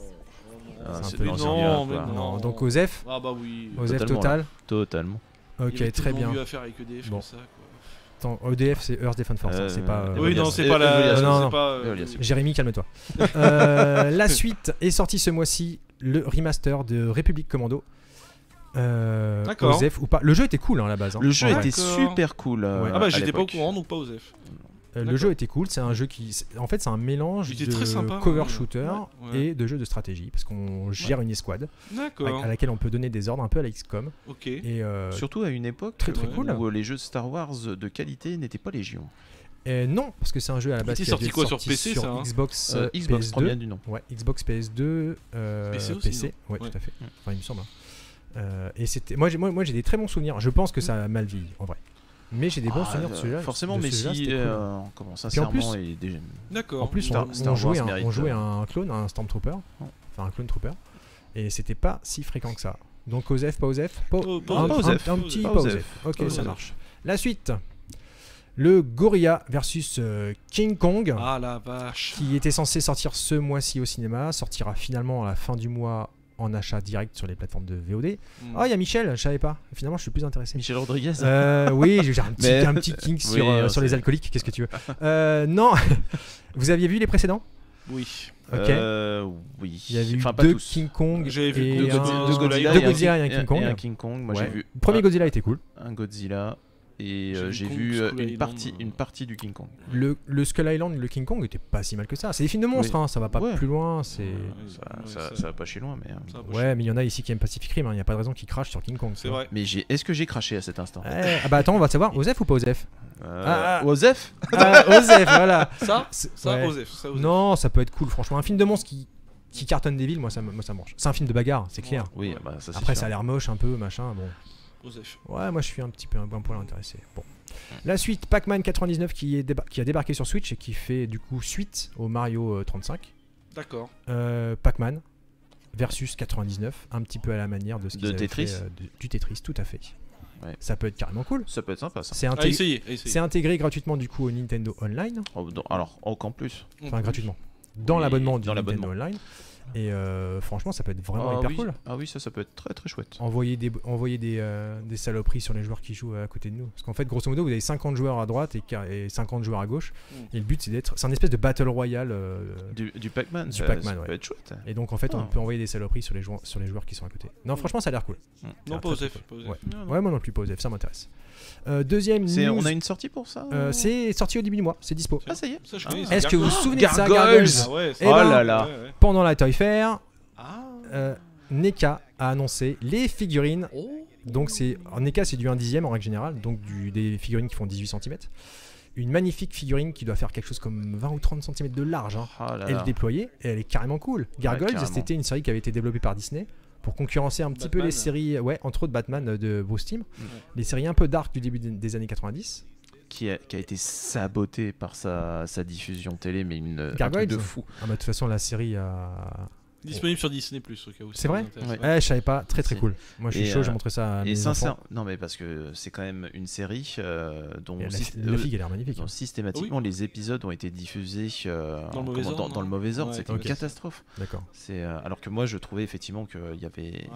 S3: Ah,
S2: c'est
S1: Mais
S2: peu
S1: non,
S3: vilain,
S1: mais
S3: quoi.
S1: non.
S2: Non, donc Osef,
S1: Ah bah oui.
S2: Osef
S3: Totalement,
S2: total.
S3: Totalement.
S1: Il y
S2: Ok,
S1: avait
S2: très
S1: tellement
S2: bien.
S1: mieux à faire avec EDF
S2: Bon.
S1: que ça. quoi.
S2: Attends, EDF, c'est Earth Defense Force, hein,
S3: Euh,
S2: c'est pas. euh,
S3: Et
S1: Oui,
S3: Evaluation.
S1: non, c'est
S3: Et-
S1: pas la.
S3: Evaluation.
S2: Non, non.
S1: c'est pas, euh,
S3: Evaluation.
S2: Jérémy, calme-toi. Euh, la suite est sortie ce mois-ci, le remaster de République Commando. Euh,
S1: D'accord.
S2: Osef ou pas. Le jeu était cool hein, à la base. hein.
S3: Le jeu
S2: Ouais.
S3: était
S1: D'accord.
S3: super cool. euh,
S2: Ouais.
S1: Ah bah
S3: à
S1: j'étais pas au
S3: l'époque.
S1: courant, donc pas Osef.
S2: Euh, le
S1: d'accord.
S2: jeu était cool. C'est un jeu qui, c'est- en fait, c'est un mélange
S1: Il était
S2: de
S1: très sympa,
S2: cover
S1: ouais.
S2: shooter
S1: Ouais, ouais.
S2: et de jeu de stratégie, parce qu'on gère une escouade à,
S1: D'accord,
S2: à laquelle on peut donner des ordres un peu à la XCOM.
S1: ok.
S2: Et euh,
S3: Surtout à une époque
S2: Très, très
S3: euh,
S2: cool.
S3: où les jeux de Star Wars de qualité n'étaient pas légion.
S2: Euh, non, parce que c'est un jeu à la
S1: Il
S2: base
S1: était
S2: qui a
S1: sorti
S2: dû être
S1: quoi, sur
S2: sorti
S1: PC,
S2: sur
S1: ça, hein
S2: Xbox,
S3: Euh,
S2: euh,
S3: Xbox,
S2: PS2.
S3: première du nom.
S2: Ouais, Xbox PS2, euh,
S1: PC
S2: PC,
S1: aussi, Ouais.
S2: ouais, tout à fait.
S3: Mm.
S2: Enfin, il me semble. hein. Euh, et c'était, moi, j'ai, moi, moi, j'ai des très bons souvenirs. Je pense que ça a mal vieilli, en vrai. Mais j'ai des bons
S3: Ah,
S2: souvenirs de
S3: euh,
S2: ce jeu.
S3: Forcément, mais si. euh, Comment sincèrement, et déjà-
S1: D'accord.
S2: En plus,
S3: Star-
S2: on, on
S3: Star Wars
S2: jouait, un,
S3: mérite,
S2: on jouait
S3: euh.
S2: un clone, un Stormtrooper,
S3: Oh.
S2: enfin un clone trooper, et c'était pas si fréquent que ça. Donc Osef, pas Osef, pas,
S1: Oh, pas
S2: un,
S1: Osef.
S2: un- un
S1: Pas
S2: petit
S3: Osef.
S2: pas
S3: Pas
S2: Osef.
S3: Osef. Pas
S2: Ok, ça
S3: Osef.
S2: marche. La suite. le Gorilla versus euh, King Kong,
S1: Ah la vache.
S2: qui était censé sortir ce mois-ci au cinéma, sortira finalement à la fin du mois en achat direct sur les plateformes de VOD.
S1: Mm.
S2: Ah, il y a Michel, je savais pas. Finalement, je suis plus intéressé.
S3: Michel Rodriguez
S2: Euh, oui, j'ai j'ai un petit,
S3: Mais-
S2: un petit kink
S3: Oui,
S2: sur, euh,
S3: on
S2: sur les
S3: sait.
S2: alcooliques, qu'est-ce que tu veux Euh, Non, vous aviez vu les précédents
S1: Oui.
S2: Ok.
S3: Euh, oui.
S2: Il y avait eu
S3: enfin, pas
S2: deux
S3: tous.
S2: King Kong
S1: J'avais vu
S2: et
S1: deux
S2: un...
S1: Godzilla, Ah.
S3: deux Godzilla,
S2: deux
S3: et un
S2: Godzilla et un
S3: King-
S2: King Kong.
S3: et un King Kong. Moi,
S2: Ouais.
S3: j'ai vu
S2: Le premier
S3: un-
S2: Godzilla était cool.
S3: un Godzilla et
S1: J'ai
S3: euh,
S1: vu
S3: j'ai
S1: Kong,
S3: vu euh,
S1: Skull
S3: une
S1: Island,
S3: partie,
S1: euh.
S3: une partie du King Kong.
S2: Le, le Skull Island, le King Kong était pas si mal que ça. C'est des films de monstres, hein, ça va pas
S3: Ouais.
S2: plus loin. C'est
S1: Ouais,
S3: Ça,
S1: ouais,
S3: ça,
S1: ça-
S3: ça va pas chez loin, mais. euh,
S1: ça va pas chier.
S2: Ouais, mais il y en a ici qui aiment Pacific Rim, hein, il n'y a pas de raison qu'ils crachent sur King Kong.
S1: C'est
S2: tu vois.
S1: vrai.
S3: Mais j'ai, est-ce que j'ai craché à cet instant
S2: Ouais. Ah bah attends, on va savoir, Osef ou pas Osef
S3: Euh,
S2: Ah, ah.
S3: Osef
S2: ah, Osef, voilà.
S1: Ça,
S2: C'est-
S1: ça,
S2: ouais.
S1: Osef, ça, Osef.
S2: Non, ça peut être cool, franchement. Un film de monstres qui, qui cartonne des villes, moi ça, me- moi, ça me branche. C'est un film de bagarre, c'est clair.
S3: Oui,
S1: Ouais.
S3: bah, ça c'est
S2: Après,
S3: sûr.
S2: ça a l'air moche un peu, machin. Bon,
S1: Osef.
S2: ouais, moi je suis un petit peu un bon poil intéressé. Bon. La suite, Pac-Man 99 qui, est déba- qui a débarqué sur Switch et qui fait du coup suite au Mario euh, 35.
S1: D'accord.
S2: Euh, Pac-Man versus 99, un petit peu à la manière de ce qu'ils
S3: De
S2: avaient
S3: Tetris
S2: fait, euh, de- du Tetris, tout à fait.
S3: Ouais.
S2: Ça peut être carrément cool.
S3: Ça peut être sympa ça.
S2: C'est
S1: Ah,
S2: inté-
S1: essayez, essayez.
S2: c'est intégré gratuitement du coup au Nintendo Online,
S3: Oh, dans- alors, encore plus.
S1: On
S2: enfin
S1: peut-
S2: gratuitement, dans
S3: Oui,
S2: l'abonnement du
S3: dans
S2: Nintendo
S3: l'abonnement.
S2: Online. Et euh, franchement, ça peut être vraiment
S3: ah,
S2: hyper
S3: oui.
S2: cool.
S3: Ah oui, ça, ça peut être très très chouette.
S2: Envoyer des, envoyer des, euh, des saloperies sur les joueurs qui jouent à côté de nous. Parce qu'en fait, grosso modo, vous avez 50 joueurs à droite et, quar- et 50 joueurs à gauche.
S1: Mm.
S2: Et le but, c'est d'être. C'est un espèce de battle royale. euh,
S3: Du, du Pac-Man,
S2: Du
S3: ça,
S2: Pac-Man,
S3: ça
S2: ouais.
S3: peut être chouette.
S2: et donc, en fait, on
S3: Ah.
S2: peut envoyer des saloperies sur les, joueurs, sur les joueurs qui sont à côté. Non, franchement, ça a l'air cool.
S1: Non,
S2: Ah,
S1: pas
S2: très, très
S1: Osef. pas Osef.
S2: Ouais.
S3: Non, non.
S2: Ouais, moi non plus, pas Osef, ça m'intéresse. Euh, deuxième
S3: C'est-
S2: news.
S3: on a une sortie pour ça
S2: euh, c'est sorti au début du mois, c'est dispo.
S3: Ah, ça y est.
S1: Ça, je
S3: Ah.
S1: connais, c'est
S2: Est-ce que vous vous
S1: Gargoyles.
S2: souvenez de ça,
S3: Gargoyles.
S2: Gargoyles
S1: Ah ouais, c'est-
S2: Eh
S3: oh
S2: ben,
S3: là là.
S1: Ouais, ouais.
S2: Pendant la Toy Fair,
S1: Ah.
S2: euh, NECA a annoncé les figurines.
S3: Oh.
S2: Donc c'est en NECA, c'est du 1 dixième en règle générale, donc du, des figurines qui font 18 cm. Une magnifique figurine qui doit faire quelque chose comme 20 ou 30 cm de large. hein.
S3: Ah là
S2: Elle
S3: là.
S2: déployée et elle est carrément cool. Gargoyles,
S3: carrément.
S2: c'était une série qui avait été développée par Disney pour concurrencer un petit peu
S1: Batman.
S2: les séries, ouais, entre autres Batman euh, de Bruce Timm, les séries un peu dark du début des- des années 90.
S3: Euh, Qui, a, qui a été saboté par sa, sa diffusion télé, mais une, un
S2: Gargoyles.
S3: truc de fou.
S2: Ah bah de toute façon la série a...
S1: Disponible sur Disney au cas où. ça
S2: C'est vrai
S1: vous intéresse.
S3: Ouais.
S2: Eh, je savais pas, très très
S3: Si.
S2: cool. Moi je suis
S3: Et,
S2: chaud, je
S3: euh,
S2: montrais ça à
S3: Et
S2: mes
S3: sincère,
S2: enfants.
S3: non mais parce que c'est quand même une série euh, dont,
S2: Et la,
S3: syst-
S2: la
S3: euh,
S2: figue elle a l'air magnifique.
S3: dont systématiquement les épisodes ont été diffusés euh,
S1: Dans le mauvais
S3: comment-
S1: ordre,
S3: dans- dans le
S1: hein.
S3: mauvais ordre.
S1: Ouais,
S3: C'était
S2: ok.
S3: une catastrophe.
S2: hein. D'accord.
S3: C'est euh, alors que moi je trouvais effectivement qu'il y avait,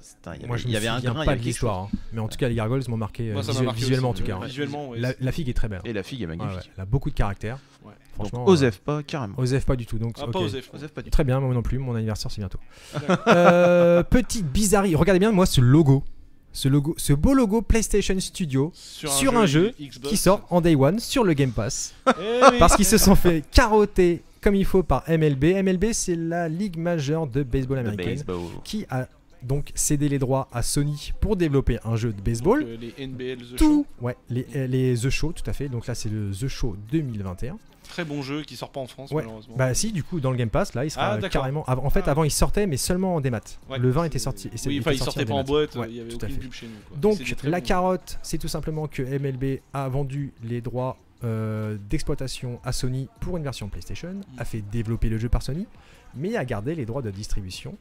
S3: c'était un- il y
S2: Moi
S3: avait,
S2: je
S3: il y
S2: me
S3: avait un
S2: souviens
S3: grain, il y
S2: pas
S3: avait quelque
S2: de
S3: chose.
S2: l'histoire. hein. Mais en tout cas les gargoyles m'ont marqué, euh,
S1: Moi, ça m'a
S2: visu-
S1: marqué
S2: visuellement
S1: aussi,
S2: en tout cas.
S1: ouais.
S2: hein.
S1: Visuellement, ouais,
S2: La,
S1: c'est-
S2: la figue est très belle. hein.
S3: Et la figue est
S2: Ouais,
S3: magnifique.
S2: ouais, elle a beaucoup de caractère.
S1: Ouais.
S2: Franchement,
S3: Donc Osef pas carrément.
S2: euh, Osef pas du tout. Donc,
S1: Ah,
S2: ok.
S1: pas Osef.
S3: Osef pas du
S2: Très bien, moi non plus, mon anniversaire c'est bientôt.
S1: D'accord.
S2: Euh, petite bizarrerie, regardez bien moi ce logo. Ce, logo, ce beau logo PlayStation Studio Sur un jeu
S1: Xbox.
S2: qui sort en day one sur le Game Pass.
S1: Eh oui.
S2: parce qu'ils se sont fait carotter comme il faut par MLB. MLB, c'est la ligue majeure de baseball
S3: de
S2: américaine
S3: baseball.
S2: qui a donc cédé les droits à Sony pour développer un jeu de baseball.
S1: Donc, euh, les NBL The Show.
S2: tout, ouais, les, euh, les The Show, tout à fait. Donc là, c'est le The Show 2021.
S1: Très bon jeu qui sort pas en France
S2: Ouais.
S1: malheureusement.
S2: Bah si, du coup, dans le Game Pass, là, il sera
S1: Ah, d'accord.
S2: carrément. av- En fait,
S1: Ah.
S2: avant, il sortait, mais seulement en démat.
S1: Ouais.
S2: le 20 était sorti. et c'est-
S1: oui,
S2: était
S1: enfin, il
S2: sorti
S1: sortait pas en
S2: démat.
S1: boîte,
S2: Ouais,
S1: il y avait
S2: tout à
S1: aucune
S2: fait.
S1: pub chez nous. quoi. C'est des
S2: Donc
S1: très
S2: la
S1: bons jeux.
S2: carotte, c'est tout simplement que MLB a vendu les droits euh, d'exploitation à Sony pour une version PlayStation,
S1: Mm.
S2: a fait développer le jeu par Sony, mais a gardé les droits de distribution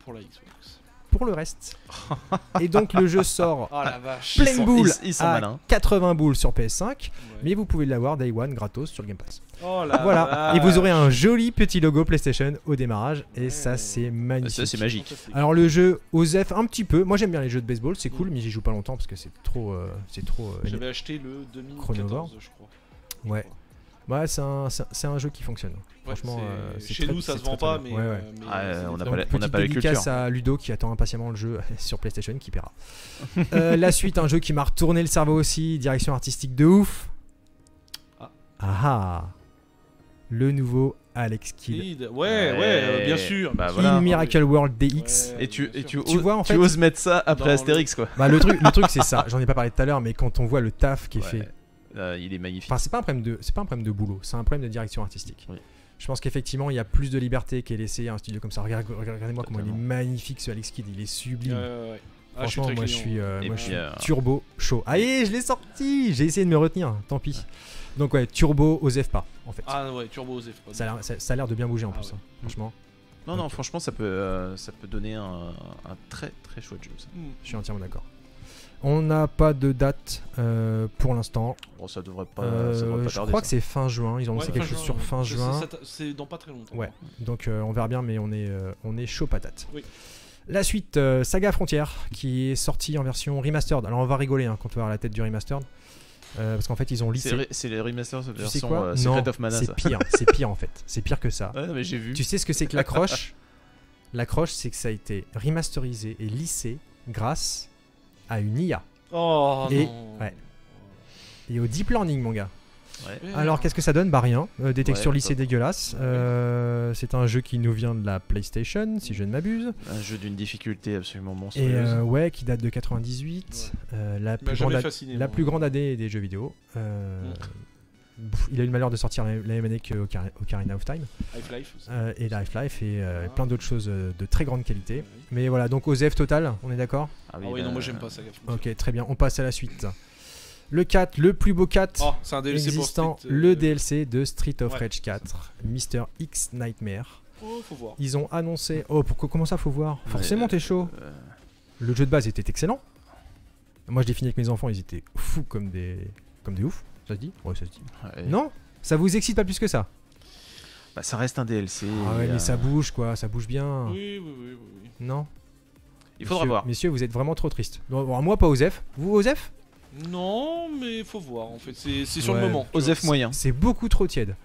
S1: pour la Xbox.
S2: pour le reste. Et donc le jeu sort
S1: Ah la vache.
S3: Ils
S2: pleine
S3: sont-
S2: boule
S3: ils- ils sont
S2: à
S3: malins.
S2: 80 boules sur PS5,
S1: Ouais.
S2: mais vous pouvez l'avoir day one gratos sur le Game Pass.
S1: Oh la
S3: Ah,
S2: voilà, et
S1: vache.
S2: vous aurez un joli petit logo PlayStation au démarrage, et ça
S1: Ouais.
S2: c'est
S3: Ah,
S2: magnifique.
S3: Ça c'est Mm. magique.
S1: Fantastique.
S2: Alors le jeu Osef un petit peu. Moi j'aime bien les jeux de baseball, c'est cool, mais j'y joue pas longtemps parce que c'est trop, euh, c'est trop. euh,
S1: J'avais acheté le 2014,
S2: Chronovore.
S1: je crois.
S2: Ouais. Ouais, c'est un, c'est un- c'est un jeu qui fonctionne.
S1: Ouais,
S2: Franchement,
S1: c'est-
S2: euh, c'est
S1: chez
S2: très-
S1: nous ça
S2: c'est
S1: se vend
S2: très,
S1: pas,
S2: très
S1: mais,
S2: bien. Ouais, ouais.
S1: euh, mais
S3: Ah,
S1: c'est
S3: euh, on
S1: des-
S3: n'a pas la-
S2: Donc, petite
S3: pas la
S2: dédicace
S3: culture.
S2: à Ludo qui attend impatiemment le jeu sur PlayStation, qui paiera. Euh, la suite, un jeu qui m'a retourné le cerveau aussi, direction artistique de ouf.
S1: Ah.
S2: Ah ah. Le nouveau Alex Kidd.
S1: Kid. Ouais, ouais, euh, bien sûr.
S3: Bah
S1: bien
S3: voilà.
S2: In Miracle World DX.
S1: Ouais.
S3: Et tu,
S1: Bien
S3: et tu,
S1: sûr.
S2: Tu
S3: oses-
S2: vois, en
S3: tu
S2: fait-
S3: oses mettre ça après
S1: Dans
S3: Astérix quoi.
S2: Bah, le truc, le truc c'est ça. J'en ai pas parlé tout à l'heure, mais quand on voit le taf qui est
S3: Ouais.
S2: fait,
S3: Euh, il est magnifique.
S2: Enfin, c'est pas un problème de, c'est pas un problème de boulot, c'est un problème de direction artistique.
S3: Oui.
S2: Je pense qu'effectivement, il y a plus de liberté qu'est laissée à un studio comme ça. Regarde- regardez-moi comment il est
S3: Totalement.
S2: magnifique ce Alex Kidd, il est
S1: sûr.
S2: sublime.
S1: Ouais, ouais, ouais. Ah, je suis
S2: Franchement,
S1: très
S2: moi je
S1: client.
S2: suis, euh,
S3: Et
S2: moi,
S3: puis,
S2: je suis
S3: euh,
S2: turbo chaud. Allez, je l'ai sorti. J'ai essayé de me retenir, tant pis. Donc ouais, turbo, osef pas, en fait.
S1: Ah ouais, Turbo Zef.
S2: Ça, a l'air, ça- ça a l'air de bien bouger en
S1: Ah
S2: plus,
S1: ouais.
S2: hein. franchement.
S3: Non non, franchement ça peut, euh, ça peut donner un, un très très chouette jeu. ça.
S2: Je suis entièrement d'accord. On n'a pas de date euh, pour l'instant.
S3: Bon, ça devrait pas,
S2: Euh,
S3: ça devrait pas
S2: je
S3: tarder,
S2: crois
S3: ça.
S2: que c'est fin juin. Ils ont lancé
S1: Ouais,
S2: quelque
S1: fin
S2: chose
S1: juin,
S2: sur
S1: ouais.
S2: fin
S1: C'est-
S2: juin.
S1: c'est- ça- C'est dans pas très longtemps.
S2: Ouais. Donc euh, on verra bien, mais on est, euh, on est chaud patate.
S1: Oui.
S2: La suite, euh, Saga Frontière, qui est sortie en version remastered. Alors on va rigoler hein, quand on va voir la tête du remastered. Euh, parce qu'en fait, ils ont
S3: C'est
S2: lissé.
S3: ré- C'est les remasters de
S2: Tu sais
S3: version
S2: quoi
S3: euh,
S2: Non,
S3: Secret of Mana.
S2: c'est
S3: ça.
S2: pire. C'est pire en fait. C'est pire que ça.
S3: Ouais, non, mais j'ai vu.
S2: Tu sais ce que c'est que l'accroche L'accroche, c'est que ça a été remasterisé et lissé grâce à une IA
S1: Oh
S2: Et-
S1: non.
S2: ouais. et au deep learning, mon gars.
S3: Ouais.
S1: Merde.
S2: Alors qu'est-ce que ça donne Bah rien, Euh, des textures
S3: Ouais,
S2: lissées
S3: top.
S2: dégueulasses. Euh, c'est un jeu qui nous vient de la PlayStation, si je ne m'abuse.
S3: Un jeu d'une difficulté absolument
S2: Et
S3: monstrueuse.
S2: euh, ouais, qui date de 98. euh,
S1: Il
S2: la,
S1: m'a
S2: plus grande,
S1: jamais
S2: a-
S1: fasciné.
S2: la
S1: moi.
S2: plus grande année des jeux vidéo. Euh,
S1: Mm.
S2: pff, il a eu le malheur de sortir la la même année que Ocar- Ocarina of Time
S1: Half-Life. aussi.
S2: euh, et Half-Life et euh,
S1: Ah.
S2: plein d'autres choses euh, de très grande qualité.
S1: Ouais.
S2: Mais voilà, donc OZF total, on est d'accord
S3: Ah
S1: Ah oui,
S3: là-
S1: non, moi j'aime pas Saga Frontier.
S2: Ok, très bien, on passe à la suite. Le 4, le plus beau 4
S1: Oh, c'est un DLC
S2: existant,
S1: pour Street, euh,
S2: le DLC de Street of
S1: ouais.
S2: Rage 4, Mr. X Nightmare.
S1: Oh, faut voir.
S2: Ils ont annoncé. Oh, pourquoi, comment ça, faut voir
S3: Ouais,
S2: Forcément,
S3: euh,
S2: t'es chaud.
S3: euh,
S2: Le jeu de base était excellent. Moi, je l'ai fini avec mes enfants, ils étaient fous comme des. comme des oufs. Ça se dit Ouais, ça se dit.
S3: ouais.
S2: Non Ça vous excite pas plus que ça
S3: Bah, ça reste un DLC.
S2: Ah ouais,
S3: et, euh,
S2: mais ça bouge quoi, ça bouge bien.
S1: Oui, oui, oui, oui, oui.
S2: Non
S3: Il faudra
S2: Messieurs-
S3: voir.
S2: Messieurs, vous êtes vraiment trop tristes. Bon, bon, moi, pas Osef. Vous, Osef
S1: Non, mais faut voir en fait. C'est c'est sur
S2: Ouais.
S1: le moment.
S3: Osef moyen.
S2: C'est beaucoup trop tiède.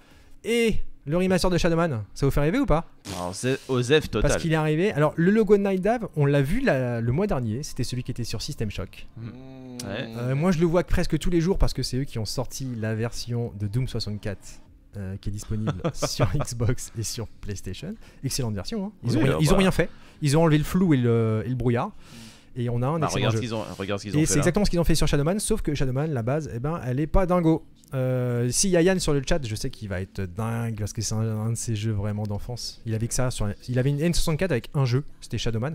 S2: Et le remaster de Shadowman, ça vous fait rêver ou pas
S3: Alors, Ze- Osef
S2: Parce
S3: total.
S2: qu'il est arrivé. Alors, le logo de Night Dive, on l'a vu la- le mois dernier. C'était celui qui était sur System Shock.
S1: Mmh.
S3: Ouais.
S2: Euh, moi, je le vois presque tous les jours parce que c'est eux qui ont sorti la version de Doom 64 euh, qui est disponible sur Xbox et sur PlayStation. Excellente version. hein. Ils,
S3: Oui,
S2: ont, rien-
S3: alors,
S2: ils ont
S3: bah. Mm.
S2: rien fait. Ils ont enlevé le flou et le, et le brouillard. Et on a un
S3: Bah,
S2: excellent
S3: regarde ce
S2: jeu.
S3: qu'ils ont, regarde ce qu'ils ont
S2: Et
S3: fait
S2: c'est
S3: là.
S2: exactement ce qu'ils ont fait sur Shadowman, sauf que Shadowman, la base, eh ben, elle est pas dingo. Euh, S'il y a Yann sur le chat, je sais qu'il va être dingue parce que c'est un, un de ses jeux vraiment d'enfance. Il avait que ça, sur, il avait une N64 avec un jeu, c'était Shadowman,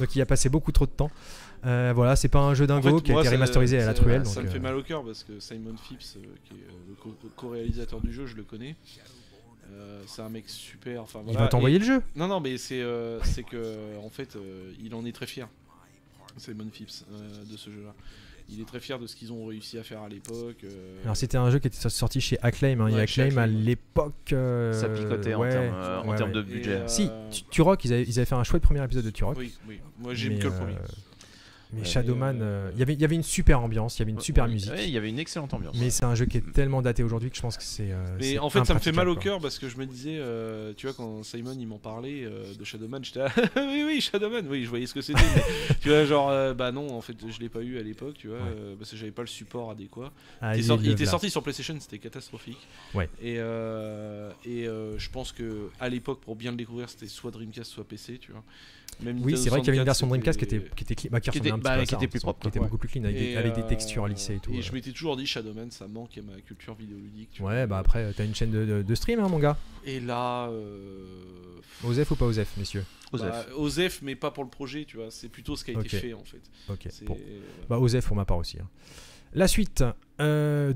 S2: donc il a passé beaucoup trop de temps. Euh, voilà, c'est pas un jeu
S1: En
S2: dingo
S1: fait,
S2: qui a
S1: moi,
S2: été
S1: ça-
S2: remasterisé à la
S1: ça-
S2: truelle.
S1: Ça
S2: donc,
S1: me fait
S2: euh,
S1: mal au cœur parce que Simon Phipps, euh, qui est euh, le co- co-réalisateur du jeu, je le connais. Euh, c'est un mec super. Enfin,
S2: Il
S1: voilà.
S2: va t'envoyer
S1: Et-
S2: le jeu.
S1: Non, non, mais c'est euh, c'est que en fait, euh, il en est très fier. Simon Phipps euh, de ce jeu-là. Il est très fier de ce qu'ils ont réussi à faire à l'époque. euh,
S2: Alors c'était un jeu qui était sorti chez Acclaim. hein. Il y a
S1: Ouais, chez
S2: Acclaim à
S1: Acclaim.
S2: l'époque. euh,
S3: Ça picotait en
S2: ouais,
S3: termes, euh, en
S2: ouais,
S3: termes
S2: ouais.
S3: de
S1: Et,
S3: budget.
S1: euh,
S2: Si, tu- Turok, ils avaient, ils avaient fait un chouette premier épisode de Turok.
S1: Oui, oui. Moi, j'aime
S2: Mais,
S1: que le premier.
S2: euh, Mais
S3: Ouais.
S2: Shadowman,
S1: Et,
S2: euh,
S1: euh,
S2: il y avait- il y avait une super ambiance, il y avait une super
S3: Ouais,
S2: musique.
S3: ouais, Il y avait une excellente ambiance.
S2: mais c'est un jeu qui est tellement daté aujourd'hui que je pense que c'est. euh,
S1: Mais
S2: c'est
S1: en fait, ça me fait mal au
S2: impraticable,
S1: cœur parce que je me disais, euh, tu vois, quand Simon il m'en parlait euh, de Shadowman, j'étais ah, oui, oui, Shadowman, oui, je voyais ce que c'était. mais, tu vois, genre, euh, bah non, en fait, je l'ai pas eu à l'époque, tu vois,
S2: Ouais.
S1: euh, parce que j'avais pas le support adéquat.
S2: quoi. Ah,
S1: il,
S2: il
S1: était sorti-
S2: est
S1: il était
S2: là.
S1: sorti sur PlayStation, c'était catastrophique.
S2: Ouais.
S1: Et, euh, et euh, je pense que à l'époque, pour bien le découvrir, c'était soit Dreamcast, soit PC, tu vois. Même
S2: Oui,
S1: Nintendo
S2: c'est vrai qu'il y avait une version
S1: 64,
S2: Dreamcast qui était,
S1: c'était-
S2: qui était, cli- bah, qui
S3: Qui
S2: ressemblait
S3: était-
S2: un petit
S3: bah,
S2: peu à
S3: qui
S2: ça,
S3: était
S2: hein,
S3: plus
S2: sans-
S3: propre,
S2: Qui était
S1: ouais.
S2: beaucoup plus clean, avec, des,
S1: Et,
S2: avec des
S1: euh,
S2: textures lissées et tout.
S1: Et
S2: ouais.
S1: je m'étais toujours dit, Shadowman, ça manque à ma culture vidéoludique. tu vois.
S2: Ouais, bah après, euh, t'as une chaîne de, de- de stream, hein, mon gars.
S1: Et là. euh,
S2: Osef ou pas Osef, messieurs
S3: Osef.
S1: Bah, Osef, mais pas pour le projet, tu vois. C'est plutôt ce qui a
S2: Ok.
S1: été fait en fait.
S2: Ok.
S1: C'est- euh,
S2: bon.
S1: ouais.
S2: Bah, Osef pour ma part aussi. hein. La suite euh,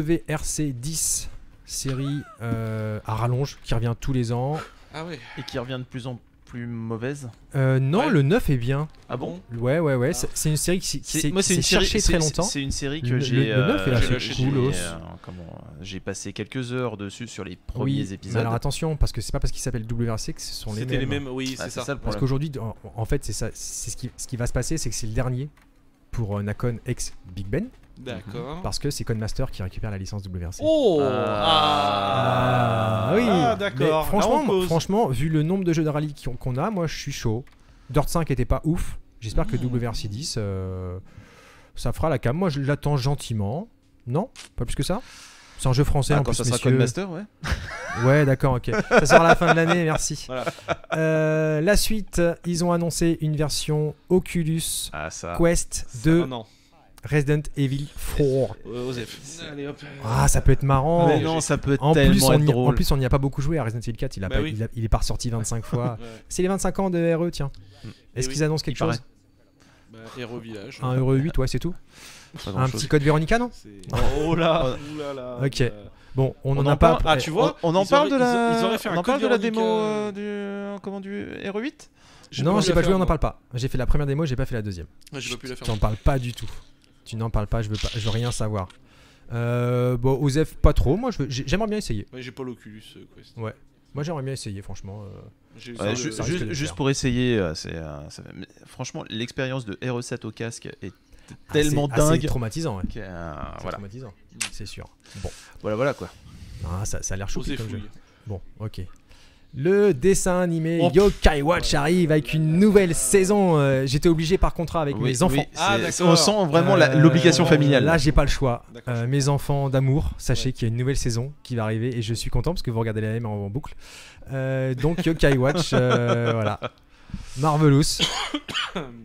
S2: WRC 10, série euh, à rallonge qui revient tous les ans.
S1: Ah ouais.
S3: Et qui revient de plus en plus mauvaise.
S2: Euh, non,
S1: Ouais.
S2: le 9 est bien.
S3: Ah bon
S2: Ouais, ouais, ouais.
S1: Ah.
S2: C'est c'est une série qui, s'est- qui s'est-
S3: moi,
S2: qui
S3: c'est
S2: s'est
S3: une série-
S2: cherchée
S3: c'est-
S2: très
S3: c'est-
S2: longtemps.
S3: C'est une série
S2: Le-
S3: que
S2: le-
S3: j'ai.
S2: le neuf est
S1: assez
S3: j'ai- j'ai-
S2: coolos.
S3: euh, comment, euh, J'ai passé quelques heures dessus sur les premiers
S2: mais
S3: épisodes. Ah,
S2: Alors attention, parce que c'est pas parce qu'ils s'appellent WRC que ce sont les mêmes.
S1: C'était les mêmes. Oui,
S3: Ah,
S1: c'est ça.
S3: le
S2: Parce
S3: problème.
S2: qu'aujourd'hui, en, en fait, c'est ça, c'est ce qui, ce qui va se passer, c'est que c'est le dernier pour euh, Nakon ex Big Ben,
S3: Oh.
S1: D'accord.
S2: parce que c'est Codemaster qui récupère la licence WRC.
S1: Oh.
S3: Ah.
S1: Ah,
S2: Ah oui.
S1: Ah, d'accord.
S2: Mais
S1: Là,
S2: Franchement,
S1: on pose.
S2: franchement, vu le nombre de jeux de rallye qui ont- qu'on a, moi, je suis chaud. Dirt 5 était pas ouf. J'espère que
S1: Mmh.
S2: WRC 10, euh, ça fera la cam. Moi, je l'attends gentiment. Non, pas plus que ça. C'est un jeu français
S3: Ah,
S2: en
S3: quand
S2: plus,
S3: ça sera
S2: messieurs.
S3: Codemaster, ouais.
S2: Ouais, d'accord, ok. Ça sort à la fin de l'année, merci.
S1: Voilà.
S2: Euh, la suite, ils ont annoncé une version Oculus
S3: Ah, ça.
S2: Quest
S1: Ah,
S2: de
S1: non.
S2: Resident Evil 4.
S1: Euh, Osef. Allez hop.
S2: Ah, ça peut être marrant.
S3: Mais non, ça peut
S2: En plus,
S3: tellement
S2: on
S3: être
S2: y- en
S3: drôle.
S2: plus, on n'y a pas beaucoup joué à Resident Evil 4. Il, a
S1: Bah
S2: pas-
S1: oui.
S2: il a- il est pas ressorti 25 fois.
S1: Ouais.
S2: C'est les 25 ans de RE, tiens.
S3: Mm.
S2: Est-ce
S1: Eh
S2: qu'ils
S1: oui,
S2: annoncent
S3: il
S2: quelque
S3: paraît.
S2: chose
S1: Bah, Hero Village.
S2: Un RE 8, ouais, c'est tout.
S3: Pas
S2: Un
S3: grand-chose.
S2: petit code Véronica, non
S1: C'est- Oh là, oh là là.
S2: Ok.
S1: Euh,
S2: Bon, on
S3: On
S2: n'en
S3: en
S2: a pas.
S3: parle-
S1: Ah, tu vois
S3: On, on en
S1: ils
S3: parle
S1: auraient-
S3: de la.
S1: ils auraient fait un
S3: on en parle de
S1: Code
S3: la
S1: Veronica.
S3: démo euh, du euh, comment du RE8
S1: J'ai
S2: non,
S1: envie
S2: j'ai
S1: de
S2: pas
S1: la
S2: joué, on
S1: faire,
S2: n'en parle pas. J'ai fait la première démo, j'ai pas fait la deuxième.
S1: moi. Ouais, J'ai pas pu la
S2: Tu
S1: faire.
S2: n'en parles pas du tout. Tu n'en parles pas, je veux, pas, je veux rien savoir. Euh, bon, Osef, pas trop. Moi, je veux- j'ai- j'aimerais bien essayer.
S1: Ouais, j'ai pas l'Oculus euh, Quest.
S2: Moi, j'aimerais bien essayer, franchement. euh.
S1: J'ai-
S3: Ouais,
S1: ça,
S3: ju-
S1: le-
S2: ça
S3: ju-
S2: risque de le
S3: juste
S2: faire.
S3: pour essayer, euh, c'est, euh, ça- mais franchement, l'expérience de RE7 au casque est tellement
S2: Ah, c'est- ah, c'est
S3: dingue.
S2: traumatisant, ouais.
S3: que, euh,
S2: C'est
S3: voilà.
S2: traumatisant, c'est sûr.
S3: voilà, voilà quoi.
S2: Ah, ça, ça a l'air choupi
S1: Osez
S2: comme jeu.
S1: fouille.
S2: Bon, ok. Le dessin animé
S1: Oh,
S2: Yokai Watch
S1: ouais.
S2: arrive avec une nouvelle saison. euh, J'étais obligé par contrat avec
S3: Oui,
S2: mes enfants.
S3: oui,
S1: Ah,
S3: c'est-
S1: d'accord.
S3: on sent vraiment la-
S2: Euh,
S3: l'obligation familiale.
S2: Là, j'ai pas le choix.
S1: D'accord,
S2: Euh,
S1: je
S2: mes enfants d'amour, sachez
S1: Ouais.
S2: qu'il y a une nouvelle saison qui va arriver et je suis content parce que vous regardez la même en, en boucle. Euh, donc, Yokai Watch, euh, voilà. Marvelous.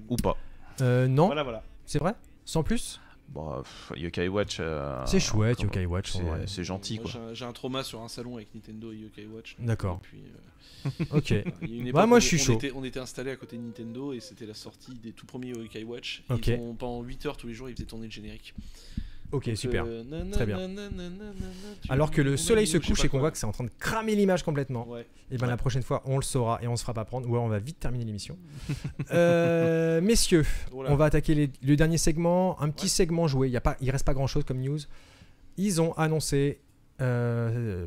S3: Ou pas.
S2: Euh, non,
S1: Voilà, voilà.
S2: c'est vrai Sans plus
S3: Bon, pff, Yokai Watch. euh,
S1: Ah,
S2: C'est chouette,
S3: comment-
S2: Yokai Watch. en vrai.
S3: C'est c'est gentil
S1: Moi,
S3: quoi.
S1: j'ai un- J'ai un trauma sur un salon avec Nintendo et Yokai Watch.
S2: D'accord.
S1: Et puis, euh,
S2: Ok.
S1: il y a une
S2: Bah,
S1: époque
S2: moi,
S1: où
S2: je suis
S1: on
S2: chaud.
S1: Était, on était installé à côté de Nintendo et c'était la sortie des tout premiers Yokai Watch.
S2: Ok.
S1: Ils ont, pendant 8 heures tous les jours, ils faisaient tourner le générique.
S2: Ok,
S1: Donc,
S2: super.
S1: euh, nanana,
S2: Très bien.
S1: nanana, tu-
S2: Alors que
S1: on a
S2: le soleil
S1: dit,
S2: se
S1: ou je sais
S2: couche
S1: pas
S2: et qu'on
S1: quoi.
S2: voit que c'est en train de cramer l'image complètement.
S1: Ouais.
S2: Et bien Eh ben, la prochaine fois, on le saura et on se fera pas prendre. Ou alors on va vite terminer l'émission. Euh, messieurs,
S1: Oh là.
S2: on va attaquer les- le dernier segment, un petit
S1: Ouais.
S2: segment joué. Il y a pas, il reste pas grand chose comme news. Ils ont annoncé euh,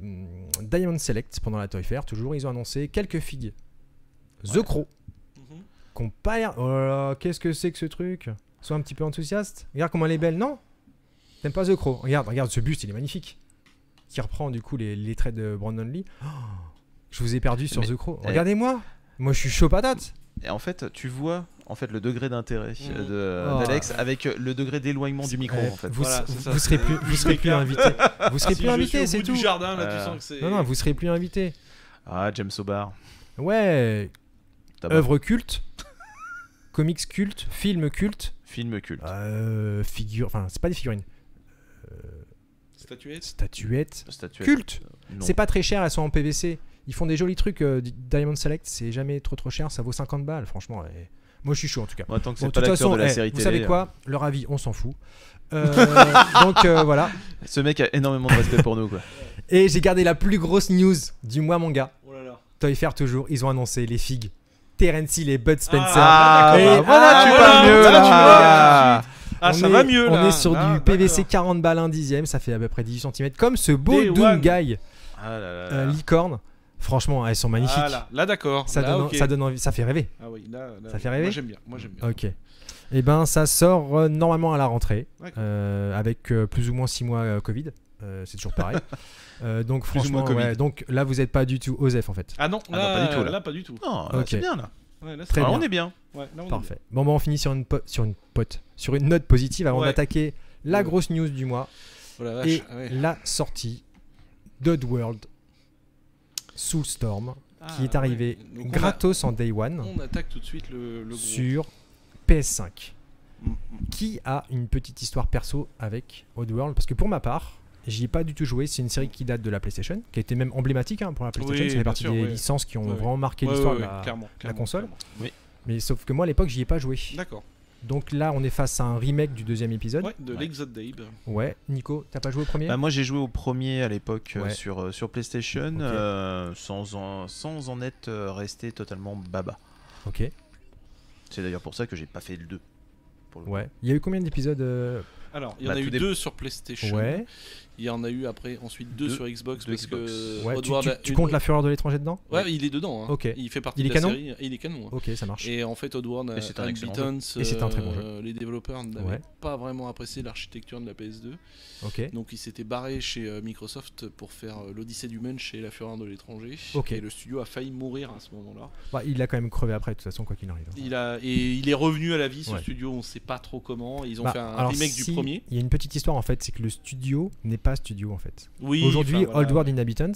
S2: Diamond Select pendant la Toy Fair. Toujours, ils ont annoncé quelques figues. The Crow.
S1: Mhm.
S2: Qu'on perd. Oh là là, qu'est-ce que c'est que ce truc Sois un petit peu enthousiaste. Regarde comment elle est belle, non T'aimes pas The Crow Regarde, regarde ce buste, il est magnifique. Qui reprend du coup les, les traits de Brandon Lee. Oh, je vous ai perdu sur
S3: Mais-
S2: The Crow.
S3: eh.
S2: Regardez-moi Moi je suis chaud patate
S3: Et en fait, tu vois en fait le degré d'intérêt
S1: Mhm.
S3: euh, de-
S2: Oh.
S3: d'Alex avec euh, le degré d'éloignement du micro
S2: Eh,
S3: en fait.
S2: vous,
S1: Voilà,
S2: vous-
S1: c'est ça,
S2: vous serez plus, vous serez plus invité. Vous serez
S1: Si
S2: plus
S1: je
S2: invité,
S1: suis au
S2: c'est
S1: bout du
S2: tout.
S1: jardin, là,
S3: Euh,
S1: tu sens que c'est.
S2: Non, non, vous serez plus invité.
S3: Ah, James O'Barr.
S2: Ouais,
S3: Tabac.
S2: œuvre culte, comics culte, film culte,
S3: Film culte.
S2: euh, figure. Enfin, c'est pas des figurines.
S1: Statuette.
S2: Statuettes.
S3: Statuette.
S2: Culte
S3: Non.
S2: C'est pas très cher, elles sont en PVC. Ils font des jolis trucs. euh, Di- Diamond Select, c'est jamais trop trop cher, ça vaut 50 balles, franchement. et- Moi je suis chaud en tout cas.
S3: Bon, tant que c'est
S2: Bon, de
S3: pas
S2: toute
S3: l'acteur
S2: façon,
S3: de la
S2: eh,
S3: série
S2: vous
S3: télé, hein.
S2: savez quoi
S1: hein.
S2: Leur avis, on s'en fout. Euh, donc euh, voilà.
S3: euh, Ce mec a énormément de respect pour nous quoi.
S2: Et j'ai gardé la plus grosse news du mois, mon gars.
S1: Oh là là.
S2: Toy Fair toujours, ils ont annoncé les figues. Terence Hill et Bud Spencer.
S1: Ah,
S2: Et-
S1: bah,
S2: voilà,
S1: ah,
S2: tu
S1: voilà,
S2: parles mieux
S1: voilà,
S2: là.
S1: tu vois, là, tout de suite. Ah,
S2: On
S1: ça
S2: est-
S1: va mieux
S2: On
S1: là.
S2: est sur
S1: Ah,
S2: du PVC
S1: d'accord.
S2: 40 balles un dixième, ça fait à peu près 18 cm. Comme ce beau
S1: Day
S2: Doom
S1: one.
S2: Guy
S3: Ah là là
S2: euh,
S3: là.
S2: licorne. Franchement, elles sont magnifiques.
S1: Ah, là, là, d'accord.
S2: Ça,
S1: Là,
S2: donne,
S1: ok.
S2: ça donne envie, ça fait rêver.
S1: Ah oui, là, là,
S2: Ça fait rêver
S1: Moi j'aime bien. Moi j'aime bien.
S2: Ok. Et ben ça sort euh, normalement à la rentrée,
S1: D'accord.
S2: euh, avec euh, plus ou moins 6 mois euh, Covid. Euh, c'est toujours pareil. Euh, donc
S3: ou
S2: franchement,
S3: moins Covid.
S2: ouais, donc là vous n'êtes pas du tout Osef en fait.
S1: Ah non,
S3: Ah non,
S1: là,
S3: pas du tout, là.
S1: là, pas du tout.
S3: Non, là,
S2: Ok.
S3: c'est bien là.
S1: Ouais, là,
S2: Très
S1: c'est-
S3: Ah,
S2: bien.
S3: On est bien.
S1: Ouais, là, on est
S2: Parfait. Bon bah on finit sur une po- sur une pote, sur une note positive avant
S1: Ouais.
S2: d'attaquer la
S1: Ouais.
S2: grosse news du mois
S1: bien. Oh la vache.
S2: et
S1: ah ouais.
S2: la sortie d'Oddworld Soulstorm qui
S1: Ah,
S2: est arrivé
S1: ouais. Donc, on a-
S2: gratos en day one.
S1: On attaque tout de suite le, le gros.
S2: sur PS5.
S1: Mm, mm.
S2: Qui a une petite histoire perso avec Oddworld Parce que pour ma part, j'y ai pas du tout joué. C'est une série qui date de la PlayStation, qui a été même emblématique hein, pour la PlayStation.
S1: Oui,
S2: Ça fait
S1: bien
S2: partie
S1: sûr,
S2: des
S1: ouais.
S2: licences qui ont
S1: Ouais,
S2: vraiment marqué
S1: Ouais,
S2: l'histoire.
S1: ouais,
S2: de
S1: ouais,
S2: la-
S1: clairement, clairement,
S2: console.
S1: clairement.
S2: Mais sauf que moi, à l'époque, j'y ai pas joué.
S1: D'accord.
S2: Donc là, on est face à un remake du deuxième épisode.
S1: Ouais, de
S3: Ouais.
S1: l'Exode d'Abe.
S2: Ouais, Nico, t'as pas joué au premier
S3: Bah, moi j'ai joué au premier à l'époque euh,
S2: Ouais.
S3: sur, euh, sur PlayStation
S2: Ok.
S3: euh, sans, en, sans en être euh, resté totalement baba.
S2: Ok,
S3: C'est d'ailleurs pour ça que j'ai pas fait le 2.
S2: ouais. Il y a eu combien d'épisodes euh,
S1: Alors, il y en
S3: Bah,
S1: a
S3: tout
S1: eu
S3: dé-
S1: deux sur PlayStation.
S2: Ouais.
S1: Il y en a eu après, ensuite deux,
S3: Deux-
S1: sur Xbox.
S3: deux
S1: parce
S3: Xbox.
S1: que
S2: ouais. Tu,
S1: euh, Oddworld
S2: tu-
S1: a
S2: tu
S1: une-
S2: comptes la fureur de l'étranger dedans
S1: Ouais, il est dedans. hein.
S2: Ok.
S1: Il fait partie
S2: Il est
S1: de la
S2: canon
S1: série. et Il est canon. hein.
S2: Ok, ça marche.
S1: Et en fait, Oddworld,
S3: Et c'est un excellent jeu.
S1: Unbeatons,
S2: Et c'est un très bon jeu.
S1: euh, les développeurs n'avaient
S2: Ouais.
S1: pas vraiment apprécié l'architecture de la PS2.
S2: Ok.
S1: Donc, ils s'étaient barrés chez euh, Microsoft pour faire euh, l'Odyssée du Maine chez La Fureur de l'étranger.
S2: Ok.
S1: Et le studio a failli mourir à ce moment-là.
S2: Bah, il a quand même crevé après, de toute façon, quoi qu'il arrive. hein.
S1: Il a... Et il est revenu à la vie, ce
S2: Ouais.
S1: studio, on ne sait pas trop comment. Ils ont
S2: Bah,
S1: fait un
S2: alors
S1: remake
S2: si,
S1: du premier.
S2: Il y a une petite histoire en fait, c'est que le studio n'est pas studio en fait.
S1: Oui,
S2: Aujourd'hui,
S1: enfin, voilà,
S2: Old World Inhabitants,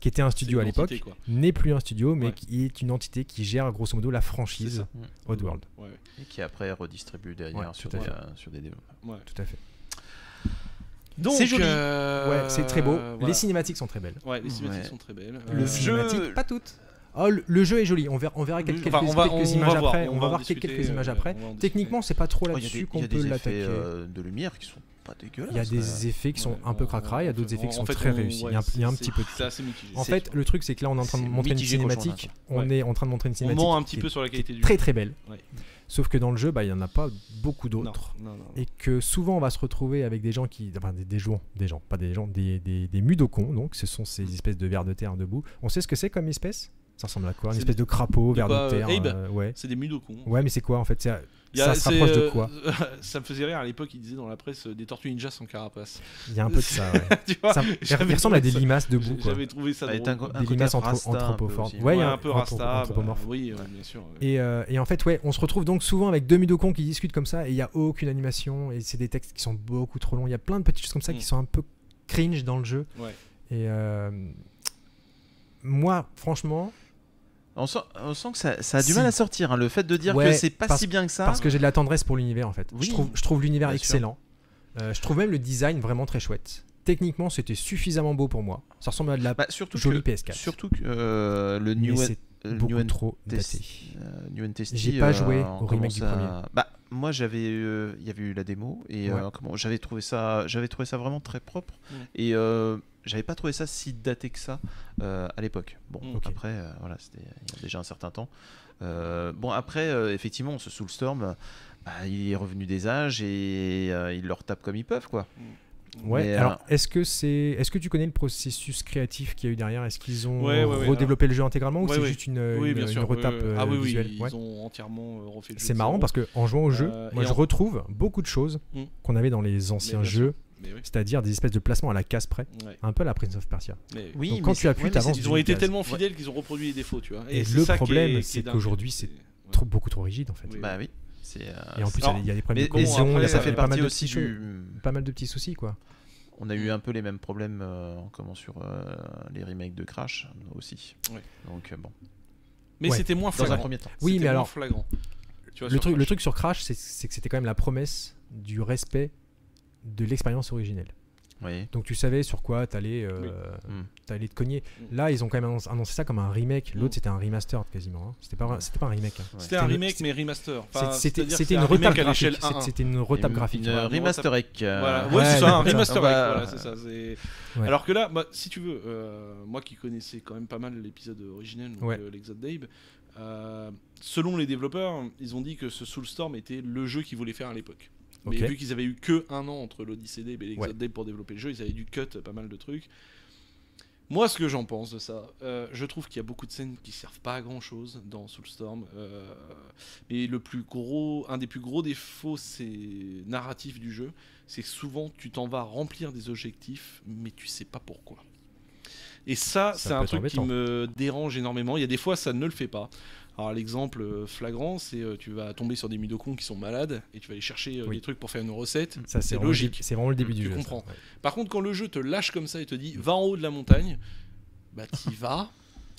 S2: qui était un
S1: c'est
S2: studio à
S1: une entité,
S2: l'époque,
S1: quoi.
S2: n'est plus un studio, mais
S1: Ouais.
S2: qui est une entité qui gère grosso modo la franchise Old World.
S1: Ouais, ouais.
S3: Et qui après redistribue derrière
S2: Ouais,
S3: sur,
S2: tout à
S3: des,
S2: fait.
S3: euh, sur des développeurs.
S1: Ouais.
S2: Tout à fait.
S1: Donc,
S2: C'est joli.
S1: euh,
S2: ouais, c'est très beau.
S1: voilà.
S2: Les cinématiques sont très belles.
S1: Ouais, les cinématiques
S3: Ouais.
S1: sont très belles.
S2: Le
S1: Euh,
S2: cinématique, pas toutes. Oh, le, le jeu est joli. On verra, on verra quel-
S1: Enfin,
S2: quelques,
S1: on va-
S2: quelques
S1: on va
S2: images
S1: voir,
S2: après.
S1: on
S2: on
S1: va
S2: va
S1: en
S2: voir quelques
S1: discuter,
S2: images
S1: euh,
S2: après.
S1: on va en discuter.
S2: Techniquement, c'est pas trop
S3: Oh, il y a des-
S2: là-dessus
S3: il y
S2: qu'on
S3: a des
S2: peut
S3: effets
S2: l'attaquer.
S3: euh, de lumière qui sont pas dégueulasse.
S2: Il y a des effets qui sont un peu cracra, il y a d'autres effets qui sont très réussis. Il y a un- il y a un petit peu de
S1: C'est assez mitigé.
S2: En
S3: C'est-
S2: fait, le truc, c'est que là, on est en train de
S3: c'est
S2: montrer une
S3: mitigé
S2: cinématique.
S1: qu'on joue,
S2: On
S1: ouais.
S2: est en train de montrer une
S1: On
S2: cinématique.
S1: ment un petit
S2: qui
S1: peu
S2: est
S1: sur la qualité du
S2: Très
S1: jeu.
S2: très belle.
S1: Ouais.
S2: Sauf que dans le jeu, bah, il n'y en a pas beaucoup
S1: Non,
S2: d'autres.
S1: non, non, non.
S2: Et que souvent, on va se retrouver avec des gens qui. Enfin, des, des gens, des gens, pas des gens, des, des, des mudokons, donc ce sont
S1: Mm.
S2: ces espèces de vers de terre debout. On sait ce que c'est comme espèce Ça ressemble à quoi Une
S1: C'est
S2: espèce de crapaud,
S1: de
S2: vers
S1: quoi,
S2: de
S1: euh,
S2: terre.
S1: Abe
S2: euh, ouais.
S1: C'est des mudokons.
S2: ouais, mais c'est quoi en fait C'est- euh,
S1: Il y a-
S2: Ça se
S1: c'est,
S2: rapproche de
S1: euh,
S2: quoi
S1: Ça me faisait rire à l'époque, ils disaient dans la presse euh, des tortues ninjas sans carapace.
S2: Il y a un peu de ça, ouais.
S1: tu vois
S2: Ça-
S1: j'avais
S2: il ressemble à des
S1: trouvé ça-
S2: limaces debout, quoi.
S1: J'avais trouvé ça
S3: Elle est
S1: drôle.
S3: un,
S2: Des
S3: côté
S2: limaces entre-
S3: Rasta un peu
S2: anthropophores.
S3: aussi.
S2: Ouais, il y a un-
S1: un peu
S2: anthro-
S1: rasta. bah,
S2: anthropomorphe.
S1: oui, euh, bien sûr. ouais.
S2: Et, euh, et en fait, ouais, on se retrouve donc souvent avec deux mudokons qui discutent comme ça et il n'y a aucune animation et c'est des textes qui sont beaucoup trop longs. Il y a plein de petites choses comme ça
S1: Mm.
S2: qui sont un peu cringe dans le jeu.
S1: Ouais.
S2: Et euh, moi, franchement,
S3: On sent, on sent que ça, ça a du
S2: Si.
S3: mal à sortir. hein. Le fait de dire
S2: Ouais,
S3: que c'est pas
S2: parce-
S3: si bien que ça.
S2: parce que j'ai de la tendresse pour l'univers en fait.
S3: Ah. Oui,
S2: je trouve, je trouve l'univers
S3: bien sûr.
S2: excellent. Euh, je trouve même le design vraiment très chouette. Techniquement, c'était suffisamment beau pour moi. Ça ressemble à de la
S3: Bah, surtout
S2: jolie
S3: que,
S2: PS4.
S3: surtout que euh, le
S2: mais
S3: New,
S2: c'est
S3: euh,
S2: beaucoup
S3: New and
S2: trop
S3: Test-
S2: daté.
S3: euh, New and Tasty,
S2: J'ai pas
S3: euh,
S2: joué
S3: on
S2: au remake du
S3: commence à-
S2: premier.
S3: Bah, moi j'avais, euh, il y avait eu la démo et
S2: Ouais.
S3: euh, comment, j'avais trouvé ça, j'avais trouvé ça vraiment très propre
S1: Ouais.
S3: et euh, j'avais pas trouvé ça si daté que ça euh, à l'époque. Bon,
S1: Mm.
S2: Ok.
S3: après euh, voilà, c'était il y a déjà un certain temps. Euh, bon après, euh, effectivement, ce Soulstorm, bah, il est revenu des âges et euh, ils leur tapent comme ils peuvent quoi.
S2: Ouais.
S3: Mais,
S2: alors,
S3: euh,
S2: est-ce que c'est, est-ce que tu connais le processus créatif qu'il y a eu derrière Est-ce qu'ils ont
S1: Ouais, ouais, ouais,
S2: redéveloppé le jeu intégralement ou
S1: Ouais,
S2: c'est
S1: ouais.
S2: juste une, euh,
S1: oui,
S2: une-
S1: bien
S2: une
S1: sûr. oui,
S2: retape
S1: oui.
S2: euh,
S1: ah oui, oui,
S2: visuelle
S1: ils
S2: Ouais.
S1: ont entièrement euh, refait le jeu.
S2: C'est marrant parce que en jouant au jeu,
S1: Euh,
S2: moi
S1: et
S2: je
S1: en-
S2: retrouve beaucoup de choses
S1: Mm.
S2: qu'on avait dans les anciens
S1: bien sûr.
S2: jeux,
S1: Mais oui.
S2: c'est-à-dire des espèces de placements à la casse près,
S1: ouais,
S2: un peu à la Prince of Persia.
S1: mais-
S3: Oui,
S2: Donc,
S3: mais
S2: quand
S3: c'est-
S2: tu
S3: ouais,
S2: appuies,
S3: mais
S2: t'avances
S3: c'est-
S1: Ils ont été
S2: d'une case.
S1: tellement fidèles qu'ils ont reproduit les défauts, tu vois.
S2: Et
S1: c'est
S2: le
S1: ça qui est-
S2: problème,
S1: qui est
S2: c'est
S1: dingue.
S2: qu'aujourd'hui,
S1: ouais.
S2: Trop beaucoup trop rigide en fait.
S1: Oui.
S3: Bah oui, c'est. euh,
S2: Et en plus, il y a-
S1: Alors,
S2: il y a des problèmes
S3: mais,
S2: de
S3: mais
S2: cohésion, il y a
S3: après, ça
S2: pas-
S3: fait
S2: il y a pas mal
S3: partie
S2: de
S3: aussi
S2: petits Mm. choses.
S3: du.
S2: Pas mal de petits soucis quoi.
S3: On a eu un peu les mêmes problèmes euh, comment sur euh, les remakes de Crash aussi.
S1: Ouais.
S3: Donc euh, bon,
S1: Mais
S2: Ouais.
S1: c'était moins
S3: dans un
S1: flagrant.
S3: premier temps.
S2: Oui,
S1: C'était
S2: mais
S1: moins
S2: alors,
S1: flagrant. Tu vois,
S2: Le
S1: sur
S2: truc, le
S1: Flash.
S2: truc sur Crash, c'est- c'est que c'était quand même la promesse du respect de l'expérience originelle.
S3: Oui.
S2: Donc tu savais sur quoi t'allais euh,
S3: Oui. Mm.
S2: t'allais te cogner.
S1: Mm.
S2: Là, ils ont quand même annoncé, annoncé ça comme un remake. L'autre,
S1: Mm.
S2: c'était un remaster quasiment. hein. C'était pas, un- c'était pas un remake. hein.
S1: C'était
S2: c'était
S1: un
S2: le-
S1: remake
S2: c'était-
S1: mais remaster. Hmm. Enfin,
S2: C'est- c'était
S1: c'est-à-dire
S2: c'était
S1: que
S2: une
S1: c'est un
S2: retape
S1: remake à l'échelle
S2: graphique. C'est-
S1: 1-1.
S2: C'était une retape
S3: Une-
S2: graphique.
S3: Une
S1: Voilà, une
S3: remasterique. euh,
S1: Voilà,
S2: ouais,
S1: ouais, c'est ça, un
S2: ouais,
S1: remaster,
S3: ouais.
S1: voilà, c'est ça. c'est-
S2: Ouais.
S1: Alors que là, bah, si tu veux, euh, moi qui connaissais quand même pas mal l'épisode originel, donc,
S2: Ouais.
S1: euh, l'Exode d'Abe, euh, selon les développeurs, ils ont dit que ce Soulstorm était le jeu qu'ils voulaient faire à l'époque. Mais
S2: Ok.
S1: vu qu'ils avaient eu que un an entre l'Odyssée d'Abe et l'Exode
S2: Ouais.
S1: d'Abe pour développer le jeu, ils avaient dû cut pas mal de trucs. Moi, ce que j'en pense de ça, euh, je trouve qu'il y a beaucoup de scènes qui servent pas à grand chose dans Soulstorm. euh, mais le plus gros, un des plus gros défauts, c'est narratif du jeu, c'est que souvent tu t'en vas remplir des objectifs, mais tu sais pas pourquoi. Et ça,
S2: Ça
S1: c'est
S2: peut
S1: un
S2: être
S1: truc
S2: embêtant.
S1: qui me dérange énormément. Il y a des fois, ça ne le fait pas. Alors l'exemple euh, flagrant, c'est euh, tu vas tomber sur des midocons qui sont malades et tu vas aller chercher euh,
S2: Oui. Mm.
S1: des trucs pour faire une recette.
S2: Ça, c'est
S1: c'est
S2: vraiment le dé-
S1: logique.
S2: C'est vraiment le début du
S1: Tu
S2: jeu. ça.
S1: comprends.
S2: Ouais.
S1: Par contre, quand le jeu te lâche comme ça et te
S2: Mm.
S1: dit va en haut de la montagne, bah t'y vas.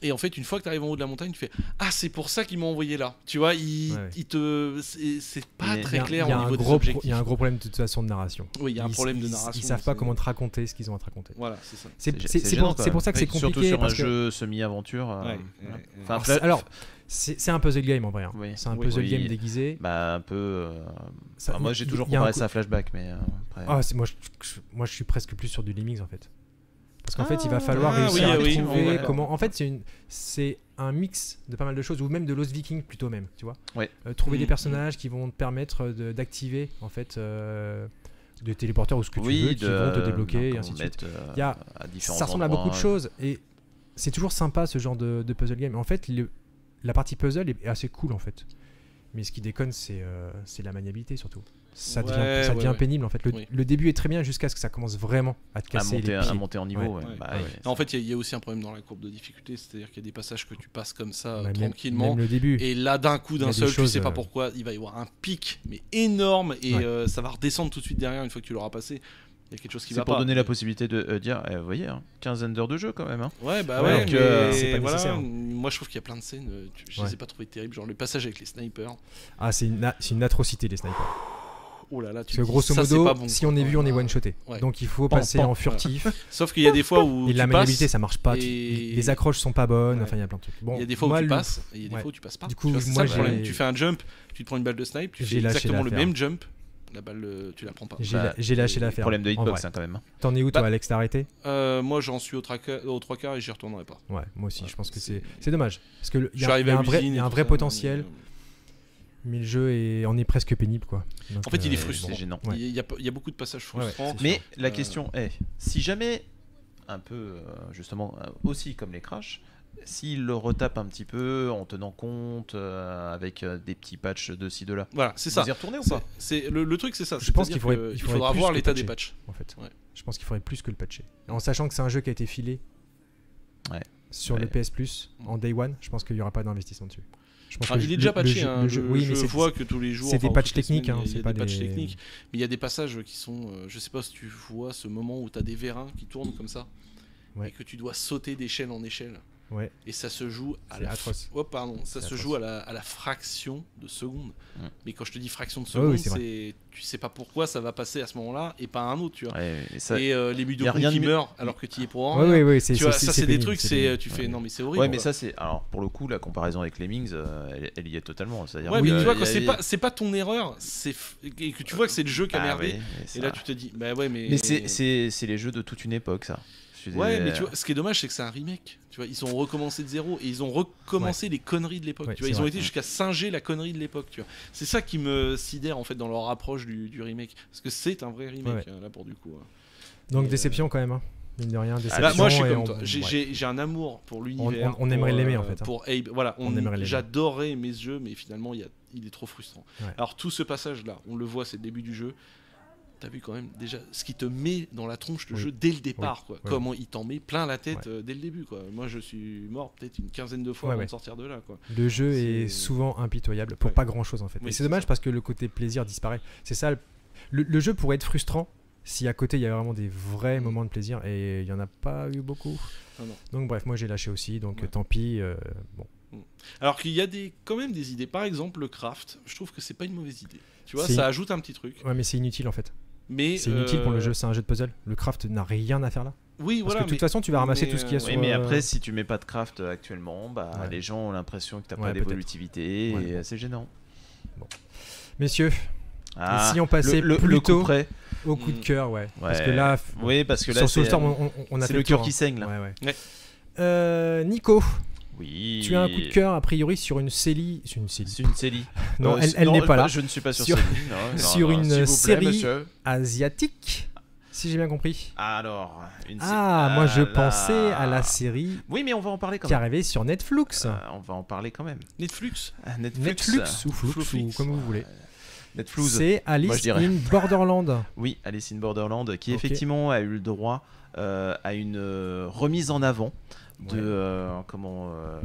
S1: Et en fait, une fois que t'arrives en haut de la montagne, tu fais ah c'est pour ça qu'ils m'ont envoyé là. Tu vois, il,
S2: Ouais, ouais.
S1: il te c'est- c'est pas
S3: Mais
S2: Il y
S1: très
S2: a-
S1: clair
S2: il y a
S1: au
S2: un
S1: niveau
S2: gros
S1: des
S2: pro- Il
S1: objectifs.
S2: y a un gros problème de toute façon de narration.
S1: Oui, il y a un
S2: Ils-
S1: problème de
S2: ils-
S1: narration.
S2: Ils savent pas
S1: c'est-
S2: comment te raconter ce qu'ils ont à te raconter.
S1: Voilà, c'est ça.
S2: C'est
S3: gê-
S2: c'est- c'est
S3: gênant,
S2: pour,
S3: quoi.
S2: c'est pour ça que
S3: Oui,
S2: c'est compliqué.
S3: Surtout sur un
S2: parce que-
S3: jeu semi-aventure. euh,
S1: Ouais,
S3: voilà.
S1: ouais, ouais.
S3: Enfin,
S2: Alors,
S3: pla-
S2: c'est- Alors, c'est c'est un puzzle game en vrai. hein.
S3: Oui.
S2: C'est un
S1: Oui.
S2: puzzle
S3: Oui.
S2: game déguisé.
S3: bah, un peu. euh,
S2: Ça-
S3: enfin, moi, j'ai
S2: il-
S3: toujours
S2: il y a un
S3: comparé
S2: co-
S3: ça à Flashback, mais euh, après.
S2: Ah, c'est moi, je, je- moi, je suis presque plus sur du Lemmings en fait. Parce qu'en
S3: Ah.
S2: fait, il va falloir
S1: Ah, oui,
S2: réussir à
S1: ah oui,
S2: trouver
S1: bon, d'accord.
S2: comment. En fait, c'est une, c'est un mix de pas mal de choses, ou même de Lost Viking plutôt même, tu vois.
S3: Ouais.
S2: Euh, trouver
S1: Mm,
S2: des
S1: mm.
S2: personnages qui vont te permettre euh, de- d'activer en fait euh, des téléporteurs ou ce que tu veux, qui vont te débloquer et ainsi de suite.
S3: euh,
S2: Il y a- Ça ressemble à beaucoup de choses et c'est toujours sympa ce genre de, de puzzle game. En fait, le- la partie puzzle est assez cool en fait. Mais ce qui déconne, c'est euh, c'est la maniabilité surtout. Ça devient,
S1: Ouais,
S2: ça
S1: ouais,
S2: devient
S1: ouais.
S2: pénible en fait. Le,
S1: Oui.
S2: le début est très bien jusqu'à ce que ça commence vraiment à te
S3: À
S2: casser
S3: monter,
S2: les
S3: à
S2: pieds.
S3: monter en niveau.
S2: Ouais,
S3: ouais.
S1: ouais,
S3: Bah,
S2: ouais.
S3: ouais.
S1: Non, en fait, il y a- il y, a aussi un problème dans la courbe de difficulté, c'est-à-dire qu'il y a des passages que tu passes comme ça euh,
S2: Bah, même-
S1: tranquillement.
S2: Même le début.
S1: Et là, d'un coup,
S2: Il y a
S1: d'un
S2: des
S1: seul, tu
S2: choses,
S1: sais
S2: euh,
S1: pas pourquoi, il va y avoir un pic, mais énorme, et
S2: Ouais.
S1: euh, ça va redescendre tout de suite derrière une fois que tu l'auras passé. Il y a quelque chose qui
S3: C'est
S1: va
S3: pour
S1: pas.
S3: donner la possibilité de euh, dire, eh, vous voyez, hein, 15 d'heures de jeu quand même. hein.
S1: Ouais, bah
S2: Ouais,
S1: ouais,
S3: donc,
S1: mais
S3: euh,
S2: c'est pas
S1: voilà,
S2: nécessaire.
S1: Moi, je trouve qu'il y a plein de scènes, euh, tu- je
S2: Ouais.
S1: les ai pas trouvées terribles, genre le passage avec les snipers.
S2: Ah, c'est une, a- c'est une atrocité les snipers.
S1: Oh là là, tu
S2: Parce que
S1: te dis,
S2: grosso
S1: ça, c'est
S2: modo,
S1: pas bon,
S2: si
S1: quoi.
S2: on est vu, on est one shoté.
S1: Ouais.
S2: Donc il faut
S3: Pan,
S2: passer
S3: pan,
S2: en furtif.
S1: Sauf qu'il y a des fois où.
S2: Et la
S1: tu
S2: maniabilité,
S1: passes,
S2: ça marche pas. tu-
S1: et-
S2: Les accroches sont pas bonnes.
S1: Ouais.
S2: Enfin, il y a plein de trucs. Bon,
S1: il y a des fois
S2: moi,
S1: où tu
S2: le-
S1: passes, et il y a des
S2: ouais.
S1: fois où tu passes pas.
S2: Du
S1: Tu
S2: coup,
S1: vois, c'est
S2: moi,
S1: ça le problème.
S2: j'ai-
S1: Tu fais un jump, tu te prends une balle de snipe, tu
S2: J'ai
S1: fais
S2: lâché
S1: exactement le
S2: l'affaire.
S1: même jump. La balle, euh, tu la prends pas.
S2: J'ai
S3: Bah,
S2: la- j'ai lâché l'affaire.
S3: Problème de
S2: en
S3: hitbox
S2: vrai.
S3: hein, quand même.
S2: T'en es où, toi,
S1: Bah-
S2: Alex T'as arrêté
S1: Euh, moi, j'en suis au, trois quarts- au trois quarts et j'y retournerai pas.
S2: Ouais, moi aussi,
S1: Ouais,
S2: je pense que c'est
S1: c'est-
S2: c'est dommage. Parce que le- il y
S1: Je suis
S2: a, il y
S1: arrivé
S2: a
S1: à
S2: un vrai,
S1: l'usine
S2: il y
S1: et
S2: a un
S1: tout
S2: vrai
S1: ça, mais,
S2: potentiel,
S1: euh,
S2: mais le jeu est, en est presque pénible, quoi. Donc,
S1: En fait, il est
S2: euh,
S1: frustrant.
S3: C'est gênant.
S2: Ouais.
S1: Il y, a, il y a beaucoup de passages
S2: Ouais, ouais,
S1: frustrants.
S2: c'est
S3: Mais la
S1: Euh,
S3: question est, si jamais, un peu euh, justement, euh, aussi comme les crashs, s'il le retape un petit peu en tenant compte euh, avec euh, des petits patchs de ci, de là,
S1: Voilà, c'est
S3: vous
S1: ça.
S3: y retournez ou
S1: C'est-
S3: pas
S1: C'est le, le truc, c'est ça.
S2: Je pense
S1: C'est-à-dire
S2: qu'il faudrait-
S1: que
S2: il
S1: il
S2: faudrait
S1: faudra
S2: plus
S1: voir
S2: que
S1: l'état des
S2: patcher.
S1: patchs.
S2: en fait.
S1: Ouais.
S2: Je pense qu'il faudrait plus que le patcher. En sachant que c'est un jeu qui a été filé
S3: Ouais.
S2: sur le
S3: Ouais.
S2: PS Plus en day one, je pense qu'il n'y aura pas d'investissement dessus. Je pense
S1: Enfin,
S2: que
S1: il
S2: le-
S1: est déjà
S2: le
S1: patché.
S2: jeu-
S1: hein,
S2: le
S1: je,
S2: jeu- oui, mais
S1: je
S2: c'est-
S1: vois que tous les jours.
S2: c'est des
S1: enfin,
S2: patchs
S1: toutes les
S2: techniques,
S1: semaines,
S2: hein,
S1: il y a
S2: c'est pas
S1: des patchs
S2: des-
S1: techniques. Mais il y a des passages qui sont. euh, je sais pas si tu vois ce moment où t'as des vérins qui tournent comme ça.
S2: Ouais.
S1: Et que tu dois sauter d'échelle en échelle.
S2: Ouais.
S1: Et ça se joue à
S2: C'est
S1: la.
S2: atroce.
S1: Oh, pardon. Ça
S2: C'est
S1: se
S2: atroce.
S1: joue à la, à la fraction de seconde.
S3: Ouais.
S1: Mais quand je te dis fraction de
S2: Ah
S1: seconde,
S2: oui, c'est vrai.
S1: c'est. Tu sais pas pourquoi ça va passer à ce moment-là et pas à un autre, tu vois.
S3: Ouais, et ça-
S1: Et euh, les
S3: y a
S1: Mudoku
S3: rien de
S1: qui
S3: mieux.
S1: meurent alors que tu y es pour
S2: Ouais,
S1: rien.
S2: ouais, ouais, c'est
S1: Oh, Tu vois, ça c'est des
S2: pénible,
S1: trucs, c'est
S2: pénible.
S1: euh, tu fais
S3: Ouais.
S1: non mais c'est horrible.
S3: Ouais, mais
S1: quoi.
S3: ça c'est. Alors pour le coup, la comparaison avec Lemmings, euh, elle, elle y est totalement. C'est-à-dire
S1: Ouais,
S3: que,
S1: mais tu vois quand
S3: euh, y a-
S1: c'est
S3: y a-
S1: pas c'est pas ton erreur, c'est f- et que tu vois que c'est le jeu qui a
S3: Ah
S1: merdé.
S3: oui, mais ça-
S1: Et là tu te dis bah ouais mais
S3: Mais c'est- c'est c'est les jeux de toute une époque, ça. Je suis
S1: Ouais,
S3: désolé.
S1: mais tu vois, ce qui est dommage, c'est que c'est un remake. Tu vois, ils ont recommencé de zéro et ils ont recommencé les conneries de l'époque.
S2: Ouais,
S1: tu vois,
S2: c'est
S1: ils ont
S2: vrai.
S1: été jusqu'à singer la connerie de l'époque. Tu vois, c'est ça qui me sidère en fait dans leur approche du, du remake, parce que c'est un vrai remake hein, là pour du coup. hein.
S2: Donc
S1: Et, euh,
S2: déception quand même, hein. mine de rien. Déception
S1: Bah, moi, je suis
S2: et
S1: comme
S2: on-
S1: toi. J'ai
S2: ouais.
S1: j'ai- j'ai un amour pour l'univers.
S2: on- on aimerait
S1: pour,
S2: l'aimer,
S1: euh,
S2: en fait, hein.
S1: Pour Abe, voilà,
S2: On
S1: on,
S2: aimerait l'aimer.
S1: j'adorais mes jeux, mais finalement, il, y a- il est trop frustrant.
S2: Ouais.
S1: Alors tout ce passage là, on le voit, c'est le début du jeu. T'as vu quand même déjà ce qui te met dans la tronche le
S2: Oui.
S1: jeu dès le départ, quoi.
S2: Oui.
S1: Comment il t'en met plein la tête
S2: Ouais.
S1: euh, dès le début, quoi. Moi, je suis mort peut-être une quinzaine de fois
S2: Ouais,
S1: avant
S2: ouais.
S1: de sortir de là, quoi.
S2: Le jeu est...
S1: C'est-
S2: souvent impitoyable pour
S1: Ouais.
S2: pas grand chose en fait.
S1: Oui,
S2: et c'est
S1: c'est
S2: dommage
S1: ça.
S2: parce que le côté plaisir disparaît. C'est ça. Le... le- le jeu pourrait être frustrant si à côté il y avait vraiment des vrais
S1: Mm.
S2: moments de plaisir et il y en a pas eu beaucoup.
S3: Ah
S1: Non, non.
S2: Donc bref, moi j'ai lâché aussi, donc
S1: Ouais.
S2: euh, tant pis. euh, bon.
S1: Alors qu'il y a des, quand même des idées. Par exemple, le craft, je trouve que c'est pas une mauvaise idée. Tu vois,
S2: C'est-
S1: ça ajoute un petit truc.
S2: Ouais, mais c'est inutile en fait.
S1: Mais
S2: C'est inutile pour le
S1: euh,
S2: jeu. C'est un jeu de puzzle. Le craft n'a rien à faire là.
S1: Oui,
S2: Parce
S1: voilà.
S2: que de toute
S1: mais-
S2: façon, tu vas ramasser
S1: mais,
S2: tout ce qu'il y a
S1: euh,
S2: sur.
S3: Oui, mais
S2: euh,
S3: après, si tu mets pas de craft euh, actuellement, bah,
S2: Ouais.
S3: les gens ont l'impression que t'as
S2: Ouais,
S3: pas
S2: peut-être.
S3: d'évolutivité
S2: Ouais.
S3: et euh, c'est gênant.
S2: messieurs,
S3: Ah,
S2: si on passait
S3: le, le-
S2: plus
S3: le
S2: tôt-
S3: couperet.
S2: au coup
S1: Mm.
S2: de cœur, ouais. Parce que
S3: Ouais.
S2: là, f-
S3: Oui, parce que là,
S2: sur
S3: c'est euh,
S2: Soulstorm, on, on- on a
S3: c'est
S2: fait
S3: le cœur
S2: tour,
S3: qui
S2: hein.
S3: saigne là.
S2: Ouais, ouais.
S1: Ouais.
S2: Euh, Nico,
S3: Oui.
S2: tu as un coup de cœur a priori sur une série, sur une série.
S3: C'est une série.
S2: Non,
S3: Euh,
S2: elle,
S3: c'est-
S2: elle n'est pas là.
S3: Je ne suis pas sur,
S2: Sur-
S3: Céline, non, non,
S2: sur
S3: non,
S2: une
S3: s'il vous plaît,
S2: série-
S3: monsieur.
S2: Asiatique, si j'ai bien compris.
S3: Alors, une sé-
S2: Ah, moi je
S3: là.
S2: pensais à la série
S3: Oui, mais on va en parler quand
S2: qui
S3: même.
S2: arrivait sur Netflix.
S3: Euh, on va en parler quand même.
S1: Netflix.
S3: Ah, Netflix.
S2: Netflix ou Flux ou
S1: Flowflix.
S2: comme vous voulez.
S3: Netflix.
S2: C'est
S3: Moi, je
S2: Alice
S3: dirais.
S2: in Borderland.
S3: Oui, Alice in Borderland, qui
S2: Ok.
S3: effectivement a eu le droit euh, à une euh, remise en avant de
S2: Ouais.
S3: euh, comment euh,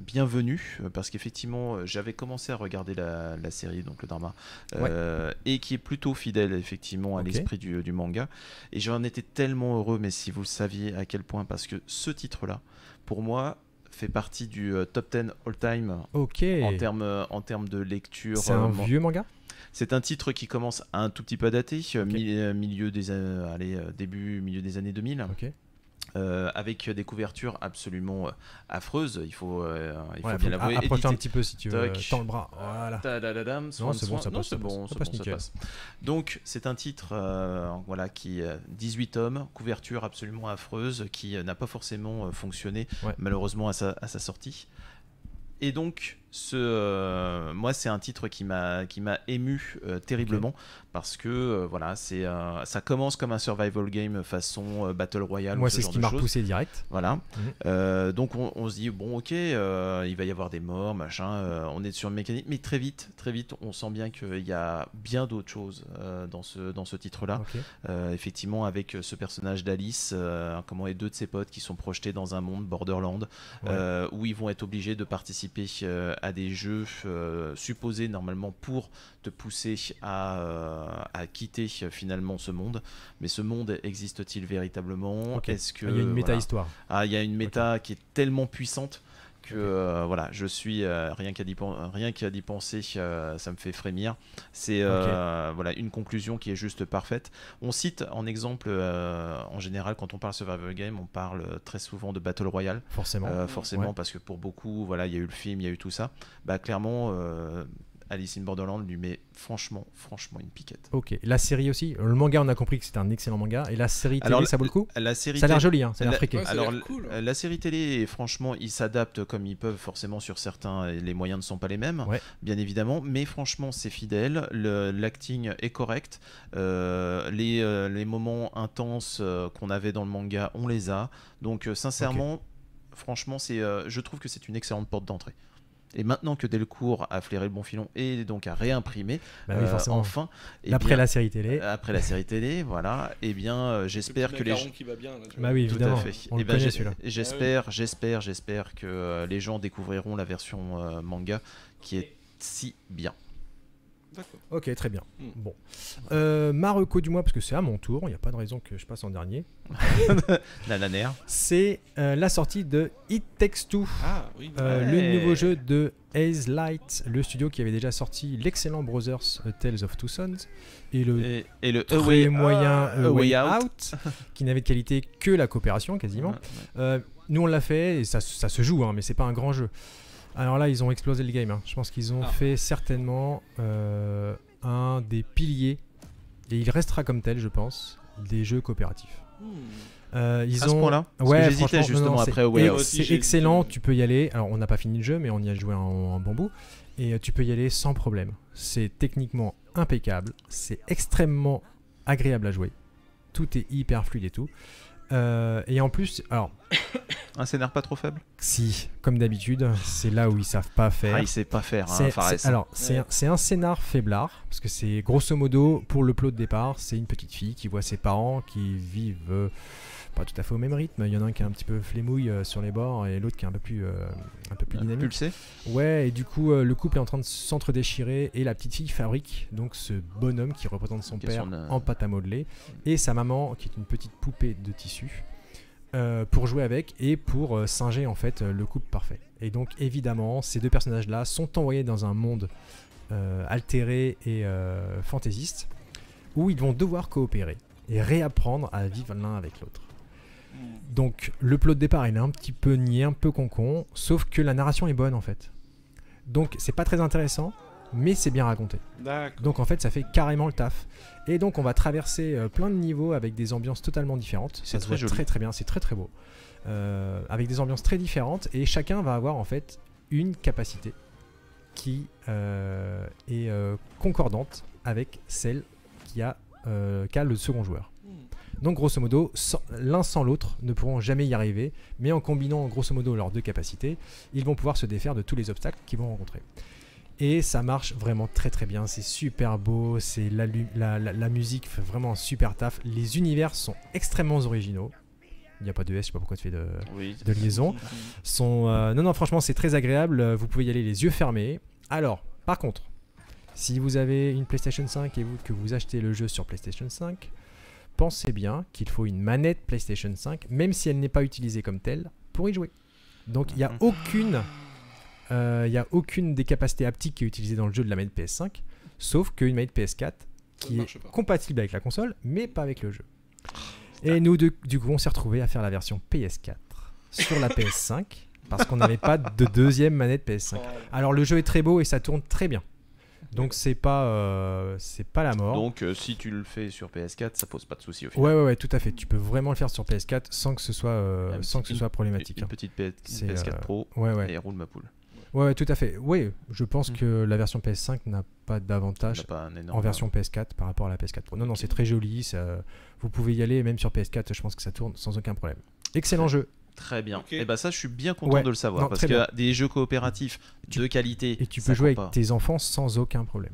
S3: bienvenue euh, parce qu'effectivement euh, j'avais commencé à regarder la, la série donc le drama euh, et qui est plutôt fidèle effectivement à
S2: Ok.
S3: l'esprit du, du manga et j'en étais tellement heureux mais si vous le saviez à quel point parce que ce titre là pour moi fait partie du euh, top 10 all time
S2: Ok.
S3: en termes euh, en termes de lecture
S2: C'est
S3: euh,
S2: un
S3: man-
S2: vieux manga
S3: c'est un titre qui commence à un tout petit peu à dater, euh, mi- euh, milieu des, euh, allez, euh, début, milieu des années 2000,
S2: Ok.
S3: euh, avec des couvertures absolument euh, affreuses, il faut, euh, il faut
S2: Voilà,
S3: bien
S2: faut-
S3: l'avouer.
S2: approche un
S3: édité.
S2: petit peu si tu veux.
S3: Toc.
S2: Tends le bras. Voilà.
S3: Tadadadam, soin
S2: Non,
S3: de
S2: c'est bon,
S3: soin.
S2: ça
S3: Non,
S2: passe,
S3: c'est
S2: ça
S3: bon,
S2: passe.
S3: c'est
S2: Ça passe
S3: bon, ça
S2: nickel.
S3: passe. Donc, c'est un titre euh, voilà, qui euh, 18 tomes, couverture absolument affreuse, qui euh, n'a pas forcément euh, fonctionné
S2: Ouais.
S3: malheureusement à sa, à sa sortie. Et donc, ce, euh, moi, c'est un titre qui m'a qui m'a ému euh, terriblement parce que euh, voilà, c'est euh, ça commence comme un survival game façon euh, battle royale. ou
S2: Moi,
S3: ce
S2: c'est ce
S3: genre
S2: qui
S3: de
S2: m'a
S3: choses.
S2: repoussé direct.
S3: Voilà.
S2: Mhm.
S3: Euh, donc on, on se dit bon ok, euh, il va y avoir des morts, machin. euh, on est sur une mécanique, mais très vite, très vite, on sent bien qu'il y a bien d'autres choses euh, dans ce dans ce titre-là.
S2: Ok.
S3: Euh, effectivement, avec ce personnage d'Alice, euh, comment et deux de ses potes qui sont projetés dans un monde Borderland
S2: Ouais.
S3: euh, où ils vont être obligés de participer euh, à des jeux euh, supposés normalement pour te pousser à, euh, à quitter euh, finalement ce monde. Mais ce monde existe-t-il véritablement
S2: Ok.
S3: Est-ce que
S2: Il y a une
S3: voilà.
S2: méta-histoire.
S3: Ah, il y a une méta qui est tellement puissante que euh, voilà, je suis euh, rien qu'à d'y pen- rien qu'à d'y penser, euh, ça me fait frémir. C'est euh, voilà une conclusion qui est juste parfaite. On cite en exemple, euh, en général, quand on parle survival game, on parle euh, très souvent de battle royale,
S2: Forcément.
S3: euh, forcément
S2: Ouais.
S3: parce que pour beaucoup, voilà, il y a eu le film, il y a eu tout ça. Bah clairement. euh, Alice in Borderland lui met franchement, franchement une piquette.
S2: Ok, la série aussi. Le manga, on a compris que c'était un excellent manga. Et la série télé,
S3: Alors,
S2: ça vaut le coup
S3: La série
S2: Ça a l'air
S3: télé-
S2: joli, hein, ça a l'air
S3: la-
S2: friqué.
S1: Ouais, ça a
S3: Alors,
S1: l'air cool. hein.
S3: euh, la série télé, franchement, ils s'adaptent comme ils peuvent. Forcément, sur certains, et les moyens ne sont pas les mêmes,
S2: Ouais.
S3: bien évidemment. Mais franchement, c'est fidèle. Le- L'acting est correct. Euh, les, euh, les moments intenses euh, qu'on avait dans le manga, on les a. Donc, euh, sincèrement, franchement, c'est, euh, je trouve que c'est une excellente porte d'entrée. Et maintenant que Delcourt a flairé le bon filon et donc a réimprimé,
S2: Bah oui,
S3: euh,
S2: forcément.
S3: enfin, eh
S2: Après
S3: bien,
S2: la série télé.
S3: après la série télé, voilà, et bien, euh, j'espère
S1: Le
S3: que
S1: petit
S3: les,
S1: macaron qui va bien, là, tu
S2: Bah
S1: vois.
S2: oui,
S3: tout à
S2: évidemment.
S3: fait.
S2: On
S3: Eh
S2: le
S3: ben,
S2: connaît,
S3: j'ai-
S2: celui-là.
S3: J'espère, j'espère, j'espère que euh, les gens découvriront la version euh, manga qui est si bien.
S1: D'accord.
S2: Ok, très bien.
S3: Hmm.
S1: Mm.
S2: Bon. Euh, ma reco du mois, parce que c'est à mon tour, il n'y a pas de raison que je passe en dernier,
S3: La laner.
S2: c'est euh, la sortie de It Takes Two,
S1: Ah oui. bah,
S2: euh,
S3: Ouais.
S2: le nouveau jeu de Haze Light, le studio qui avait déjà sorti l'excellent Brothers euh, Tales of Two Sons, et le
S3: Et, et le
S2: très
S3: Away-
S2: moyen
S3: Ah,
S2: euh,
S3: A
S2: Way
S3: Way Out.
S2: Out, qui n'avait de qualité que la coopération quasiment. Euh, nous, on l'a fait et ça, ça se joue, hein, mais c'est pas un grand jeu. Alors là, ils ont explosé le game. hein. Je pense qu'ils ont
S1: Ah.
S2: fait certainement euh, un des piliers, et il restera comme tel, je pense, des jeux coopératifs.
S1: hmm.
S2: Euh, ils
S3: À ce
S2: ont-
S3: point-là Parce que
S2: Ouais,
S3: j'hésitais
S2: franchement,
S3: justement
S2: non, non,
S3: après
S2: c'est-
S3: Away
S2: et
S1: Out. Moi aussi,
S2: C'est
S1: j'ai
S2: excellent,
S1: hésité.
S2: tu peux y aller. Alors, on n'a pas fini le jeu, mais on y a joué en, en bambou. Et euh, tu peux y aller sans problème. C'est techniquement impeccable. C'est extrêmement agréable à jouer. Tout est hyper fluide et tout. Euh, et en plus, alors,
S3: Un scénar pas trop faible
S2: si, comme d'habitude, c'est là où ils savent pas faire.
S3: Ah, il sait pas faire, hein,
S2: C'est-
S3: Fares.
S2: c'est- alors, c'est un- c'est un, scénar faiblard, parce que c'est grosso modo, pour le plot de départ, c'est une petite fille qui voit ses parents qui vivent euh, pas tout à fait au même rythme. Il y en a un qui est un petit peu flémouille euh, sur les bords et l'autre qui est un peu plus, euh, un peu plus dynamique.
S3: Pulsé
S2: Ouais, et du coup, euh, le couple est en train de s'entre-déchirer et la petite fille fabrique donc ce bonhomme qui représente son
S3: Qui est
S2: père
S3: son, euh,
S2: en pâte à modeler et sa maman qui est une petite poupée de tissu euh, pour jouer avec et pour euh, singer en fait euh, le couple parfait. Et donc évidemment, ces deux personnages-là sont envoyés dans un monde euh, altéré et euh, fantaisiste où ils vont devoir coopérer et réapprendre à vivre l'un avec l'autre. Donc le plot de départ il est un petit peu niais, un peu concon, sauf que la narration est bonne en fait. Donc c'est pas très intéressant, mais c'est bien raconté.
S1: D'accord.
S2: Donc en fait, ça fait carrément le taf. Et donc on va traverser euh, plein de niveaux avec des ambiances totalement différentes.
S3: C'est
S2: Ça se
S3: très
S2: voit
S3: joli.
S2: très très bien, c'est très très beau. Euh, avec des ambiances très différentes et chacun va avoir en fait une capacité qui euh, est euh, concordante avec celle qui a euh, qu'a le second joueur.
S1: Hmm.
S2: Donc grosso modo, sans- l'un sans l'autre ne pourront jamais y arriver, mais en combinant grosso modo leurs deux capacités, ils vont pouvoir se défaire de tous les obstacles qu'ils vont rencontrer. Et ça marche vraiment très très bien, c'est super beau, c'est la, lu- la- la- la musique fait vraiment un super taf, les univers sont extrêmement originaux. Il n'y a pas de S, je sais pas pourquoi tu fais de,
S3: Oui.
S2: de liaison. Sont, euh, non, non, franchement, c'est très agréable, euh, vous pouvez y aller les yeux fermés. Alors, par contre, si vous avez une PlayStation 5 et vous, que vous achetez le jeu sur PlayStation 5, pensez bien qu'il faut une manette PlayStation 5, même si elle n'est pas utilisée comme telle, pour y jouer. Donc il n'y a
S3: Mhm.
S2: aucune... euh, Il y a aucune des capacités haptiques qui est utilisée dans le jeu de la manette PS5, sauf qu'une manette PS4
S1: Ça
S2: qui
S1: marche
S2: est
S1: pas.
S2: compatible avec la console, mais pas avec le jeu.
S3: Ah.
S2: Et nous, du, du coup, on s'est retrouvés à faire la version PS4 sur la PS5, parce qu'on n'avait pas de deuxième manette PS5.
S1: Oh.
S2: Alors le jeu est très beau et ça tourne très bien. Donc c'est pas, euh, c'est pas la mort.
S3: Donc, euh, si tu le fais sur PS4, ça pose pas de souci au final.
S2: ouais, ouais, ouais, tout à fait. Tu peux vraiment le faire sur PS4 sans que ce soit, euh,
S3: Une
S2: sans que
S3: petite-
S2: ce soit problématique.
S3: Une
S2: hein.
S3: petite PS-
S2: C'est,
S3: PS4
S2: euh,
S3: Pro
S2: Ouais, ouais. Ah,
S3: et roule ma poule.
S2: ouais, ouais, tout à fait. Oui, je pense
S3: Mm.
S2: que la version PS5 n'a pas
S3: On
S2: d'avantage
S3: n'a pas un énorme-
S2: en version PS4 par rapport à la PS4 Pro. Non, non, c'est très joli. ça- vous pouvez y aller, même sur PS4, je pense que ça tourne sans aucun problème. Excellent jeu.
S3: Très bien.
S1: Ok.
S3: Et bah ça, je suis bien content
S2: Ouais.
S3: de le savoir
S2: Non,
S3: parce
S2: très
S3: que des jeux coopératifs de qualité.
S2: Et tu
S3: ça
S2: peux jouer avec
S3: compte pas.
S2: tes enfants sans aucun problème.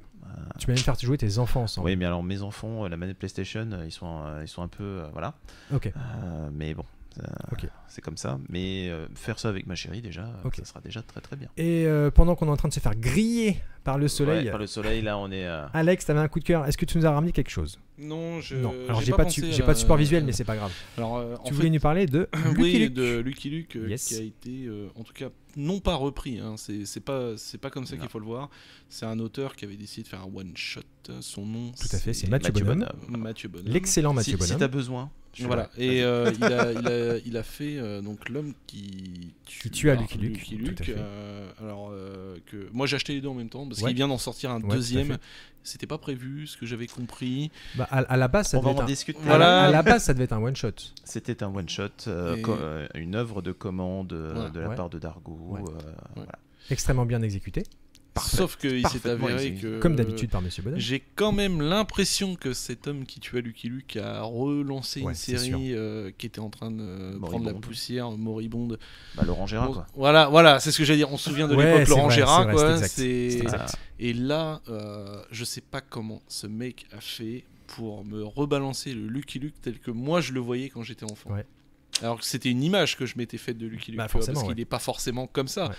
S2: Tu peux même faire jouer tes enfants ensemble.
S3: Oui, mais alors mes enfants, euh, la manette PlayStation, euh, ils sont, euh, ils sont un peu, euh, voilà.
S2: Ok.
S3: Euh, mais bon, ça-
S2: Ah. Ok.
S3: c'est comme ça. Mais euh, faire ça avec ma chérie déjà, euh,
S2: Ok.
S3: ça sera déjà très très bien.
S2: Et euh, pendant qu'on est en train de se faire griller par le soleil,
S3: Ouais, par le soleil, là, on est. euh,
S2: Alex, t'avais un coup de cœur. Est-ce que tu nous as ramené quelque chose
S1: Non, je.
S2: Non. Alors j'ai pas, de
S1: pensé
S2: su-
S1: à
S2: j'ai
S1: la-
S2: pas de support visuel, mais c'est pas grave.
S1: Alors, euh, en
S2: tu voulais
S1: fait,
S2: nous parler de Lucky
S1: oui,
S2: Luke.
S1: de Lucky Luke euh,
S2: Yes.
S1: qui a été, euh, en tout cas, non pas repris. hein, c'est c'est pas, c'est pas comme ça
S3: Non.
S1: qu'il faut le voir. C'est un auteur qui avait décidé de faire un one shot. Son nom.
S2: Tout à fait, c'est
S1: Mathieu
S3: Mathieu
S2: Mathieu Bonhomme.
S3: Bonhomme.
S1: Mathieu Bonhomme.
S2: L'excellent
S3: si
S2: Mathieu
S3: si
S2: Bonhomme.
S3: t'as besoin. je suis
S1: Voilà.
S3: là.
S1: Et
S3: Vas-y.
S1: euh, il, a, il, a, il a fait euh, donc l'homme qui tue,
S2: Qui tua
S1: Ar-
S2: Lucky Luke, tout à fait.
S1: euh, alors euh, que moi j'ai acheté les deux en même temps parce Parce
S2: Ouais.
S1: qu'il vient d'en sortir un
S2: Ouais, tout à
S1: deuxième.
S2: fait.
S1: C'était pas prévu, ce que j'avais compris.
S2: Bah, à, à la base, ça
S3: On va
S2: devait
S3: en
S2: être un-
S3: discuter.
S2: à la-
S1: Voilà.
S2: à la base, ça devait être un one shot.
S3: C'était un one shot, euh,
S1: Et-
S3: co- euh, une œuvre de commande euh,
S1: Ouais.
S3: de la
S2: Ouais.
S3: part de Dargo.
S2: Ouais.
S3: euh,
S2: Extrêmement bien exécuté,
S3: Parfait.
S1: Sauf qu'il s'est
S3: Parfaitement
S1: avéré
S3: exécuté.
S1: que.
S2: comme d'habitude par Monsieur Bonhomme.
S1: J'ai quand même l'impression que cet homme qui tua Lucky Luke a relancé
S2: Ouais,
S1: une
S2: c'est sûr.
S1: série euh, qui était en train de euh, prendre la
S3: Moribonde.
S1: poussière moribonde.
S3: bah, Laurent Gérard,
S1: On-
S3: quoi.
S1: Voilà, voilà, c'est ce que j'allais dire. On se souvient de
S2: Ouais,
S1: l'époque
S2: c'est
S1: Laurent
S2: vrai,
S1: Gérard,
S2: c'est vrai,
S1: quoi.
S2: c'est exact,
S1: C'est-
S2: c'est exact.
S1: Et là, euh, je sais pas comment ce mec a fait pour me rebalancer le Lucky Luke tel que moi je le voyais quand j'étais enfant.
S2: Ouais.
S1: Alors que c'était une image que je m'étais faite de Lucky Luke,
S2: Bah,
S1: tu vois,
S2: forcément,
S1: parce qu'il
S2: ouais.
S1: n'est pas forcément comme ça.
S2: Ouais.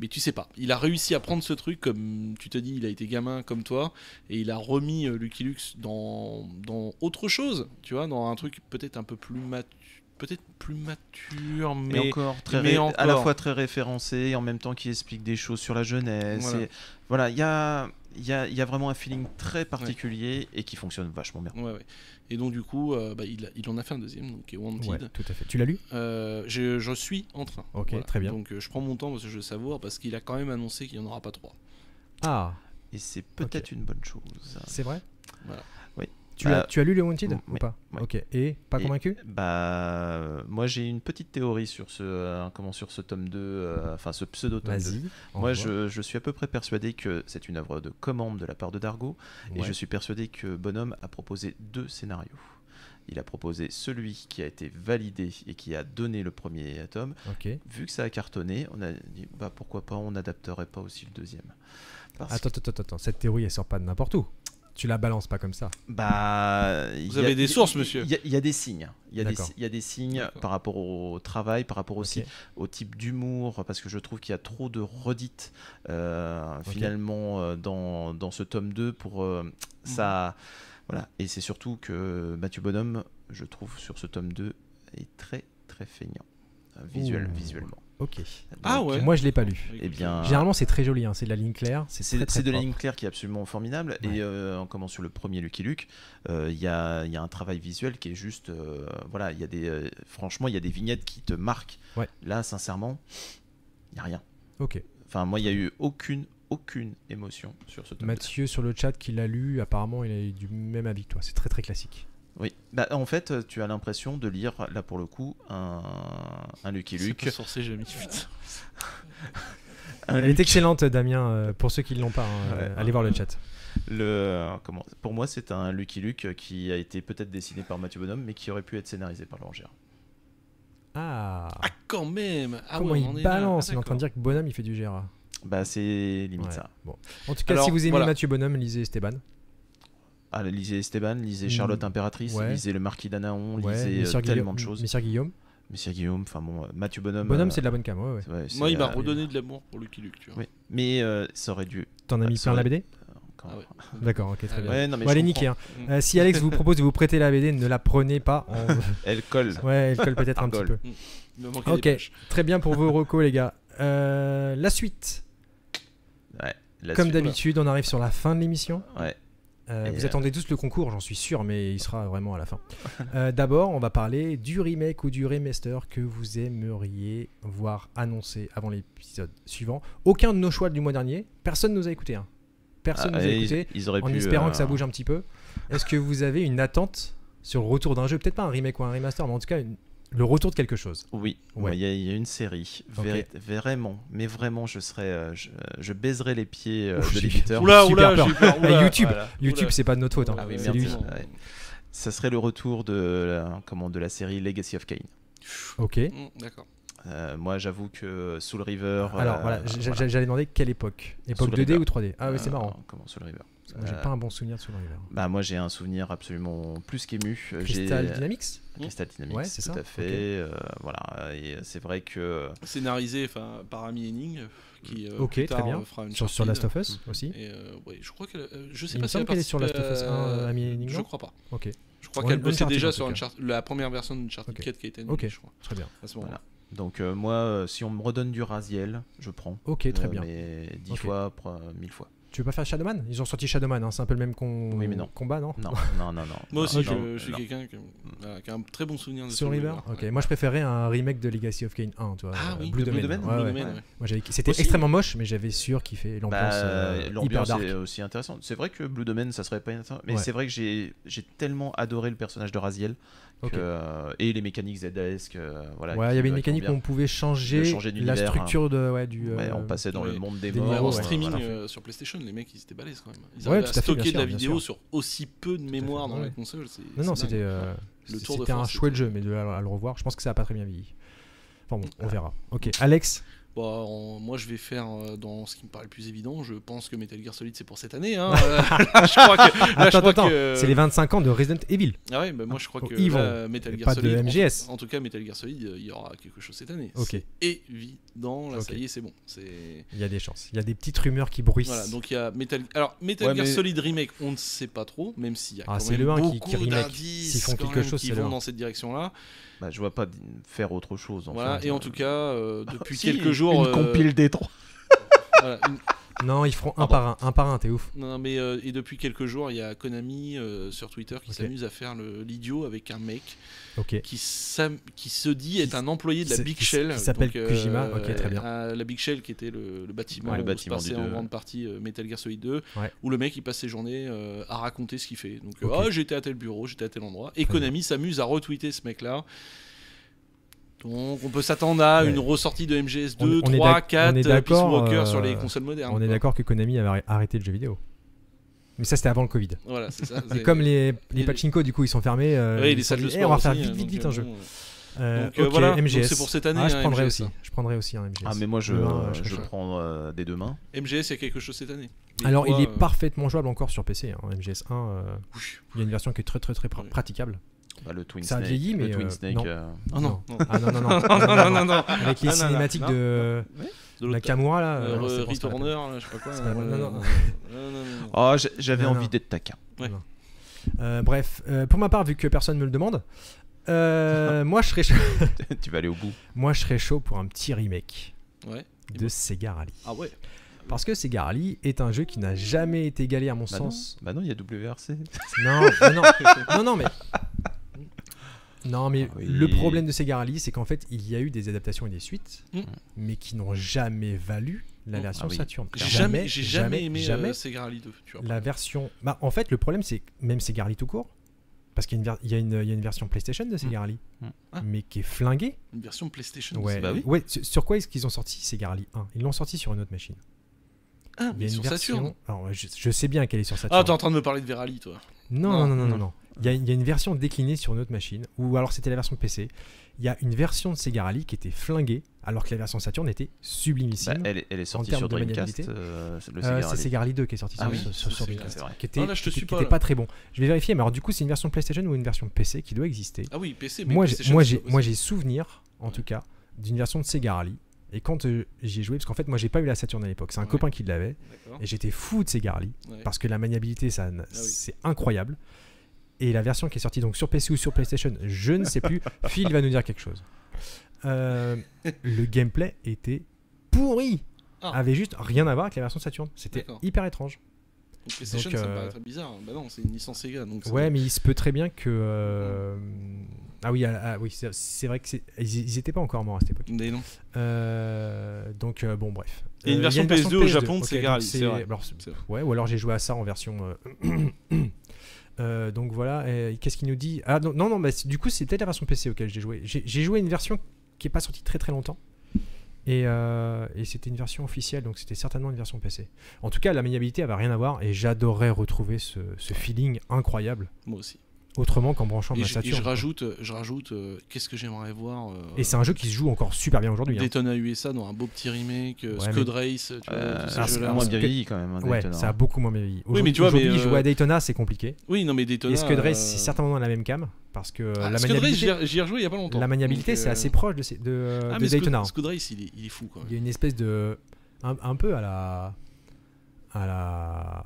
S1: Mais tu sais pas, il a réussi à prendre ce truc comme tu te dis, il a été gamin comme toi, et il a remis euh, Lucky Luke dans, dans autre chose, tu vois, dans un truc peut-être un peu plus mature, peut-être plus mature,
S3: Mais
S1: mais
S3: encore, très
S1: mais
S3: ré- à la
S1: encore.
S3: fois très référencé et en même temps qui explique des choses sur la jeunesse.
S1: Voilà.
S3: et- Voilà, il y a. Il y, a, il y a vraiment un feeling très particulier et qui fonctionne vachement bien.
S1: Ouais, ouais. Et donc du coup, euh, bah, il, a- il en a fait un deuxième, donc qui est Ah, Wanted.
S2: Ouais, tout à fait. Tu l'as lu
S1: Euh, je, je suis en train.
S2: Ok, très bien.
S1: Donc euh, je prends mon temps parce que je savoure, parce qu'il a quand même annoncé qu'il n'y en aura pas trois.
S2: Ah,
S3: Et c'est peut-être une bonne chose.
S2: c'est vrai
S1: Voilà.
S3: Oui.
S2: Tu, as,
S3: Euh,
S2: tu as lu le Wanted
S3: mm,
S2: ou
S3: oui,
S2: pas
S3: oui.
S2: Ok. Et pas
S3: Et-
S2: convaincu
S3: Bah, euh, moi j'ai une petite théorie sur ce, euh, comment sur ce tome 2, euh, enfin ce pseudo tome 2.
S2: Vas-y.
S3: Moi
S2: envoie.
S3: je, je suis à peu près persuadé que c'est une œuvre de commande de la part de Dargo et
S2: Ouais.
S3: je suis persuadé que Bonhomme a proposé deux scénarios. Il a proposé celui qui a été validé et qui a donné le premier tome.
S2: Ok.
S3: Vu que ça a cartonné, on a dit bah pourquoi pas, on n'adapterait pas aussi le deuxième. Parce
S2: Attends, attends, attends, attends. Cette théorie, elle sort pas de n'importe où. Tu la balances pas comme ça.
S3: Bah, il y a-
S1: avez des
S3: il y a-
S1: sources, monsieur.
S3: Il y a- il y, a des signes. Il y a des,
S2: D'accord.
S3: si- il y a des signes
S1: D'accord.
S3: par rapport au travail, par rapport aussi
S2: Ok.
S3: au type d'humour, parce que je trouve qu'il y a trop de redites euh, finalement euh, dans, dans ce tome 2 pour euh,
S1: Mm.
S3: ça. Voilà. Et c'est surtout que Mathieu Bonhomme, je trouve, sur ce tome 2, est très très feignant euh, visuel,
S2: Ouh.
S3: visuellement.
S2: Ok.
S1: Ah
S3: Donc,
S1: ouais.
S2: Moi, je l'ai pas lu.
S3: Eh bien,
S2: Généralement, c'est très joli. hein, C'est de la ligne claire. C'est
S3: C'est
S2: très, très
S3: c'est de la
S2: propre.
S3: ligne claire qui est absolument formidable.
S2: Ouais.
S3: Et euh, on commence sur le premier Lucky Luke. euh, Il y, a, il y a un travail visuel qui est juste. euh, voilà, il y a des. euh, franchement, il y a des vignettes qui te marquent.
S2: Ouais.
S3: Là, sincèrement, il n'y a rien.
S2: Ok.
S3: Enfin, moi, il n'y a eu aucune, aucune émotion sur ce tome.
S2: Mathieu sur le chat qui l'a lu, apparemment, il a eu du même avis que toi. C'est très très classique.
S3: Oui. Bah, en fait, tu as l'impression de lire, là pour le coup, un, un Lucky Luke.
S1: Sourcé, j'ai mis vite.
S3: Un
S2: Elle est excellente, Damien. euh, pour ceux qui ne l'ont pas, hein,
S3: Ouais.
S2: euh, allez voir le chat.
S3: Le, comment, pour moi, c'est un Lucky Luke qui a été peut-être dessiné par Mathieu Bonhomme, mais qui aurait pu être scénarisé par Laurent Gérard.
S2: Ah,
S1: Ah, quand même ah,
S2: Comment
S1: ouais, on
S2: il
S1: est là.
S2: balance
S1: Ah,
S2: Il est en train de dire que Bonhomme, il fait du Gérard.
S3: Bah, c'est limite
S2: Ouais.
S3: ça.
S2: Bon. En tout cas,
S1: Alors,
S2: si vous aimez
S1: voilà.
S2: Mathieu Bonhomme, lisez Esteban.
S3: Ah, lisez Esteban, lisez Charlotte
S2: Mm.
S3: Impératrice,
S2: Ouais.
S3: lisez le Marquis d'Anaon,
S2: Ouais,
S3: lisez euh,
S2: Messire
S3: tellement
S2: Guillaume-
S3: de choses.
S2: Messire Guillaume.
S3: Monsieur Guillaume, enfin bon, euh, Mathieu Bonhomme.
S2: Bonhomme,
S3: euh,
S2: c'est de la bonne cam. Ouais, ouais.
S3: ouais,
S1: Moi,
S3: c'est,
S1: il m'a
S3: euh,
S1: redonné de l'amour pour Lucky Luke, tu vois.
S3: oui. Mais euh, ça aurait dû.
S2: T'en as mis
S3: ça
S2: plein la
S3: aurait-
S2: BD
S3: encore.
S1: Ah ouais.
S2: D'accord, ok, très bien.
S3: Ouais, non, mais
S2: bon,
S3: je
S2: allez,
S3: comprends.
S2: niquez. hein. Euh, si Alex vous propose de vous prêter la BD, ne la prenez pas. en-
S3: Elle colle.
S2: ouais, elle colle peut-être un petit
S3: Colle.
S2: peu.
S1: Il me manquait
S2: Ok,
S1: des pages.
S2: très bien pour vos recos, les gars. Euh, la suite.
S3: Ouais, la
S2: Comme
S3: suite.
S2: d'habitude, on arrive sur la fin de l'émission.
S3: Ouais.
S2: Euh,
S3: Et
S2: vous
S3: euh,
S2: attendez tous le concours, j'en suis sûr, mais il sera vraiment à la fin. Euh, D'abord, on va parler du remake ou du remaster que vous aimeriez voir annoncé avant l'épisode suivant. Aucun de nos choix du mois dernier, personne nous a écouté. hein. Personne
S3: Ah,
S2: nous a
S3: et ils-
S2: écouté,
S3: Ils auraient
S2: en
S3: pu,
S2: espérant
S3: euh,
S2: que ça bouge un petit peu. Est-ce que vous avez une attente sur le retour d'un jeu Peut-être pas un remake ou un remaster, mais en tout cas une- le retour de quelque chose.
S3: Oui,
S2: Ouais.
S3: moi, il y, a- il y a une série.
S2: Ok.
S3: Véri- Vraiment, mais vraiment, je serais. euh, je, je baiserais les pieds euh,
S2: Ouf,
S3: de
S2: Oh, j'ai-
S3: l'éditeur.
S1: Oula,
S2: Super
S1: oula,
S2: peur.
S1: j'ai eu peur. oula.
S2: YouTube,
S1: Voilà.
S2: YouTube,
S1: Oula.
S2: c'est pas de notre faute, hein.
S3: Ah oui,
S2: c'est
S3: merde,
S2: lui.
S3: c'est- ouais. Ça serait le retour de, la- comment, de la série Legacy of Kane.
S2: Ok.
S1: Mm, D'accord.
S3: Euh, moi, j'avoue que Soul River.
S2: Alors
S3: euh,
S2: voilà, j'a- j'allais demander quelle époque. Époque
S3: Soul
S2: 2D
S3: River.
S2: ou 3D Ah oui, c'est
S3: Euh,
S2: marrant.
S3: Comment Soul River
S2: Moi, J'ai
S3: Euh,
S2: pas un bon souvenir de Soul River.
S3: Bah moi j'ai un souvenir absolument plus qu'ému. Euh, j'ai-
S2: Crystal Dynamics
S3: Crystal Dynamics,
S2: Ouais,
S3: tout
S2: c'est ça,
S3: à fait.
S2: ok.
S3: euh, voilà, et euh, c'est vrai que
S1: Scénarisé enfin, par Amy Henning, qui euh,
S2: Ok,
S1: plus
S2: très
S1: tard,
S2: bien.
S1: euh, fera une
S2: sur, sur
S1: Uncharted.
S2: Last of Us
S3: Mm.
S2: aussi.
S1: Et, euh, ouais, je crois qu'elle. euh, je sais
S2: Il me
S1: pas si
S2: semble qu'elle est sur Last of Us
S1: participé
S2: 1,
S1: à-
S2: Amy Hennig,
S1: Je
S2: non
S1: crois pas.
S2: Ok,
S1: Je crois
S2: Ouais,
S1: qu'elle bossait
S2: Uncharted, en
S1: déjà
S2: tout
S1: sur
S2: cas.
S1: Uncharted- la première version d'Uncharted
S2: Ok.
S1: 4 qui a été
S2: Ok.
S1: annulée, je crois.
S2: très bien.
S1: À ce moment-là.
S3: donc euh, moi euh, si on me redonne du Raziel, je prends.
S2: Ok, très
S3: Euh,
S2: bien.
S3: Mais dix
S2: Ok.
S3: fois, pro- euh, mille fois.
S2: Tu veux pas faire Shadowman Ils ont sorti Shadowman, hein, c'est un peu le même con-
S3: Oui, mais non.
S2: combat, non
S3: Non, non, non, non.
S1: Moi aussi,
S3: Non,
S1: je,
S3: Ah, non,
S1: je suis
S3: non.
S1: quelqu'un qui, voilà, qui a un très bon souvenir de Soul
S2: Soul River Ok, moi je préférais un remake de Legacy of Kane 1, tu vois.
S1: Ah
S2: euh,
S1: oui,
S2: Blue
S3: de Blue
S2: Domain.
S3: Domain,
S1: Blue
S2: ouais, ouais.
S1: Domain,
S3: ouais.
S1: ouais.
S2: Moi, j'avais- C'était
S3: Aussi-
S2: extrêmement moche, mais j'avais sûr kiffé l'ambiance
S3: Bah,
S2: euh, hyper
S3: L'ambiance
S2: dark.
S3: est aussi intéressante. C'est vrai que Blue Domain, ça serait pas intéressant, mais
S2: Ouais.
S3: c'est vrai que j'ai j'ai tellement adoré le personnage de Raziel que-
S2: Ok.
S3: euh, et les mécaniques ZDS voilà.
S2: Ouais, il
S3: qui-
S2: y avait une
S3: qui
S2: mécanique
S3: vont
S2: où on pouvait changer,
S3: De changer
S2: la
S3: d'univers,
S2: structure de, ouais, du.
S3: bien. Ouais, on
S2: euh,
S3: passait dans
S1: ouais.
S3: le monde des,
S2: des
S3: morts.
S2: morts,
S1: en
S2: ouais.
S1: streaming
S3: voilà.
S1: euh, sur PlayStation, les mecs ils étaient balèzes quand même. Ils
S2: Ouais,
S1: avaient
S2: tout à
S1: à
S2: fait,
S1: stocker
S2: bien
S1: de la
S2: sûr, bien
S1: vidéo
S2: sûr.
S1: sur aussi peu de mémoire
S2: fait,
S1: dans la
S2: ouais.
S1: console. c'est-
S2: Non,
S1: c'est
S2: non,
S1: dingue.
S2: c'était euh,
S1: Le Tour de
S2: c'était un
S1: France,
S2: chouette
S1: c'était-
S2: jeu, mais de à, à le revoir, je pense que ça a pas très bien vieilli. Enfin bon, on
S3: Ah.
S2: verra. Ok, Alex,
S1: Bah, en- moi, je vais faire euh, dans ce qui me paraît le plus évident. Je pense que Metal Gear Solid, c'est pour cette année. hein. Euh, là, je crois que. là, je
S2: attends,
S1: crois
S2: attends,
S1: que-
S2: c'est les 25 ans de Resident Evil.
S1: Ah ouais, bah, moi, je crois
S2: Oh,
S1: que
S2: ils
S1: là, Metal
S2: Et
S1: Gear
S2: pas de
S1: Solid. en tout-
S2: MGS.
S1: En, tout cas, Metal Gear Solid, euh, il y aura quelque chose cette année.
S2: Ok.
S1: C'est évident. Là, ça
S2: Ok.
S1: y est, c'est bon. C'est.
S2: Il y a des chances. Il y a des petites rumeurs qui bruissent.
S1: Voilà, donc il y a Metal. Alors, Metal
S3: Ouais,
S1: Gear
S3: mais-
S1: Solid Remake, on ne sait pas trop, même s'il y a
S2: Ah,
S1: quand
S2: c'est
S1: même
S2: le un qui-
S1: beaucoup
S2: qui remake.
S1: d'indices
S2: S'ils font
S1: quand
S2: quelque
S1: même
S2: chose,
S1: qui
S2: c'est le
S1: vont
S2: un.
S1: dans cette direction-là.
S3: Bah, je vois pas d- faire autre chose. en
S1: Voilà,
S3: fait.
S1: et en tout cas, euh,
S2: Ah,
S1: depuis
S3: Si,
S1: quelques jours.
S3: Une
S1: euh,
S3: compile des trois.
S1: voilà, une-
S2: Non, ils feront un
S3: Ah bon.
S2: par un, un par un, t'es ouf.
S1: Non, non, mais euh, et depuis quelques jours, il y a Konami euh, sur Twitter qui
S2: Ok.
S1: s'amuse à faire le- l'idiot avec un mec
S2: Ok.
S1: qui, s'am- qui se dit être
S2: Qui-
S1: un employé de la
S2: qui s-
S1: Big
S2: qui s-
S1: Shell.
S2: qui s'appelle
S1: Donc, euh,
S2: Kojima. Ok, très bien.
S1: euh, la Big Shell qui était le, le bâtiment,
S3: Ouais, le
S1: où
S3: bâtiment
S1: se
S3: du
S1: passait en
S3: deux.
S1: grande partie euh, Metal Gear Solid 2,
S2: Ouais.
S1: où le mec il passe ses journées euh, à raconter ce qu'il fait. Donc, euh,
S2: Ok.
S1: Ah, j'étais à tel bureau, j'étais à tel endroit. Et
S2: Très
S1: Konami s'amuse à retweeter ce mec-là. Donc on peut s'attendre à
S2: Ouais.
S1: une ressortie de MGS2,
S2: On- on est
S1: 3,
S2: d'ac- on
S1: 4,
S2: est
S1: euh, Peace
S2: d'accord,
S1: Walker
S2: euh,
S1: sur les consoles modernes.
S2: On est
S1: quoi.
S2: d'accord que Konami avait arr- arrêté le jeu vidéo. Mais ça, c'était avant le Covid.
S1: Voilà, c'est ça.
S2: Et
S1: c'est-
S2: comme les, les
S1: et-
S2: pachinko, du coup, ils sont fermés. euh,
S1: Ouais,
S2: ils
S1: les
S2: se
S1: salles
S2: sont
S1: de
S2: dit,
S1: sport.
S2: Eh, on va faire
S1: aussi,
S2: vite,
S1: hein,
S2: vite,
S1: donc,
S2: vite
S1: euh,
S2: un jeu.
S1: bon, ouais.
S2: Euh,
S1: Donc, euh,
S2: ok,
S1: voilà, donc
S2: MGS.
S1: c'est pour cette année,
S2: Ah, je
S1: hein,
S2: prendrais
S1: MGS,
S2: aussi.
S1: hein.
S2: Je prendrais aussi un MGS.
S3: Ah, mais moi, je,
S2: Demain, euh, je
S3: je,
S2: préfère.
S3: prends euh, dès demain.
S1: MGS, il y a quelque chose cette année. Mais
S2: Alors,
S1: toi,
S2: il est
S1: euh,
S2: parfaitement jouable encore sur PC. hein, MGS 1, euh,
S1: oui.
S2: il y a une version qui est très très très pra-
S1: Oui.
S2: praticable.
S3: Bah, le Twin
S2: Ça a
S3: Snake.
S2: vieilli, mais,
S3: le Twin
S2: euh,
S3: Snake.
S2: non.
S3: euh,
S1: Oh non, non.
S2: Ah non, non, non.
S1: non, non, non, non.
S2: Avec les
S1: Non, non, non,
S2: cinématiques
S1: non.
S2: de
S1: De l'autre
S2: Nakamura, là.
S1: table.
S2: euh,
S1: Euh,
S2: non, c'est pas- c'est pas la
S1: Returner, là, je sais pas quoi.
S2: C'est pas la peine,
S1: euh,
S2: non,
S1: non,
S2: non.
S1: non, non, non.
S3: Oh, j- j'avais
S2: Non, non.
S3: envie d'être taquin.
S2: peine. Euh, Bref, euh, pour ma part, vu que personne me le demande, euh, moi, je serais chaud...
S3: tu vas aller au bout.
S2: moi je serais chaud pour un petit remake
S1: Ouais.
S2: de Sega Rally.
S1: Ah ouais.
S2: Parce que Sega Rally est un jeu qui n'a jamais été égalé à mon
S3: Bah non.
S2: sens.
S3: Bah non, il y a WRC.
S2: Non, non, non, non, non, mais. Non, mais
S3: Ah oui.
S2: le problème de Sega Rally, c'est qu'en fait, il y a eu des adaptations et des suites,
S1: Mm.
S2: mais qui n'ont jamais valu la
S1: Mm.
S2: version
S3: Ah oui.
S2: Saturn.
S1: J'ai jamais, j'ai jamais aimé
S2: jamais
S1: euh, Sega Rally 2, tu vois.
S2: la version. Bah, en fait, le problème, c'est que même Sega Rally tout court, parce qu'il y, a une ver- il y a une- il y a une version PlayStation de Sega Rally,
S3: Mm.
S1: Ah.
S2: mais qui est flinguée.
S1: Une version PlayStation.
S2: Ouais.
S3: bah oui.
S2: ouais sur- sur quoi est-ce qu'ils ont sorti Sega Rally 1 Ils l'ont sorti sur une autre machine.
S1: Ah,
S2: Il y a
S1: mais
S2: une
S1: sur
S2: version-
S1: Saturn.
S2: Alors, je, je sais bien qu'elle est sur Saturn.
S1: Ah, t'es en train de me parler de Verali, toi.
S2: Non,
S1: Non,
S2: non, non, non, non.
S3: non.
S2: non. Il, y a, il y a une version déclinée sur une autre machine, ou alors c'était la version PC. Il y a une version de Sega Rally qui était flinguée, alors que la version Saturn était sublimissime.
S3: Bah, elle, est- elle est sortie
S2: termes
S3: sur
S2: de
S3: Dreamcast.
S2: maniabilité.
S3: euh, le
S2: Euh,
S3: Sega
S2: c'est
S3: Rally.
S2: Sega Rally 2 qui est sorti
S3: Ah
S2: sur,
S3: oui,
S2: sur-
S1: c'est
S2: sur
S1: Sega,
S2: Dreamcast,
S3: c'est vrai.
S2: qui était,
S1: Ah, là, je te
S2: qui
S1: suis
S2: était
S1: pas, là.
S2: pas très bon. Je vais vérifier, mais alors du coup, c'est une version PlayStation ou une version PC qui doit exister.
S1: Ah oui, PC, mais
S2: moi, j'ai,
S1: PlayStation,
S2: moi,
S1: c'est
S2: j'ai,
S1: pas
S2: moi,
S1: possible.
S2: j'ai souvenir, en tout cas, d'une version de Sega Rally. Et quand euh, j'y ai joué, parce qu'en fait, moi, j'ai pas eu la Saturn à l'époque, c'est un
S1: Ouais.
S2: copain qui l'avait,
S1: D'accord.
S2: et j'étais fou de Sega Rally.
S1: Ouais. Ah
S2: parce que la maniabilité, ça,
S1: oui.
S2: c'est incroyable. Et la version qui est sortie donc sur PC ou sur PlayStation, je ne sais plus. Phil va nous dire quelque chose. Euh, le gameplay était pourri,
S1: Ah.
S2: avait juste rien à voir avec la version Saturn. C'était
S1: D'accord.
S2: hyper étrange.
S1: Donc, PlayStation,
S2: Donc,
S1: ça me
S2: euh,
S1: paraît très bizarre. Bah non, c'est une licence Sega. Donc ça- Mm-hmm.
S2: Ouais, mais il se peut très bien que. euh, Ah oui, ah, ah oui, c'est- c'est vrai que c'est- ils ils étaient pas encore morts à cette époque.
S1: Mais non.
S2: Euh, donc euh, bon, bref.
S1: Et une
S2: Euh,
S1: version
S2: il y a
S1: PS2 au Japon de
S2: ok,
S1: Sega
S2: donc
S1: Rally, c'est vrai.
S2: alors, c'est-
S1: C'est vrai.
S2: ouais, ou alors j'ai joué à ça en version. euh, euh, donc voilà. euh, Qu'est-ce qu'il nous dit Ah non, non, non, bah, c'est- du coup c'est peut-être la version PC auquel j'ai joué. J'ai j'ai joué à une version qui est pas sortie très très longtemps. Et, euh, et c'était une version officielle, donc c'était certainement une version PC. En tout cas, la maniabilité avait rien à voir, et j'adorais retrouver ce, ce feeling incroyable,
S1: Moi aussi.
S2: autrement qu'en branchant
S1: Et
S2: ma
S1: je, et
S2: Saturn.
S1: je
S2: quoi.
S1: rajoute, je rajoute euh, qu'est-ce que j'aimerais voir. euh,
S2: Et c'est un jeu qui se joue encore super bien aujourd'hui. hein.
S1: Daytona USA dans un beau petit remake, euh,
S2: Ouais,
S1: Scud Race, tu vois,
S3: Euh,
S1: tous ces
S2: ah,
S3: c'est
S1: jeux-là.
S2: alors,
S3: moins
S2: c'est
S3: bien
S2: que-
S3: vieilli quand même. hein,
S2: Ouais,
S3: Daytona.
S2: ça a beaucoup moins vieilli. Aujourd'hui,
S1: mais tu vois, mais,
S2: aujourd'hui, jouer à
S1: euh,
S2: Daytona, c'est compliqué.
S1: Oui, non mais
S2: Et
S1: Daytona.
S2: Scud Race, c'est
S1: euh,
S2: certainement dans la même cam, parce que euh,
S1: Ah,
S2: la
S1: Scud Race, j'y
S2: maniabilité,
S1: ai- j'y ai rejoué il y a pas longtemps.
S2: la maniabilité,
S1: Donc,
S2: c'est
S1: euh,
S2: assez proche de, ces- de,
S1: ah,
S2: de
S1: mais Scud-
S2: Daytona.
S1: Scud Race, il est, il est fou quand
S2: Il y
S1: même.
S2: a une espèce de, un, un peu à la, à la,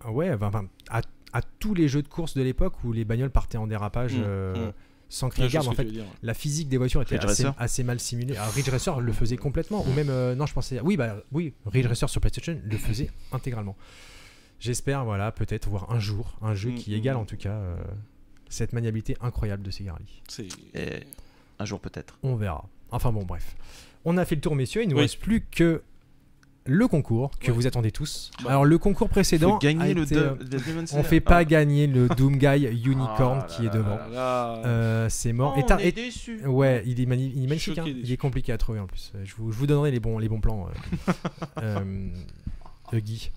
S2: ah ouais, enfin, enfin, à, à tous les jeux de course de l'époque où les bagnoles partaient en dérapage.
S1: Mm,
S2: euh, sans
S1: Ah,
S2: crier
S1: je
S2: garde.
S1: sais
S2: En
S1: ce que
S2: fait,
S1: tu veux dire.
S2: la physique des voitures était
S3: Ridge
S2: assez,
S3: Racer.
S2: assez mal simulée. Alors, Ridge Racer le faisait complètement. Ou même, euh, non, je pensais, oui, bah oui, Ridge Racer sur PlayStation le faisait intégralement. J'espère, voilà, peut-être voir un jour un jeu
S1: Mm,
S2: qui
S1: mm,
S2: égale
S1: mm.
S2: en tout cas euh, cette maniabilité incroyable de ces Rally.
S1: C'est-
S2: Euh,
S3: Et un jour peut-être.
S2: On verra. Enfin bon, bref. On a fait le tour, messieurs. Il nous
S1: Oui.
S2: reste plus que le concours que
S1: Ouais.
S2: vous attendez tous.
S1: Bah,
S2: Alors le concours précédent,
S3: Faut gagner
S2: a
S3: le,
S2: été,
S3: Do-
S2: euh,
S3: le Demon's
S2: on
S3: Slayer.
S2: fait pas
S3: Ah.
S2: gagner le Doom Guy Unicorn
S3: Ah
S2: qui
S3: là
S2: est devant.
S1: Ah là là.
S2: Euh, c'est mort.
S3: Oh,
S2: Et t'as-
S3: on est
S2: et-
S3: déçus.
S2: Ouais, il est, mani- il est magnifique.
S1: Choqué
S2: hein.
S1: des
S2: Il est
S1: chiffres.
S2: compliqué à trouver en plus. Euh, Je vous, je vous donnerai les bons, les bons plans, euh, euh, de Guy.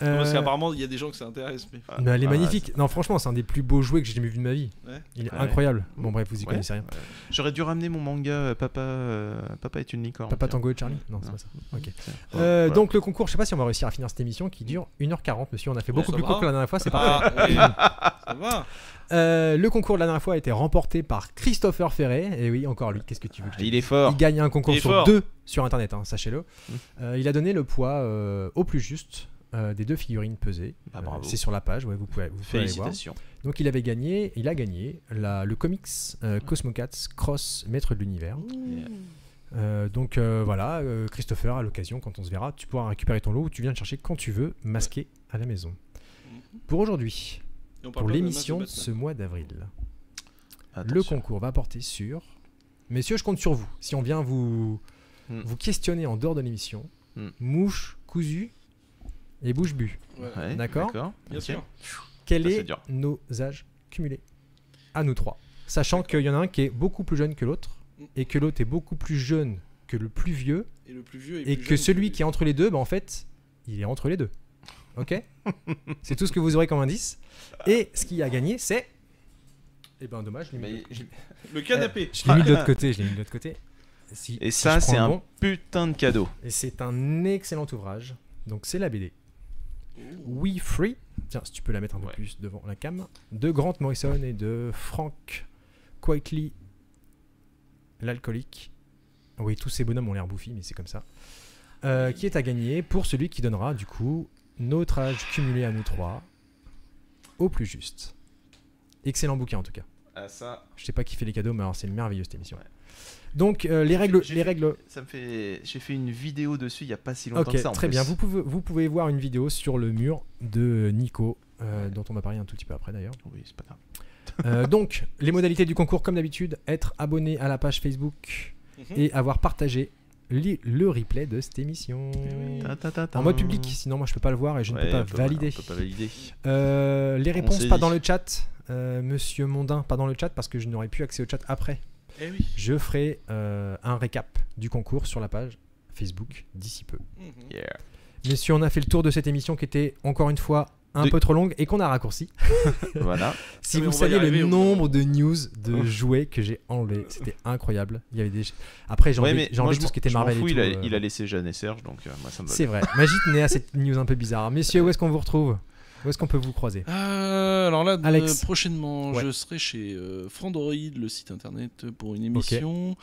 S1: Non, Parce
S2: Euh,
S1: qu'apparemment, il y a des gens que ça intéresse. Mais...
S3: Ah,
S2: mais elle est
S3: ah,
S2: magnifique. non, franchement, c'est un des plus beaux jouets que j'ai jamais vu de ma vie.
S1: Ouais.
S2: Il est
S3: Ouais.
S2: incroyable. Bon, bref, vous y
S3: Ouais.
S2: connaissez rien.
S3: J'aurais dû ramener mon manga euh, Papa, euh, Papa est une licorne.
S2: Papa
S3: tiens.
S2: Tango et Charlie Non, c'est
S3: Non.
S2: pas ça. Ok.
S3: Tiens.
S2: Euh,
S3: Voilà.
S2: Donc, le concours, je sais pas si on va réussir à finir cette émission qui dure 1h40, monsieur. On a fait
S1: Bon,
S2: beaucoup
S1: ça
S2: plus
S1: va.
S2: court que la dernière fois, c'est pas
S1: Ah, oui. ça va.
S2: Euh, le concours de la dernière fois a été remporté par Christopher Ferré. Et oui, encore lui, qu'est-ce que tu veux que je
S3: Il est fort.
S2: Il gagne un concours
S1: Il est
S2: sur
S1: fort. Mmh.
S2: deux sur internet, hein, sachez-le.
S3: Mm.
S2: Euh, il a donné le poids euh, au plus juste euh, des deux figurines pesées.
S3: Ah,
S2: Euh,
S3: bravo.
S2: C'est sur la page, ouais, vous pouvez, vous pouvez aller voir.
S3: Félicitations.
S2: Donc il avait gagné, il a gagné la- le comics euh, Cosmocats Cross Maître de l'univers.
S1: Mmh.
S3: Yeah.
S2: Euh, donc euh, voilà, euh, Christopher, à l'occasion, quand on se verra, tu pourras récupérer ton lot ou tu viens le chercher quand tu veux, masqué à la maison. Pour aujourd'hui,
S1: Et Mmh. on parle
S2: pour
S1: pas de
S2: l'émission de
S1: Batman.
S2: ce mois d'avril. Le
S3: Attention.
S2: concours va porter sur. Messieurs, je compte sur vous. Si on vient vous,
S3: Mm.
S2: vous questionner en dehors de l'émission,
S3: Mm.
S2: mouche cousue et bouche bue,
S1: Ouais,
S3: Ouais,
S2: D'accord.
S1: Bien
S3: Ok.
S1: sûr.
S2: quels
S3: Ça, c'est
S2: est
S3: dur.
S2: nos âges cumulés À nous trois. Sachant qu'il y en a un qui est beaucoup plus jeune que l'autre,
S1: Mm.
S2: et que l'autre est beaucoup plus jeune que le plus vieux,
S1: Et le plus vieux est
S2: et
S1: plus
S2: que
S1: jeune
S2: celui
S1: que-
S2: qui est entre les deux, bah, en fait, il est entre les deux. Ok C'est tout ce que vous aurez comme indice. Et ce qui a gagné, c'est. Eh ben, dommage, je l'ai mis de
S3: Mais-
S1: Le canapé. Ah,
S2: Je l'ai mis de l'autre côté, je l'ai mis de l'autre côté. Si-
S3: Ah, Et
S2: si
S3: ça,
S2: je prends
S3: c'est
S2: le
S3: un
S2: bon.
S3: putain de cadeau.
S2: Et c'est un excellent ouvrage. Donc c'est la BD. We Free. Tiens, si tu peux la mettre un peu
S3: Ouais.
S2: plus devant la cam. De Grant Morrison et de Frank Quitely, l'alcoolique. Oui, tous ces bonhommes ont l'air bouffis, mais c'est comme ça. Euh, qui est à gagner pour celui qui donnera, du coup, notre âge cumulé à nous trois au plus juste. Excellent bouquin, en tout cas.
S3: Ah, ça,
S2: Je sais pas qui fait les cadeaux, mais alors c'est merveilleux cette émission.
S3: Ouais.
S2: Donc euh, les règles,
S3: j'ai
S2: les
S3: fait-
S2: règles.
S3: ça me fait. J'ai fait une vidéo dessus il y a pas si longtemps
S2: Ok,
S3: que ça. en
S2: très
S3: plus.
S2: bien. Vous pouvez, vous pouvez voir une vidéo sur le mur de Nico, euh, dont on va parler un tout petit peu après d'ailleurs.
S3: Oui, c'est pas grave.
S2: Euh, donc les modalités du concours, comme d'habitude, être abonné à la page Facebook
S3: Hmm.
S1: Mhm.
S2: et avoir partagé li- le replay de cette émission.
S1: Mhm.
S3: Ta, ta, ta, ta.
S2: En mode public, sinon moi je peux pas le voir et je
S3: Eh Ouais,
S2: ne peux pas
S3: on peut
S2: valider.
S3: on peut pas valider.
S2: Euh, les réponses
S3: s'est
S2: pas
S3: dit.
S2: dans le chat, Euh, Monsieur Mondin pas dans le chat parce que je n'aurais plus accès au chat après.
S1: Eh oui.
S2: Je ferai euh, un récap du concours sur la page Facebook d'ici peu.
S1: Mhm.
S3: Yeah.
S2: Messieurs, on a fait le tour de cette émission qui était encore une fois un
S3: De-
S2: peu trop longue et qu'on a raccourci.
S3: Voilà.
S2: Si
S1: mais
S2: vous
S1: on va y
S2: saviez le
S1: arriver au bout d'un
S2: nombre de news de jouets que j'ai enlevé, c'était incroyable. Il y avait des... Après, j'ai
S3: Ouais,
S2: enlevé,
S3: mais
S2: j'ai
S3: moi,
S2: enlevé
S3: je
S2: tout
S3: m'en-
S2: ce qui était
S3: je m'en
S2: Marvel. et
S3: fous,
S2: tout,
S3: il, a,
S2: euh,
S3: il a laissé Jeanne et Serge, donc euh, moi ça me va.
S2: C'est vrai. Magic n'est à cette news un peu bizarre. Messieurs, où est-ce qu'on vous retrouve Où est-ce qu'on peut vous croiser
S1: Euh, alors là, de-
S2: Alex.
S1: prochainement,
S2: Ouais.
S1: je serai chez euh, Frandroid, le site internet, pour une émission.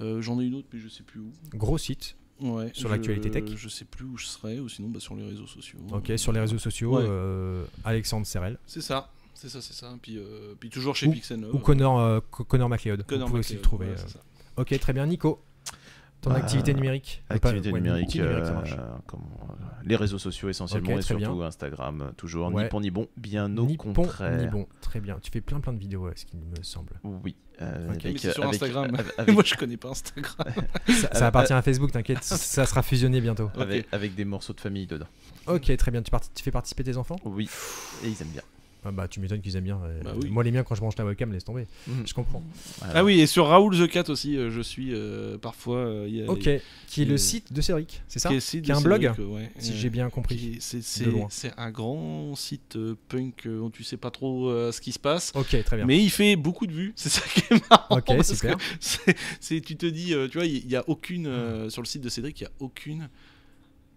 S1: Euh, J'en ai une autre, mais je sais plus où.
S2: Gros site,
S1: Ouais,
S2: Sur
S1: je-
S2: l'actualité tech
S1: Je sais plus où je serai, ou sinon bah, sur les réseaux sociaux.
S2: ok, sur les réseaux sociaux,
S1: Ouais.
S2: euh, Alexandre Serrel
S1: C'est ça, c'est ça, c'est ça. Puis, euh, puis toujours chez
S2: Ou-
S1: Pixel.
S2: ou Connor, euh, Co- Connor MacLeod. vous pouvez aussi le trouver. euh, Ok, très bien. Nico, ton
S3: Bah,
S2: activité numérique Euh, pas-
S3: Activité
S2: ouais,
S3: numérique,
S2: ça marche.
S3: euh, comment, euh, les réseaux sociaux essentiellement
S2: Ok,
S3: et
S2: très
S3: surtout
S2: bien.
S3: Instagram, euh, toujours
S2: Ouais.
S3: ni bon ni bon, bien au
S2: ni pont,
S3: contraire.
S2: ni bon. Très bien. Tu fais plein plein de vidéos, euh, ce qu'il me semble.
S3: Oui. euh,
S2: Ok,
S1: mais
S3: avec,
S1: c'est sur
S3: euh, avec-
S1: Instagram.
S3: avec-
S1: Moi,
S3: avec-
S1: je connais pas
S2: Ah.
S1: Instagram.
S2: Ça, ça appartient
S3: euh,
S2: à Facebook, t'inquiète. ça- ça sera fusionné bientôt.
S1: Ok.
S3: avec- avec des morceaux de famille dedans.
S2: Ok, très bien. Tu, parti- tu fais participer tes enfants
S3: Oui, et ils aiment bien.
S2: ah Bah, tu m'étonnes qu'ils aiment bien. euh,
S1: Bah oui. Mm.
S2: Moi, les miens, quand je branche la webcam, laisse tomber.
S3: Mhm.
S2: Je comprends.
S1: Ah oui, et sur Raoul the Cat aussi, euh, je suis euh, parfois. euh, il y a-
S2: Ok, qui est le
S1: et-
S2: site de Cédric, c'est ça
S1: qui est site
S2: Qui a
S1: de
S2: un blog
S1: Cédric, euh, ouais.
S2: Si
S1: Euh,
S2: j'ai bien compris.
S1: qui est- c'est-
S2: de
S1: C'est
S2: loin.
S1: c'est un grand site euh, punk euh, où tu sais pas trop euh, ce qui se passe.
S2: Ok, très bien.
S1: Mais il fait beaucoup de vues, c'est ça qui est marrant.
S2: Ok,
S1: parce
S2: super.
S1: que c'est- c'est- tu te dis, euh, tu vois, il n'y a aucune,
S2: Ah.
S1: euh, sur le site de Cédric, il n'y a aucune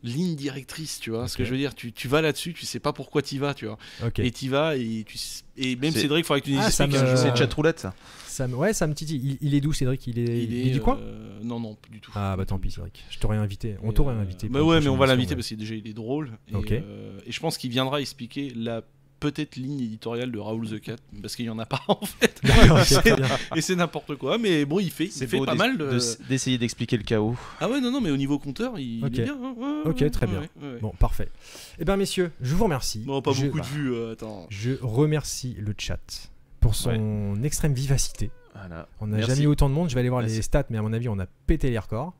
S1: ligne directrice, tu vois. Ce
S2: Ok.
S1: que je veux dire, tu, tu vas là-dessus, tu sais pas pourquoi tu vas, tu vois.
S2: Ok.
S1: Et tu vas, et, tu, s- et même
S3: C'est-
S1: Cédric, il faudrait que tu nous
S2: Ah, ça
S1: expliques
S2: me-
S1: un jour.
S3: C'est chatroulette ça.
S2: Ça me- ouais, ça me titille. Il, il est d'où, Cédric il est... il est du
S1: euh,
S2: coin
S1: Non, non, pas du tout.
S2: Ah, bah tant pis, Cédric. Je t'aurais invité. On
S1: Et,
S2: t'aurait
S1: euh,
S2: invité.
S1: Bah
S2: pour une
S1: ouais, mais on va
S2: prochaine
S1: l'inviter
S2: émission,
S1: parce que déjà il est drôle. Et,
S2: Ok.
S1: euh, et je pense qu'il viendra expliquer la peut-être ligne éditoriale de Raoul The Cat, parce qu'il n'y en a pas en fait.
S2: D'accord, ok, très bien.
S1: Et c'est n'importe quoi, mais bon, il fait, il
S3: C'est
S1: fait
S3: beau
S1: pas
S3: d'ess-
S1: mal de...
S3: de- d'essayer d'expliquer le chaos.
S1: Ah ouais, non, non, mais au niveau compteur, il, il
S2: Ok.
S1: est bien. hein. Ouais, ouais,
S2: Ok,
S1: ouais,
S2: très bien.
S1: ouais, ouais, ouais.
S2: Bon, parfait. Eh bien, messieurs, je vous remercie.
S1: Bon, pas
S2: Je-
S1: beaucoup de vues, euh, attends.
S2: Je remercie le chat pour son extrême vivacité.
S3: Voilà.
S2: On n'a
S3: Merci.
S2: jamais eu autant de monde. Je vais aller voir les
S3: Merci.
S2: stats, mais à mon avis, on a pété les records.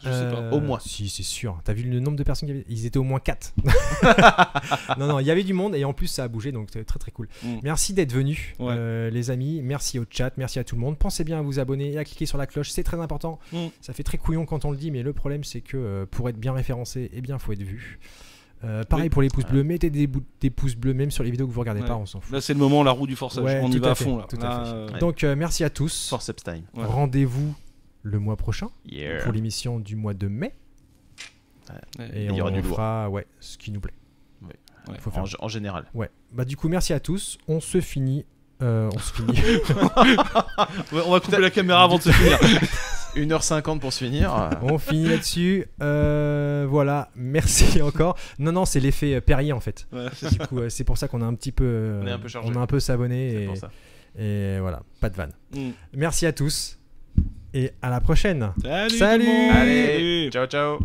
S1: Je sais pas.
S2: Euh,
S3: Au moins.
S2: Si, c'est sûr. T'as vu le nombre de personnes qui avaient Ils étaient au moins 4. non, non, il y avait du monde et en plus, ça a bougé, donc c'est très très cool.
S1: Mm.
S2: Merci d'être venus,
S1: Ouais.
S2: euh, les amis. Merci au chat, merci à tout le monde. Pensez bien à vous abonner et à cliquer sur la cloche, c'est très important.
S1: Mm.
S2: Ça fait très couillon quand on le dit, mais le problème, c'est que euh, pour être bien référencé, eh bien, faut être vu. Euh, pareil
S1: Oui.
S2: pour les pouces bleus, mettez des, bou- des pouces bleus même sur les vidéos que vous regardez
S1: Ouais.
S2: pas, on s'en fout.
S1: Là, c'est le moment, la roue du forçage.
S2: Ouais,
S1: On
S2: tout
S1: y va
S2: à
S1: à
S2: fait,
S1: fond, là.
S2: tout à
S1: Là,
S2: fait.
S1: euh,
S3: Ouais.
S2: Donc euh, merci à tous.
S3: Forceps time.
S1: Ouais.
S2: Rendez-vous le mois prochain
S3: Yeah.
S2: pour l'émission du mois de mai
S1: ouais.
S2: et
S3: Il
S2: on
S3: y aura du lourd.
S2: fera ouais, ce qui nous plaît.
S3: Ouais.
S1: Ouais.
S2: Faut faire
S3: En, en général.
S2: Ouais. Bah du coup, merci à tous. On se finit. euh, on se finit.
S1: Ouais, on va couper la caméra avant de se finir.
S3: 1h50 pour se finir.
S2: on finit là-dessus. Euh, voilà. Merci encore. Non, non, c'est l'effet euh, Perrier en fait.
S1: Ouais, c'est
S2: Du coup, euh, c'est pour ça qu'on a un petit peu. euh,
S3: On est un peu chargé.
S2: On a un peu
S3: C'est
S2: savonné et,
S3: pour ça.
S2: et voilà. Pas de vanne.
S1: Mm.
S2: Merci à tous et à la prochaine.
S1: Salut, tout le
S2: Salut.
S1: monde.
S3: Allez, ciao ciao.